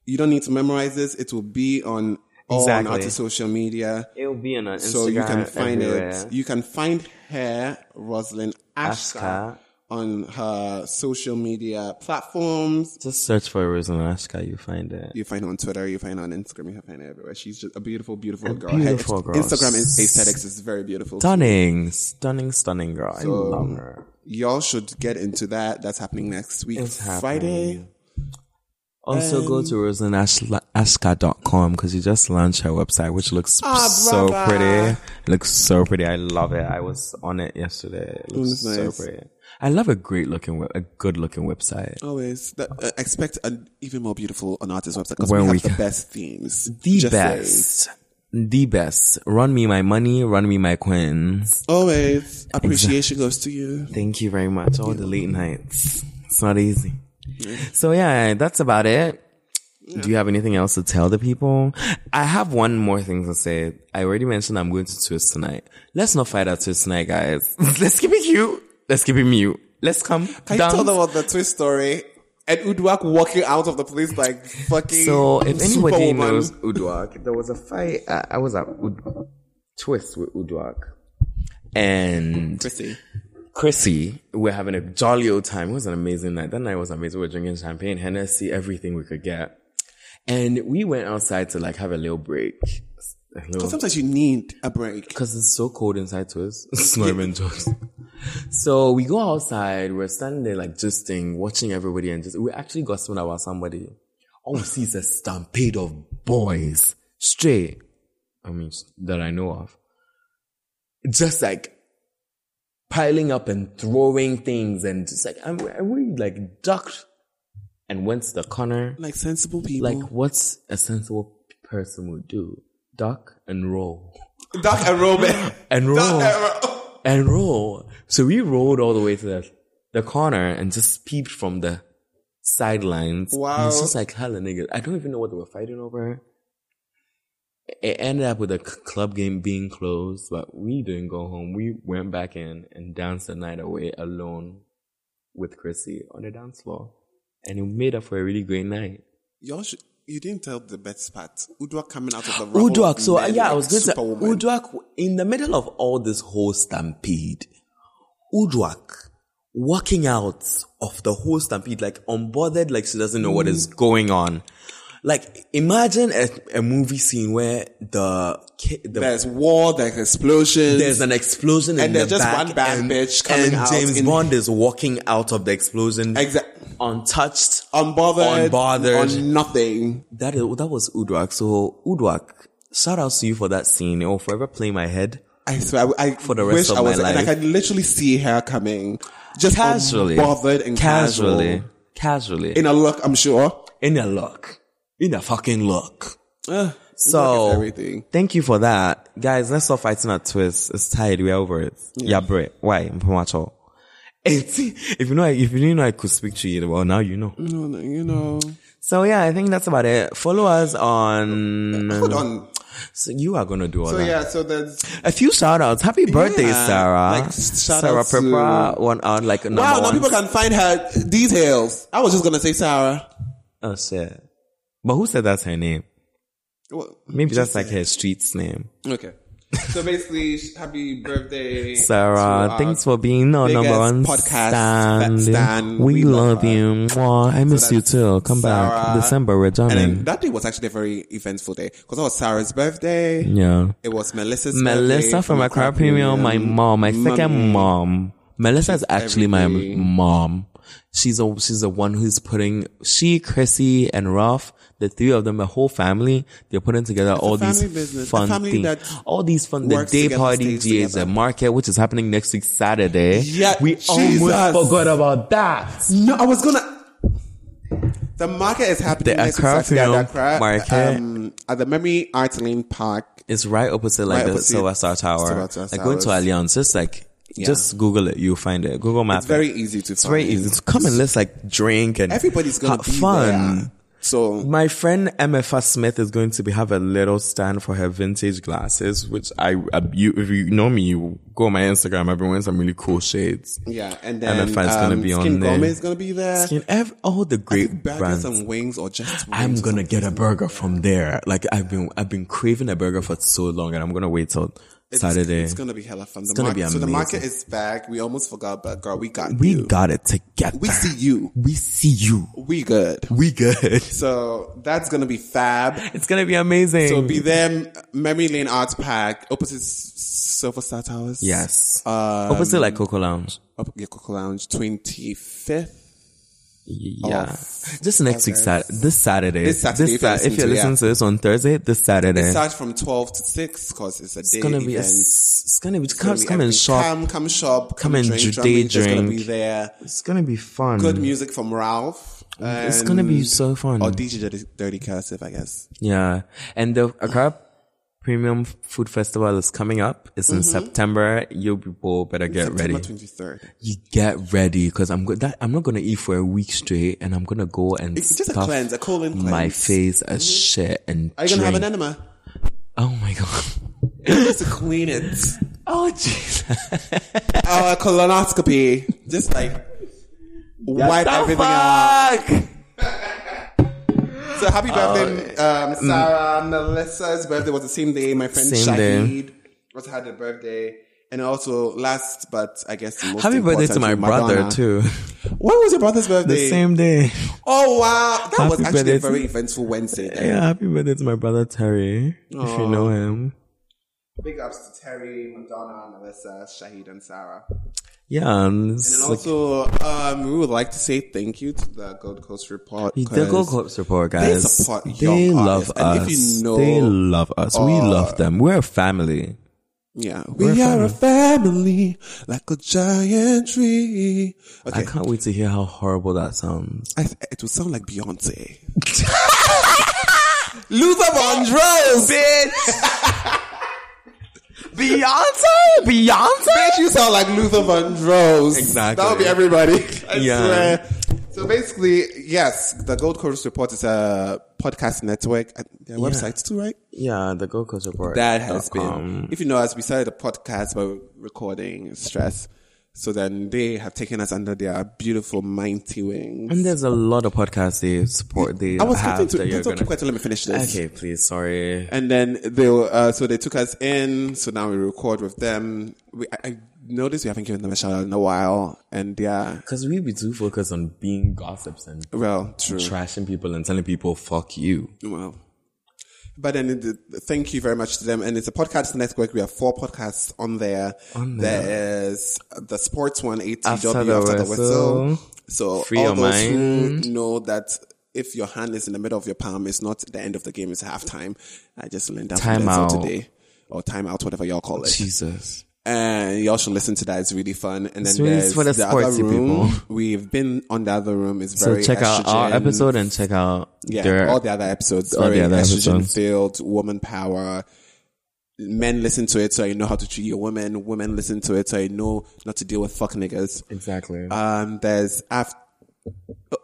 Speaker 2: You don't need to memorize this. It will be on all
Speaker 3: Exactly.
Speaker 2: Naughty social media.
Speaker 3: It'll be on Instagram.
Speaker 2: so you can find
Speaker 3: everywhere.
Speaker 2: it. You can find her, Rosalind Ashka,
Speaker 3: Ashka.
Speaker 2: on her social media platforms.
Speaker 3: Just search for Roslyn Ashka. You find it.
Speaker 2: You find her on Twitter. You find her on Instagram. You find her everywhere. She's just a beautiful, beautiful girl.
Speaker 3: beautiful
Speaker 2: Her
Speaker 3: girl.
Speaker 2: Instagram is aesthetics is very beautiful.
Speaker 3: Stunning, stunning, stunning girl. I love her.
Speaker 2: Y'all should get into that. That's happening next week,
Speaker 3: It's happening.
Speaker 2: Friday.
Speaker 3: Also, go to rosanashka.com because you just launched her website, which looks so pretty. Looks so pretty. I love it. I was on it yesterday. It looks
Speaker 2: That's
Speaker 3: so
Speaker 2: nice.
Speaker 3: pretty. I love a great looking, we- a good looking website.
Speaker 2: Always that, uh, expect an even more beautiful an artist website because we
Speaker 3: When
Speaker 2: have
Speaker 3: we
Speaker 2: the
Speaker 3: can-
Speaker 2: best themes.
Speaker 3: The
Speaker 2: Just saying.
Speaker 3: best. The best. Run me my money, run me my coins.
Speaker 2: Always Oh, appreciation goes to you.
Speaker 3: Thank you very much. All the late nights. It's not easy. So yeah, that's about it. Do you have anything else to tell the people? I have one more thing to say. I already mentioned I'm going to twist tonight. Let's not fight at twist tonight, guys. Let's keep it cute. Let's keep it mute. Let's come.
Speaker 2: Can you
Speaker 3: dance.
Speaker 2: tell them about the twist story? And Udwak walking out of the place like fucking
Speaker 3: So if anybody
Speaker 2: superwoman.
Speaker 3: knows Udwak, there was a fight. I, I was at Ud- twist with Udwak and
Speaker 2: Chrissy.
Speaker 3: Chrissy, we're having a jolly old time. It was an amazing night. That night was amazing. We were drinking champagne, Hennessy, everything we could get. And we went outside to like have a little break.
Speaker 2: Sometimes you need a break.
Speaker 3: Because it's so cold inside to us. It's not even jokes. So we go outside, we're standing there like just thing, watching everybody and just, we actually gossiping about somebody. All we see is a stampede of boys, straight, I mean, that I know of. Just like piling up and throwing things and just like, and we- and we like ducked and went to the corner.
Speaker 2: Like sensible people.
Speaker 3: Like what's a sensible person would do? Duck and roll.
Speaker 2: Duck and roll, man.
Speaker 3: And roll.
Speaker 2: Duck and roll.
Speaker 3: and roll. So we rolled all the way to the, the corner and just peeped from the sidelines.
Speaker 2: Wow.
Speaker 3: It's just like hella niggas. I don't even know what they were fighting over. It ended up with the c- club game being closed, but we didn't go home. We went back in and danced the night away alone with Chrissy on the dance floor. And it made up for a really great night.
Speaker 2: Y'all should, you didn't tell the best part. Udwak coming out of the rubble.
Speaker 3: Udwak. So
Speaker 2: men
Speaker 3: yeah, I
Speaker 2: like
Speaker 3: was going to say
Speaker 2: Superwoman.
Speaker 3: Udwak in the middle of all this whole stampede. Udwak walking out of the whole stampede, like unbothered, like she doesn't know what
Speaker 2: Mm.
Speaker 3: is going on. Like imagine a, a movie scene where the ki- the
Speaker 2: There's war, there's explosions.
Speaker 3: there's an explosion
Speaker 2: And
Speaker 3: in
Speaker 2: there's
Speaker 3: the
Speaker 2: just
Speaker 3: back
Speaker 2: one bad
Speaker 3: and,
Speaker 2: bitch coming
Speaker 3: and
Speaker 2: out
Speaker 3: James
Speaker 2: in-
Speaker 3: Bond is walking out of the explosion
Speaker 2: Exact-
Speaker 3: untouched
Speaker 2: unbothered,
Speaker 3: unbothered
Speaker 2: on nothing.
Speaker 3: that is, that was Udwak. So Udwak, shout out to you for that scene. It will forever play in my head.
Speaker 2: I swear, I, I
Speaker 3: For the
Speaker 2: wish
Speaker 3: rest of
Speaker 2: I
Speaker 3: my
Speaker 2: was, and I
Speaker 3: life.
Speaker 2: can literally see her coming, just
Speaker 3: Casually.
Speaker 2: bothered and
Speaker 3: Casually.
Speaker 2: casual.
Speaker 3: Casually.
Speaker 2: in a look. I'm sure.
Speaker 3: In a look. In a fucking look.
Speaker 2: Ugh,
Speaker 3: So
Speaker 2: Eh, look at everything.
Speaker 3: Thank you for that. Guys, let's stop fighting at twists. It's tired. We're over it. Yeah, bro. Why? Mpamacho. It's, if you know, if you didn't know I could speak to you, well, now you know.
Speaker 2: No, no, you know.
Speaker 3: So yeah, I think that's about it. Follow us on,
Speaker 2: Hold on.
Speaker 3: so you are going to do all
Speaker 2: So
Speaker 3: that.
Speaker 2: yeah, so there's
Speaker 3: A few shout outs. Happy birthday,
Speaker 2: Yeah.
Speaker 3: Sarah.
Speaker 2: Like, shout
Speaker 3: Sarah
Speaker 2: out to-
Speaker 3: Prepra one out like number
Speaker 2: wow. Now
Speaker 3: one.
Speaker 2: people can find her details. I was just gonna say Sarah.
Speaker 3: oh shit. But who said that's her name?
Speaker 2: Well,
Speaker 3: Maybe that's like her street's name.
Speaker 2: Okay. So basically, sh- happy birthday,
Speaker 3: Sarah, thanks for being on
Speaker 2: uh, biggest
Speaker 3: number one
Speaker 2: podcast
Speaker 3: stand.
Speaker 2: that stand.
Speaker 3: We,
Speaker 2: We
Speaker 3: love,
Speaker 2: love her.
Speaker 3: you. Mwah. I miss you too. Come back. December, we're
Speaker 2: And then
Speaker 3: jamming.
Speaker 2: that day was actually a very eventful day because that was Sarah's birthday.
Speaker 3: yeah.
Speaker 2: It was Melissa's birthday
Speaker 3: Melissa from Accra Premium, my mom, my second mom. Melissa is actually my
Speaker 2: everything.
Speaker 3: mom. She's a, she's the one who's putting, she, Chrissy, and Ralph, the three of them, the whole family, they're putting together all these
Speaker 2: family business. A
Speaker 3: fun
Speaker 2: family
Speaker 3: things.
Speaker 2: that
Speaker 3: All these fun, the
Speaker 2: works
Speaker 3: day
Speaker 2: together,
Speaker 3: party,
Speaker 2: stays
Speaker 3: GA's, the
Speaker 2: together.
Speaker 3: market, which is happening next week, Saturday.
Speaker 2: Yeah,
Speaker 3: we
Speaker 2: Jesus.
Speaker 3: almost Oh, forgot about that.
Speaker 2: No, I was gonna. The market is happening
Speaker 3: The
Speaker 2: next
Speaker 3: Accra
Speaker 2: Saturday at
Speaker 3: Film
Speaker 2: Accra,
Speaker 3: Market.
Speaker 2: um, at the Memory Arts Lane Park.
Speaker 3: It's right opposite like
Speaker 2: Right
Speaker 3: the
Speaker 2: opposite
Speaker 3: Silver Star Tower.
Speaker 2: Silver Star
Speaker 3: like going to
Speaker 2: Towers.
Speaker 3: Allianz, just like, just Google it, you'll find it. Google Maps.
Speaker 2: It's very easy to
Speaker 3: It's
Speaker 2: find.
Speaker 3: very easy. It's come and let's like drink and
Speaker 2: Everybody's gonna
Speaker 3: have
Speaker 2: be
Speaker 3: fun.
Speaker 2: there. So
Speaker 3: My friend MFA Smith is going to be have a little stand for her vintage glasses, which I, uh, you, if you know me, you go on my Instagram. I've been wearing some really cool shades.
Speaker 2: yeah, and then
Speaker 3: MFI is gonna
Speaker 2: um,
Speaker 3: be on
Speaker 2: Skin
Speaker 3: there.
Speaker 2: Gourmet is gonna be there.
Speaker 3: Skin, ev- all the great
Speaker 2: Burgers
Speaker 3: brands.
Speaker 2: and wings, or just
Speaker 3: I'm
Speaker 2: wings.
Speaker 3: gonna get a burger from there. Like I've been, I've been craving a burger for so long, and I'm gonna wait till Saturday.
Speaker 2: It's gonna be hella fun. The
Speaker 3: gonna
Speaker 2: market,
Speaker 3: be
Speaker 2: so the
Speaker 3: amazing.
Speaker 2: market is back. We almost forgot, but girl, we got
Speaker 3: we
Speaker 2: you.
Speaker 3: got it together.
Speaker 2: we see you.
Speaker 3: We see you.
Speaker 2: We good.
Speaker 3: We good.
Speaker 2: So that's gonna be fab.
Speaker 3: It's gonna be amazing.
Speaker 2: So be there, Memory Lane Arts Park, opposite S- Silver Star Towers.
Speaker 3: yes.
Speaker 2: Um,
Speaker 3: Opposite like Coco Lounge.
Speaker 2: Up yeah, Coco Lounge, 25th.
Speaker 3: Yeah.
Speaker 2: of
Speaker 3: Just next week, Sat- this Saturday.
Speaker 2: Oh, This Saturday, if
Speaker 3: Sa-
Speaker 2: you're listening
Speaker 3: if you're
Speaker 2: to it,
Speaker 3: listening to this on Thursday, this Saturday.
Speaker 2: It starts from 12 to 6 because it's a
Speaker 3: It's
Speaker 2: day
Speaker 3: gonna
Speaker 2: event.
Speaker 3: be, a, s- it's gonna be, come,
Speaker 2: It's gonna be
Speaker 3: come and
Speaker 2: everything.
Speaker 3: shop.
Speaker 2: Come, come shop. Come,
Speaker 3: and
Speaker 2: drink.
Speaker 3: ju-
Speaker 2: Drum Major's
Speaker 3: day
Speaker 2: gonna
Speaker 3: drink.
Speaker 2: be there.
Speaker 3: It's gonna be fun.
Speaker 2: Good Oh, music from Ralph.
Speaker 3: It's gonna be
Speaker 2: and-
Speaker 3: so fun.
Speaker 2: Or DJ Dirty, Dirty Cursive, I guess.
Speaker 3: yeah. And the Accra Premium Food Festival is coming up. It's in September. You people better get
Speaker 2: Mm-hmm. September
Speaker 3: ready.
Speaker 2: 23rd.
Speaker 3: You get ready. Cause I'm good. I'm not gonna eat for a week straight and I'm gonna go and
Speaker 2: It's just a
Speaker 3: stuff
Speaker 2: cleanse, a colon cleanse.
Speaker 3: my face as shit and
Speaker 2: Are you going to have an
Speaker 3: drink.
Speaker 2: enema?
Speaker 3: Oh my God.
Speaker 2: Just to clean it.
Speaker 3: Oh Jesus.
Speaker 2: Our colonoscopy. Just like wipe everything out. So
Speaker 3: Uh,
Speaker 2: happy birthday, um, Sarah. Melissa's birthday was the same day. My friend
Speaker 3: mm. Same day.
Speaker 2: Shahid also had a birthday. And also, last but I guess the most
Speaker 3: Happy birthday to
Speaker 2: important,
Speaker 3: my brother
Speaker 2: Madonna.
Speaker 3: too.
Speaker 2: When was your brother's birthday?
Speaker 3: The same day.
Speaker 2: Oh wow, that was
Speaker 3: Happy
Speaker 2: actually a
Speaker 3: birthday
Speaker 2: very
Speaker 3: to-
Speaker 2: eventful Wednesday. Then.
Speaker 3: Yeah, happy birthday to my brother Terry. If you know him.
Speaker 2: Big ups to Terry, Madonna, Melissa, Shahid, and Sarah.
Speaker 3: Yeah, and it's
Speaker 2: And
Speaker 3: like
Speaker 2: also, um, we would like to say thank you to the Gold Coast Report.
Speaker 3: the
Speaker 2: 'cause
Speaker 3: Gold Coast support
Speaker 2: They
Speaker 3: guys.
Speaker 2: support
Speaker 3: They
Speaker 2: young
Speaker 3: love
Speaker 2: artists. And
Speaker 3: us.
Speaker 2: if you know,
Speaker 3: they love us. we
Speaker 2: uh,
Speaker 3: love them. We're a family.
Speaker 2: Yeah, we are a family like a giant tree. Okay,
Speaker 3: I can't wait to hear how horrible that sounds.
Speaker 2: I, it would sound like Beyonce. Luther Vandross, bitch.
Speaker 3: Beyonce, Beyonce.
Speaker 2: bitch, you sound like Luther Vandross.
Speaker 3: Exactly.
Speaker 2: That would be everybody. I
Speaker 3: Yeah.
Speaker 2: swear. So basically, yes, the Gold Coast Report is a podcast network. and Their websites too, right?
Speaker 3: Yeah, the Gold Coast support.
Speaker 2: That has
Speaker 3: dot
Speaker 2: been.
Speaker 3: com.
Speaker 2: If you know us, we started a podcast by recording stress. So then they have taken us under their beautiful mighty wings.
Speaker 3: And there's a lot of podcasts they support. They
Speaker 2: I was
Speaker 3: have
Speaker 2: cutting to
Speaker 3: that you're
Speaker 2: don't talk
Speaker 3: gonna.
Speaker 2: too quick, let me finish this.
Speaker 3: Okay, please. Sorry.
Speaker 2: And then they were, uh, so they took us in. So now we record with them. We, I, I noticed we haven't given them a shout out in a while. And yeah,
Speaker 3: Because we be too focused on being gossips and
Speaker 2: well, true.
Speaker 3: trashing people and telling people "fuck you."
Speaker 2: Well, but then it, thank you very much to them. And it's a podcast network. We have four podcasts on there.
Speaker 3: On
Speaker 2: There is the sports one, ATW,
Speaker 3: After the
Speaker 2: After the
Speaker 3: Whistle,
Speaker 2: Whistle. So
Speaker 3: Free
Speaker 2: all
Speaker 3: Your
Speaker 2: those
Speaker 3: Mind.
Speaker 2: who know that if your hand is in the middle of your palm, it's not the end of the game, it's halftime. I just learned that from
Speaker 3: Time
Speaker 2: Denzel
Speaker 3: out.
Speaker 2: today. Or time out, whatever y'all call it.
Speaker 3: Jesus.
Speaker 2: And y'all should listen to that. It's really fun. And then
Speaker 3: It's really
Speaker 2: there's
Speaker 3: for the
Speaker 2: the, other
Speaker 3: sportsy
Speaker 2: room.
Speaker 3: people.
Speaker 2: We've been on the other room. It's
Speaker 3: So
Speaker 2: very
Speaker 3: check out our
Speaker 2: estrogen
Speaker 3: episode and check out
Speaker 2: yeah,
Speaker 3: their
Speaker 2: all the other episodes
Speaker 3: all
Speaker 2: are
Speaker 3: the other
Speaker 2: estrogen
Speaker 3: episodes.
Speaker 2: filled, woman power. Men listen to it so you know how to treat your women. Women listen to it so you know not to deal with fuck niggas.
Speaker 3: exactly.
Speaker 2: Um, there's af-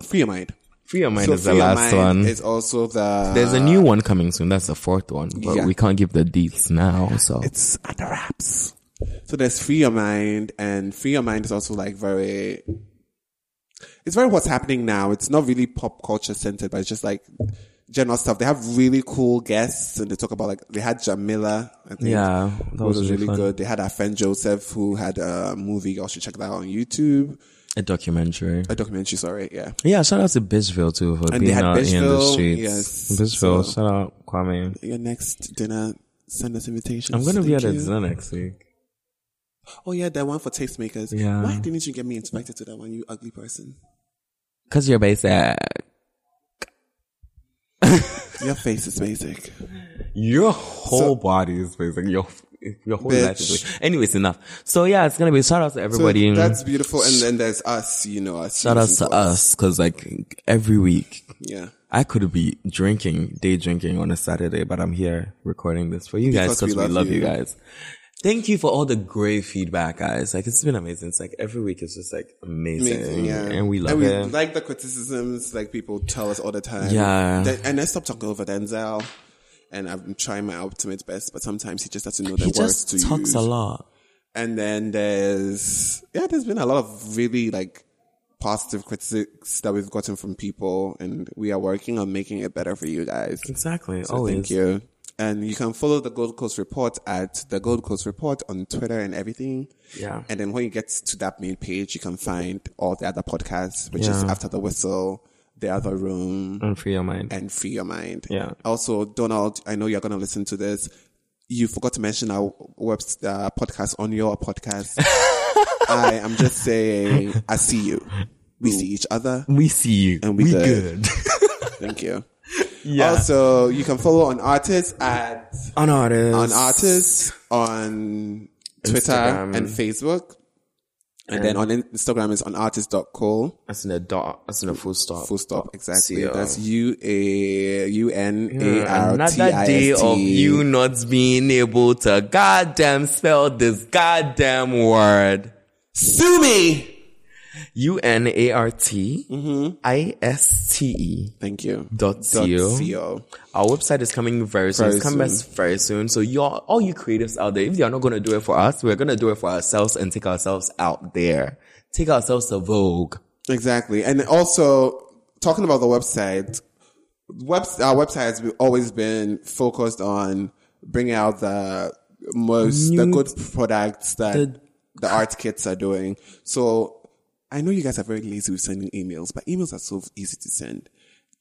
Speaker 2: free your mind.
Speaker 3: Free your mind
Speaker 2: So
Speaker 3: is the
Speaker 2: Free Your
Speaker 3: last
Speaker 2: Mind
Speaker 3: one.
Speaker 2: Is also the
Speaker 3: There's a new one coming soon. That's the fourth one, but
Speaker 2: Yeah.
Speaker 3: we can't give the deets now. So
Speaker 2: it's under wraps. So there's free your mind, and free your mind is also like very. It's very what's happening now. It's not really pop culture centered, but it's just like general stuff. They have really cool guests, and they talk about like they had Jamila. I think,
Speaker 3: Yeah, that
Speaker 2: who
Speaker 3: was
Speaker 2: was,
Speaker 3: really
Speaker 2: really
Speaker 3: fun.
Speaker 2: good. They had our friend Joseph who had a movie. Y'all should check that out on YouTube.
Speaker 3: a documentary.
Speaker 2: A documentary, sorry, yeah.
Speaker 3: Yeah, shout out to Bitchville too for
Speaker 2: they
Speaker 3: being
Speaker 2: had
Speaker 3: out in the
Speaker 2: Bitchville,
Speaker 3: streets.
Speaker 2: yes. So-
Speaker 3: Bitchville, shout out Kwame.
Speaker 2: Your next dinner, send us invitations.
Speaker 3: I'm gonna be
Speaker 2: Thank
Speaker 3: at a
Speaker 2: you.
Speaker 3: dinner next week.
Speaker 2: Oh yeah, that one for tastemakers.
Speaker 3: Yeah.
Speaker 2: Why didn't you get me invited to that one? You ugly person.
Speaker 3: Cause you're basic.
Speaker 2: Your face is basic.
Speaker 3: Your whole body is basic. Your your whole life is
Speaker 2: Bitch.
Speaker 3: basic. Anyways, enough. So yeah, it's gonna be shout out to
Speaker 2: So
Speaker 3: everybody.
Speaker 2: that's beautiful. And then there's us, you know us.
Speaker 3: shout
Speaker 2: You
Speaker 3: out
Speaker 2: listen
Speaker 3: to us, cause like every week
Speaker 2: Yeah.
Speaker 3: I could be drinking, day drinking on a Saturday, but I'm here recording this for you guys
Speaker 2: Because we
Speaker 3: because we,
Speaker 2: love
Speaker 3: love you.
Speaker 2: you.
Speaker 3: guys. Thank you for all the great feedback, guys. Like it's been amazing. It's like every week is just like amazing,
Speaker 2: Amazing, yeah.
Speaker 3: and we love
Speaker 2: and we
Speaker 3: it.
Speaker 2: like the criticisms like people tell us all the time.
Speaker 3: Yeah.
Speaker 2: Then- and I stopped talking over Denzel. And I'm trying my ultimate best, but sometimes he just doesn't know the
Speaker 3: he
Speaker 2: words to
Speaker 3: just talks
Speaker 2: use.
Speaker 3: a lot.
Speaker 2: And then there's yeah, there's been a lot of really like positive critics that we've gotten from people, and we are working on making it better for you guys.
Speaker 3: Exactly.
Speaker 2: So
Speaker 3: always.
Speaker 2: thank you. And you can follow the Gold Coast Report at the Gold Coast Report on Twitter and everything.
Speaker 3: Yeah.
Speaker 2: And then when you get to that main page, you can find all the other podcasts, which is
Speaker 3: Yeah.
Speaker 2: After the Whistle, The Other Room,
Speaker 3: And free your mind.
Speaker 2: and Free Your Mind.
Speaker 3: Yeah.
Speaker 2: Also, Donald, I know you're going to listen to this. You forgot to mention our web uh, podcast on your podcast. I am just saying, I see you. We see each other.
Speaker 3: we see you.
Speaker 2: And we good. Thank you. Also, you can follow on artists at
Speaker 3: on artists.
Speaker 2: on artists on Twitter
Speaker 3: Instagram.
Speaker 2: and Facebook. And then on Instagram is on artist.co.
Speaker 3: That's in a dot. That's in a full stop.
Speaker 2: Full stop. Exactly.
Speaker 3: Co.
Speaker 2: That's U A U N A R T I S T.
Speaker 3: Uh, Another day of you not being able to goddamn spell this goddamn word.
Speaker 2: Sue me.
Speaker 3: U N A R T I S T E.
Speaker 2: Thank you.
Speaker 3: Dot co.
Speaker 2: co.
Speaker 3: Our website is coming very soon.
Speaker 2: Very
Speaker 3: it's coming
Speaker 2: soon.
Speaker 3: very soon. So y'all, all you creatives out there, if you're not going to do it for us, we're going to do it for ourselves and take ourselves out there. Take ourselves to Vogue.
Speaker 2: Exactly. And also, talking about the website, webs- our website has be- always been focused on bringing out the most, the
Speaker 3: New-
Speaker 2: good products that the,
Speaker 3: the-
Speaker 2: art kits are doing. So I know you guys are very lazy with sending emails, but emails are so easy to send.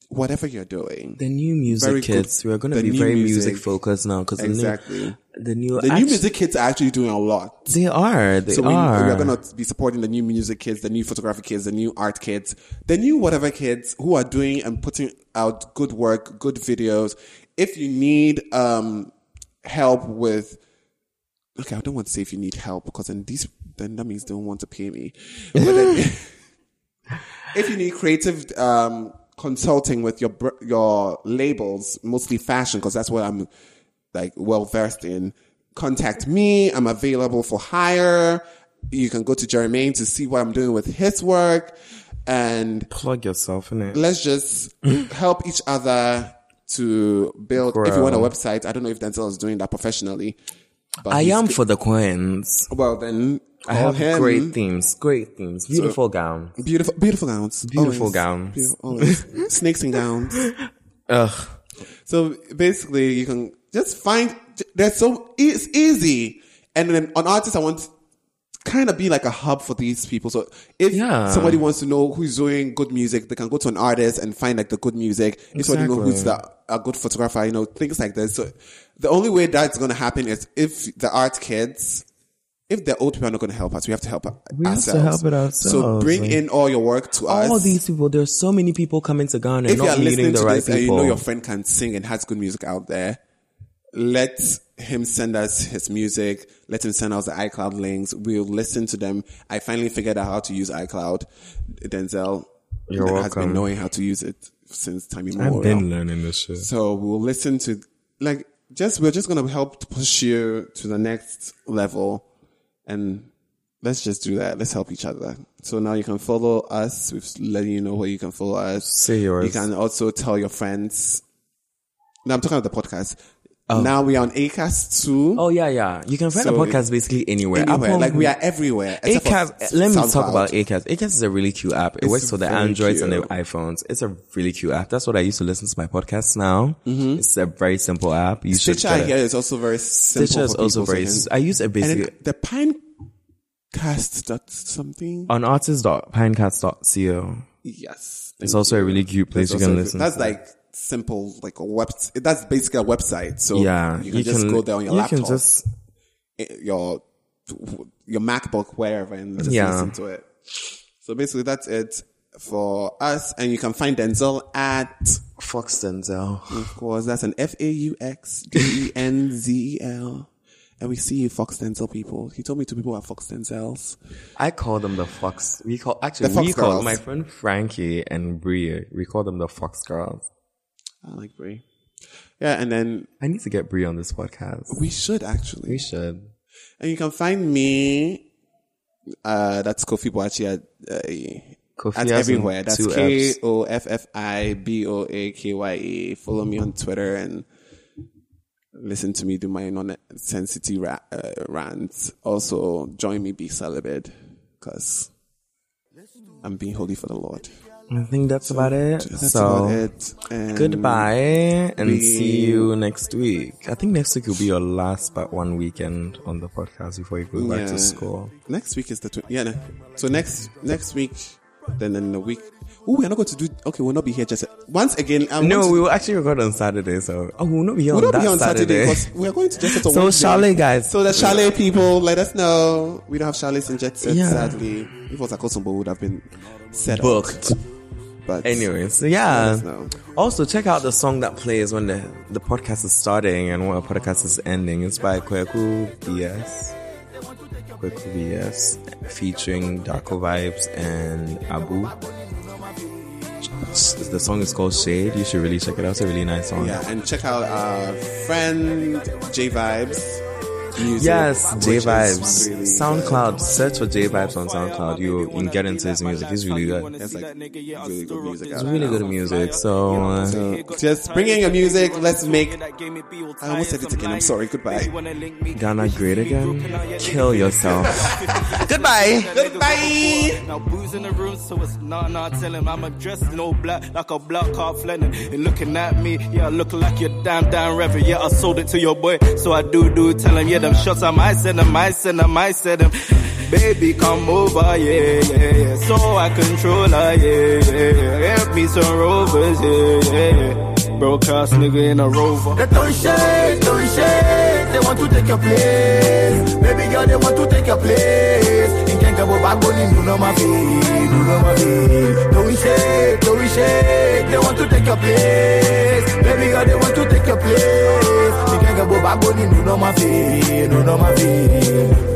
Speaker 2: whatever you're doing.
Speaker 3: The new music
Speaker 2: Very good.
Speaker 3: kids, we're going to
Speaker 2: The
Speaker 3: be
Speaker 2: new
Speaker 3: very
Speaker 2: music.
Speaker 3: music, focused now because
Speaker 2: Exactly.
Speaker 3: the new,
Speaker 2: The
Speaker 3: act-
Speaker 2: new music kids are actually doing a lot.
Speaker 3: They are. They
Speaker 2: So we,
Speaker 3: are.
Speaker 2: we're going to be supporting the new music kids, the new photography kids, the new art kids, the new whatever kids who are doing and putting out good work, good videos. If you need um, help with, okay, I don't want to say if you need help because then these then that means they don't want to pay me. But then, if you need creative um, consulting with your br- your labels, mostly fashion, because that's what I'm like well versed in. Contact me. I'm available for hire. You can go to Jermaine to see what I'm doing with his work, and
Speaker 3: plug yourself in it.
Speaker 2: let's just help each other to build. If you want a
Speaker 3: Grow.
Speaker 2: website, I don't know if Denzel is doing that professionally. But
Speaker 3: I
Speaker 2: he's-
Speaker 3: am for the queens.
Speaker 2: Well, then
Speaker 3: I have
Speaker 2: him.
Speaker 3: great themes, great themes, beautiful gown.
Speaker 2: beautiful, beautiful gowns,
Speaker 3: Beautiful
Speaker 2: Always.
Speaker 3: gowns.
Speaker 2: Beautiful- always. snakes and gowns.
Speaker 3: Ugh.
Speaker 2: So basically, you can just find. There's so e-, it's easy, and then on artists, I want to kind of be like a hub for these people. So if
Speaker 3: Yeah.
Speaker 2: somebody wants to know who's doing good music, they can go to an artist and find like the good music. If somebody know who's the, a good photographer, you know things like this. So the only way that's going to happen is if the art kids. If the old people are not going to help us, we have to help
Speaker 3: We have
Speaker 2: ourselves.
Speaker 3: to help it
Speaker 2: So
Speaker 3: ourselves,
Speaker 2: bring
Speaker 3: like-
Speaker 2: in all your work to us
Speaker 3: Mm. All these people, there's so many people coming to Ghana and
Speaker 2: if you're
Speaker 3: not
Speaker 2: listening
Speaker 3: meeting
Speaker 2: to
Speaker 3: the right
Speaker 2: this and you
Speaker 3: people.
Speaker 2: know your friend can sing and has good music out there, let him send us his music. Let him send us the iCloud links. We'll listen to them. I finally figured out how to use iCloud. Denzel
Speaker 3: You're
Speaker 2: has
Speaker 3: welcome.
Speaker 2: been knowing how to use it since time immemorial.
Speaker 3: I've been learning this shit.
Speaker 2: So we'll listen to like just we're just gonna help to push you to the next level, and let's just do that. Let's help each other. So now you can follow us. We've letting you know where you can follow us.
Speaker 3: Say yours.
Speaker 2: You can also tell your friends. No, I'm talking about the podcast. Now we are on Acast too.
Speaker 3: Oh yeah, yeah. You can find
Speaker 2: So
Speaker 3: a podcast basically anywhere.
Speaker 2: Anywhere.
Speaker 3: Apple-
Speaker 2: like we are everywhere. except for
Speaker 3: Acast. Let me talk
Speaker 2: SoundCloud.
Speaker 3: about Acast. Acast is a really cute app. It works for the
Speaker 2: very
Speaker 3: Androids and the
Speaker 2: cute.
Speaker 3: iPhones. It's a really cute app. That's what I use to listen to my podcasts now. It's a very simple app. You
Speaker 2: Mm-hmm.
Speaker 3: should
Speaker 2: Stitcher. I
Speaker 3: get
Speaker 2: hear
Speaker 3: it.
Speaker 2: is also very simple.
Speaker 3: Stitcher is
Speaker 2: for
Speaker 3: also
Speaker 2: people, so
Speaker 3: very.
Speaker 2: you can-
Speaker 3: s- I use it
Speaker 2: and
Speaker 3: basically
Speaker 2: it, the Pinecast dot something.
Speaker 3: on artist.pinecast.co.
Speaker 2: Yes.
Speaker 3: It's also a really cute place you can listen.
Speaker 2: That's
Speaker 3: to.
Speaker 2: like simple, like a web. That's basically a website. So
Speaker 3: yeah,
Speaker 2: oh, you can just go there on your
Speaker 3: you
Speaker 2: laptop,
Speaker 3: can just
Speaker 2: eh, your your MacBook, wherever, and just
Speaker 3: Yeah.
Speaker 2: listen to it. So basically, that's it for us. And you can find Denzel at,
Speaker 3: Fox Denzel.
Speaker 2: of course, that's an F A U X D E N Z E L. And we see you, Fox Denzel people. He told me two people are Fox Denzels.
Speaker 3: I call them the Fox. We call actually
Speaker 2: The Fox
Speaker 3: we call
Speaker 2: Girls.
Speaker 3: my friend Frankie and Brie. We call them the Fox Girls.
Speaker 2: I like Brie. Yeah, and then
Speaker 3: I need to get Brie on this podcast.
Speaker 2: we should actually.
Speaker 3: We should.
Speaker 2: And you can find me. Uh, that's Kofi Boachi at, uh,
Speaker 3: Kofi
Speaker 2: at
Speaker 3: has
Speaker 2: everywhere. That's
Speaker 3: two
Speaker 2: K
Speaker 3: Fs.
Speaker 2: O F F I B O A K Y E. Follow me on Twitter and listen to me do my non-sensitive ra- uh, rants. Also, join me be celibate because I'm being holy for the Lord.
Speaker 3: I think that's about it.
Speaker 2: That's
Speaker 3: so
Speaker 2: about it. And
Speaker 3: goodbye and
Speaker 2: we-
Speaker 3: see you next week. I think next week will be your last but one weekend on the podcast before you go back
Speaker 2: Yeah.
Speaker 3: to school.
Speaker 2: Next week is the tw- yeah. No. So next next week, then in the week. Oh, we're not going to do. Okay, we'll not be here just once again. I want
Speaker 3: No,
Speaker 2: to-
Speaker 3: we will actually record on Saturday, so oh, we'll not be here
Speaker 2: we'll not
Speaker 3: on that
Speaker 2: be here on Saturday
Speaker 3: Saturday.
Speaker 2: because we're going to just
Speaker 3: So chalet guys.
Speaker 2: So the chalet people, let us know. We don't have chalets in jet set.
Speaker 3: Yeah.
Speaker 2: Sadly, if it was a Kosombo, would have been set up.
Speaker 3: booked.
Speaker 2: But
Speaker 3: Anyway, so
Speaker 2: let
Speaker 3: yeah.
Speaker 2: us know.
Speaker 3: Also, check out the song that plays when the, the podcast is starting and when the podcast is ending. It's by Kweku BS. Kweku BS featuring Darko Vibes and Abu. The song is called Shade. You should really check it out. It's a really nice song.
Speaker 2: Yeah, and check out our friend J Vibes. Music,
Speaker 3: Yes,
Speaker 2: which
Speaker 3: J
Speaker 2: is
Speaker 3: Vibes.
Speaker 2: really good.
Speaker 3: SoundCloud. Search for J Vibes on SoundCloud. You can get into his music. He's really good.
Speaker 2: There's like really good music out
Speaker 3: It's
Speaker 2: there
Speaker 3: really
Speaker 2: now.
Speaker 3: good music. So, uh,
Speaker 2: So just bring in your music. Let's make. I almost said it again. I'm sorry. Goodbye.
Speaker 3: Ghana great again. Kill yourself. Goodbye.
Speaker 2: Goodbye.
Speaker 6: Now booze in the room, so it's not nah tell him I'm dressed in all black like a black card Flennon. And looking at me, yeah, looking like your damn damn reverend. Yeah, I sold it to your boy, so I do do tell him, yeah, them shots I might send him, I send him, I send him. Baby, come over, yeah, yeah, yeah. So I control her, yeah, yeah, yeah. Help me some rovers, yeah, yeah, yeah. Broke ass nigga in a rover.
Speaker 7: They don't shake, don't shake. They want to take your place. Baby girl, they want to take your place. In Kenka Bobagoni, Nuno Mafi, Nuno Mafi. Don't shake, don't shake. They want to take your place. Baby girl, they want to take your place. In Kenka Bobagoni, Nuno Mafi, Nuno Mafi.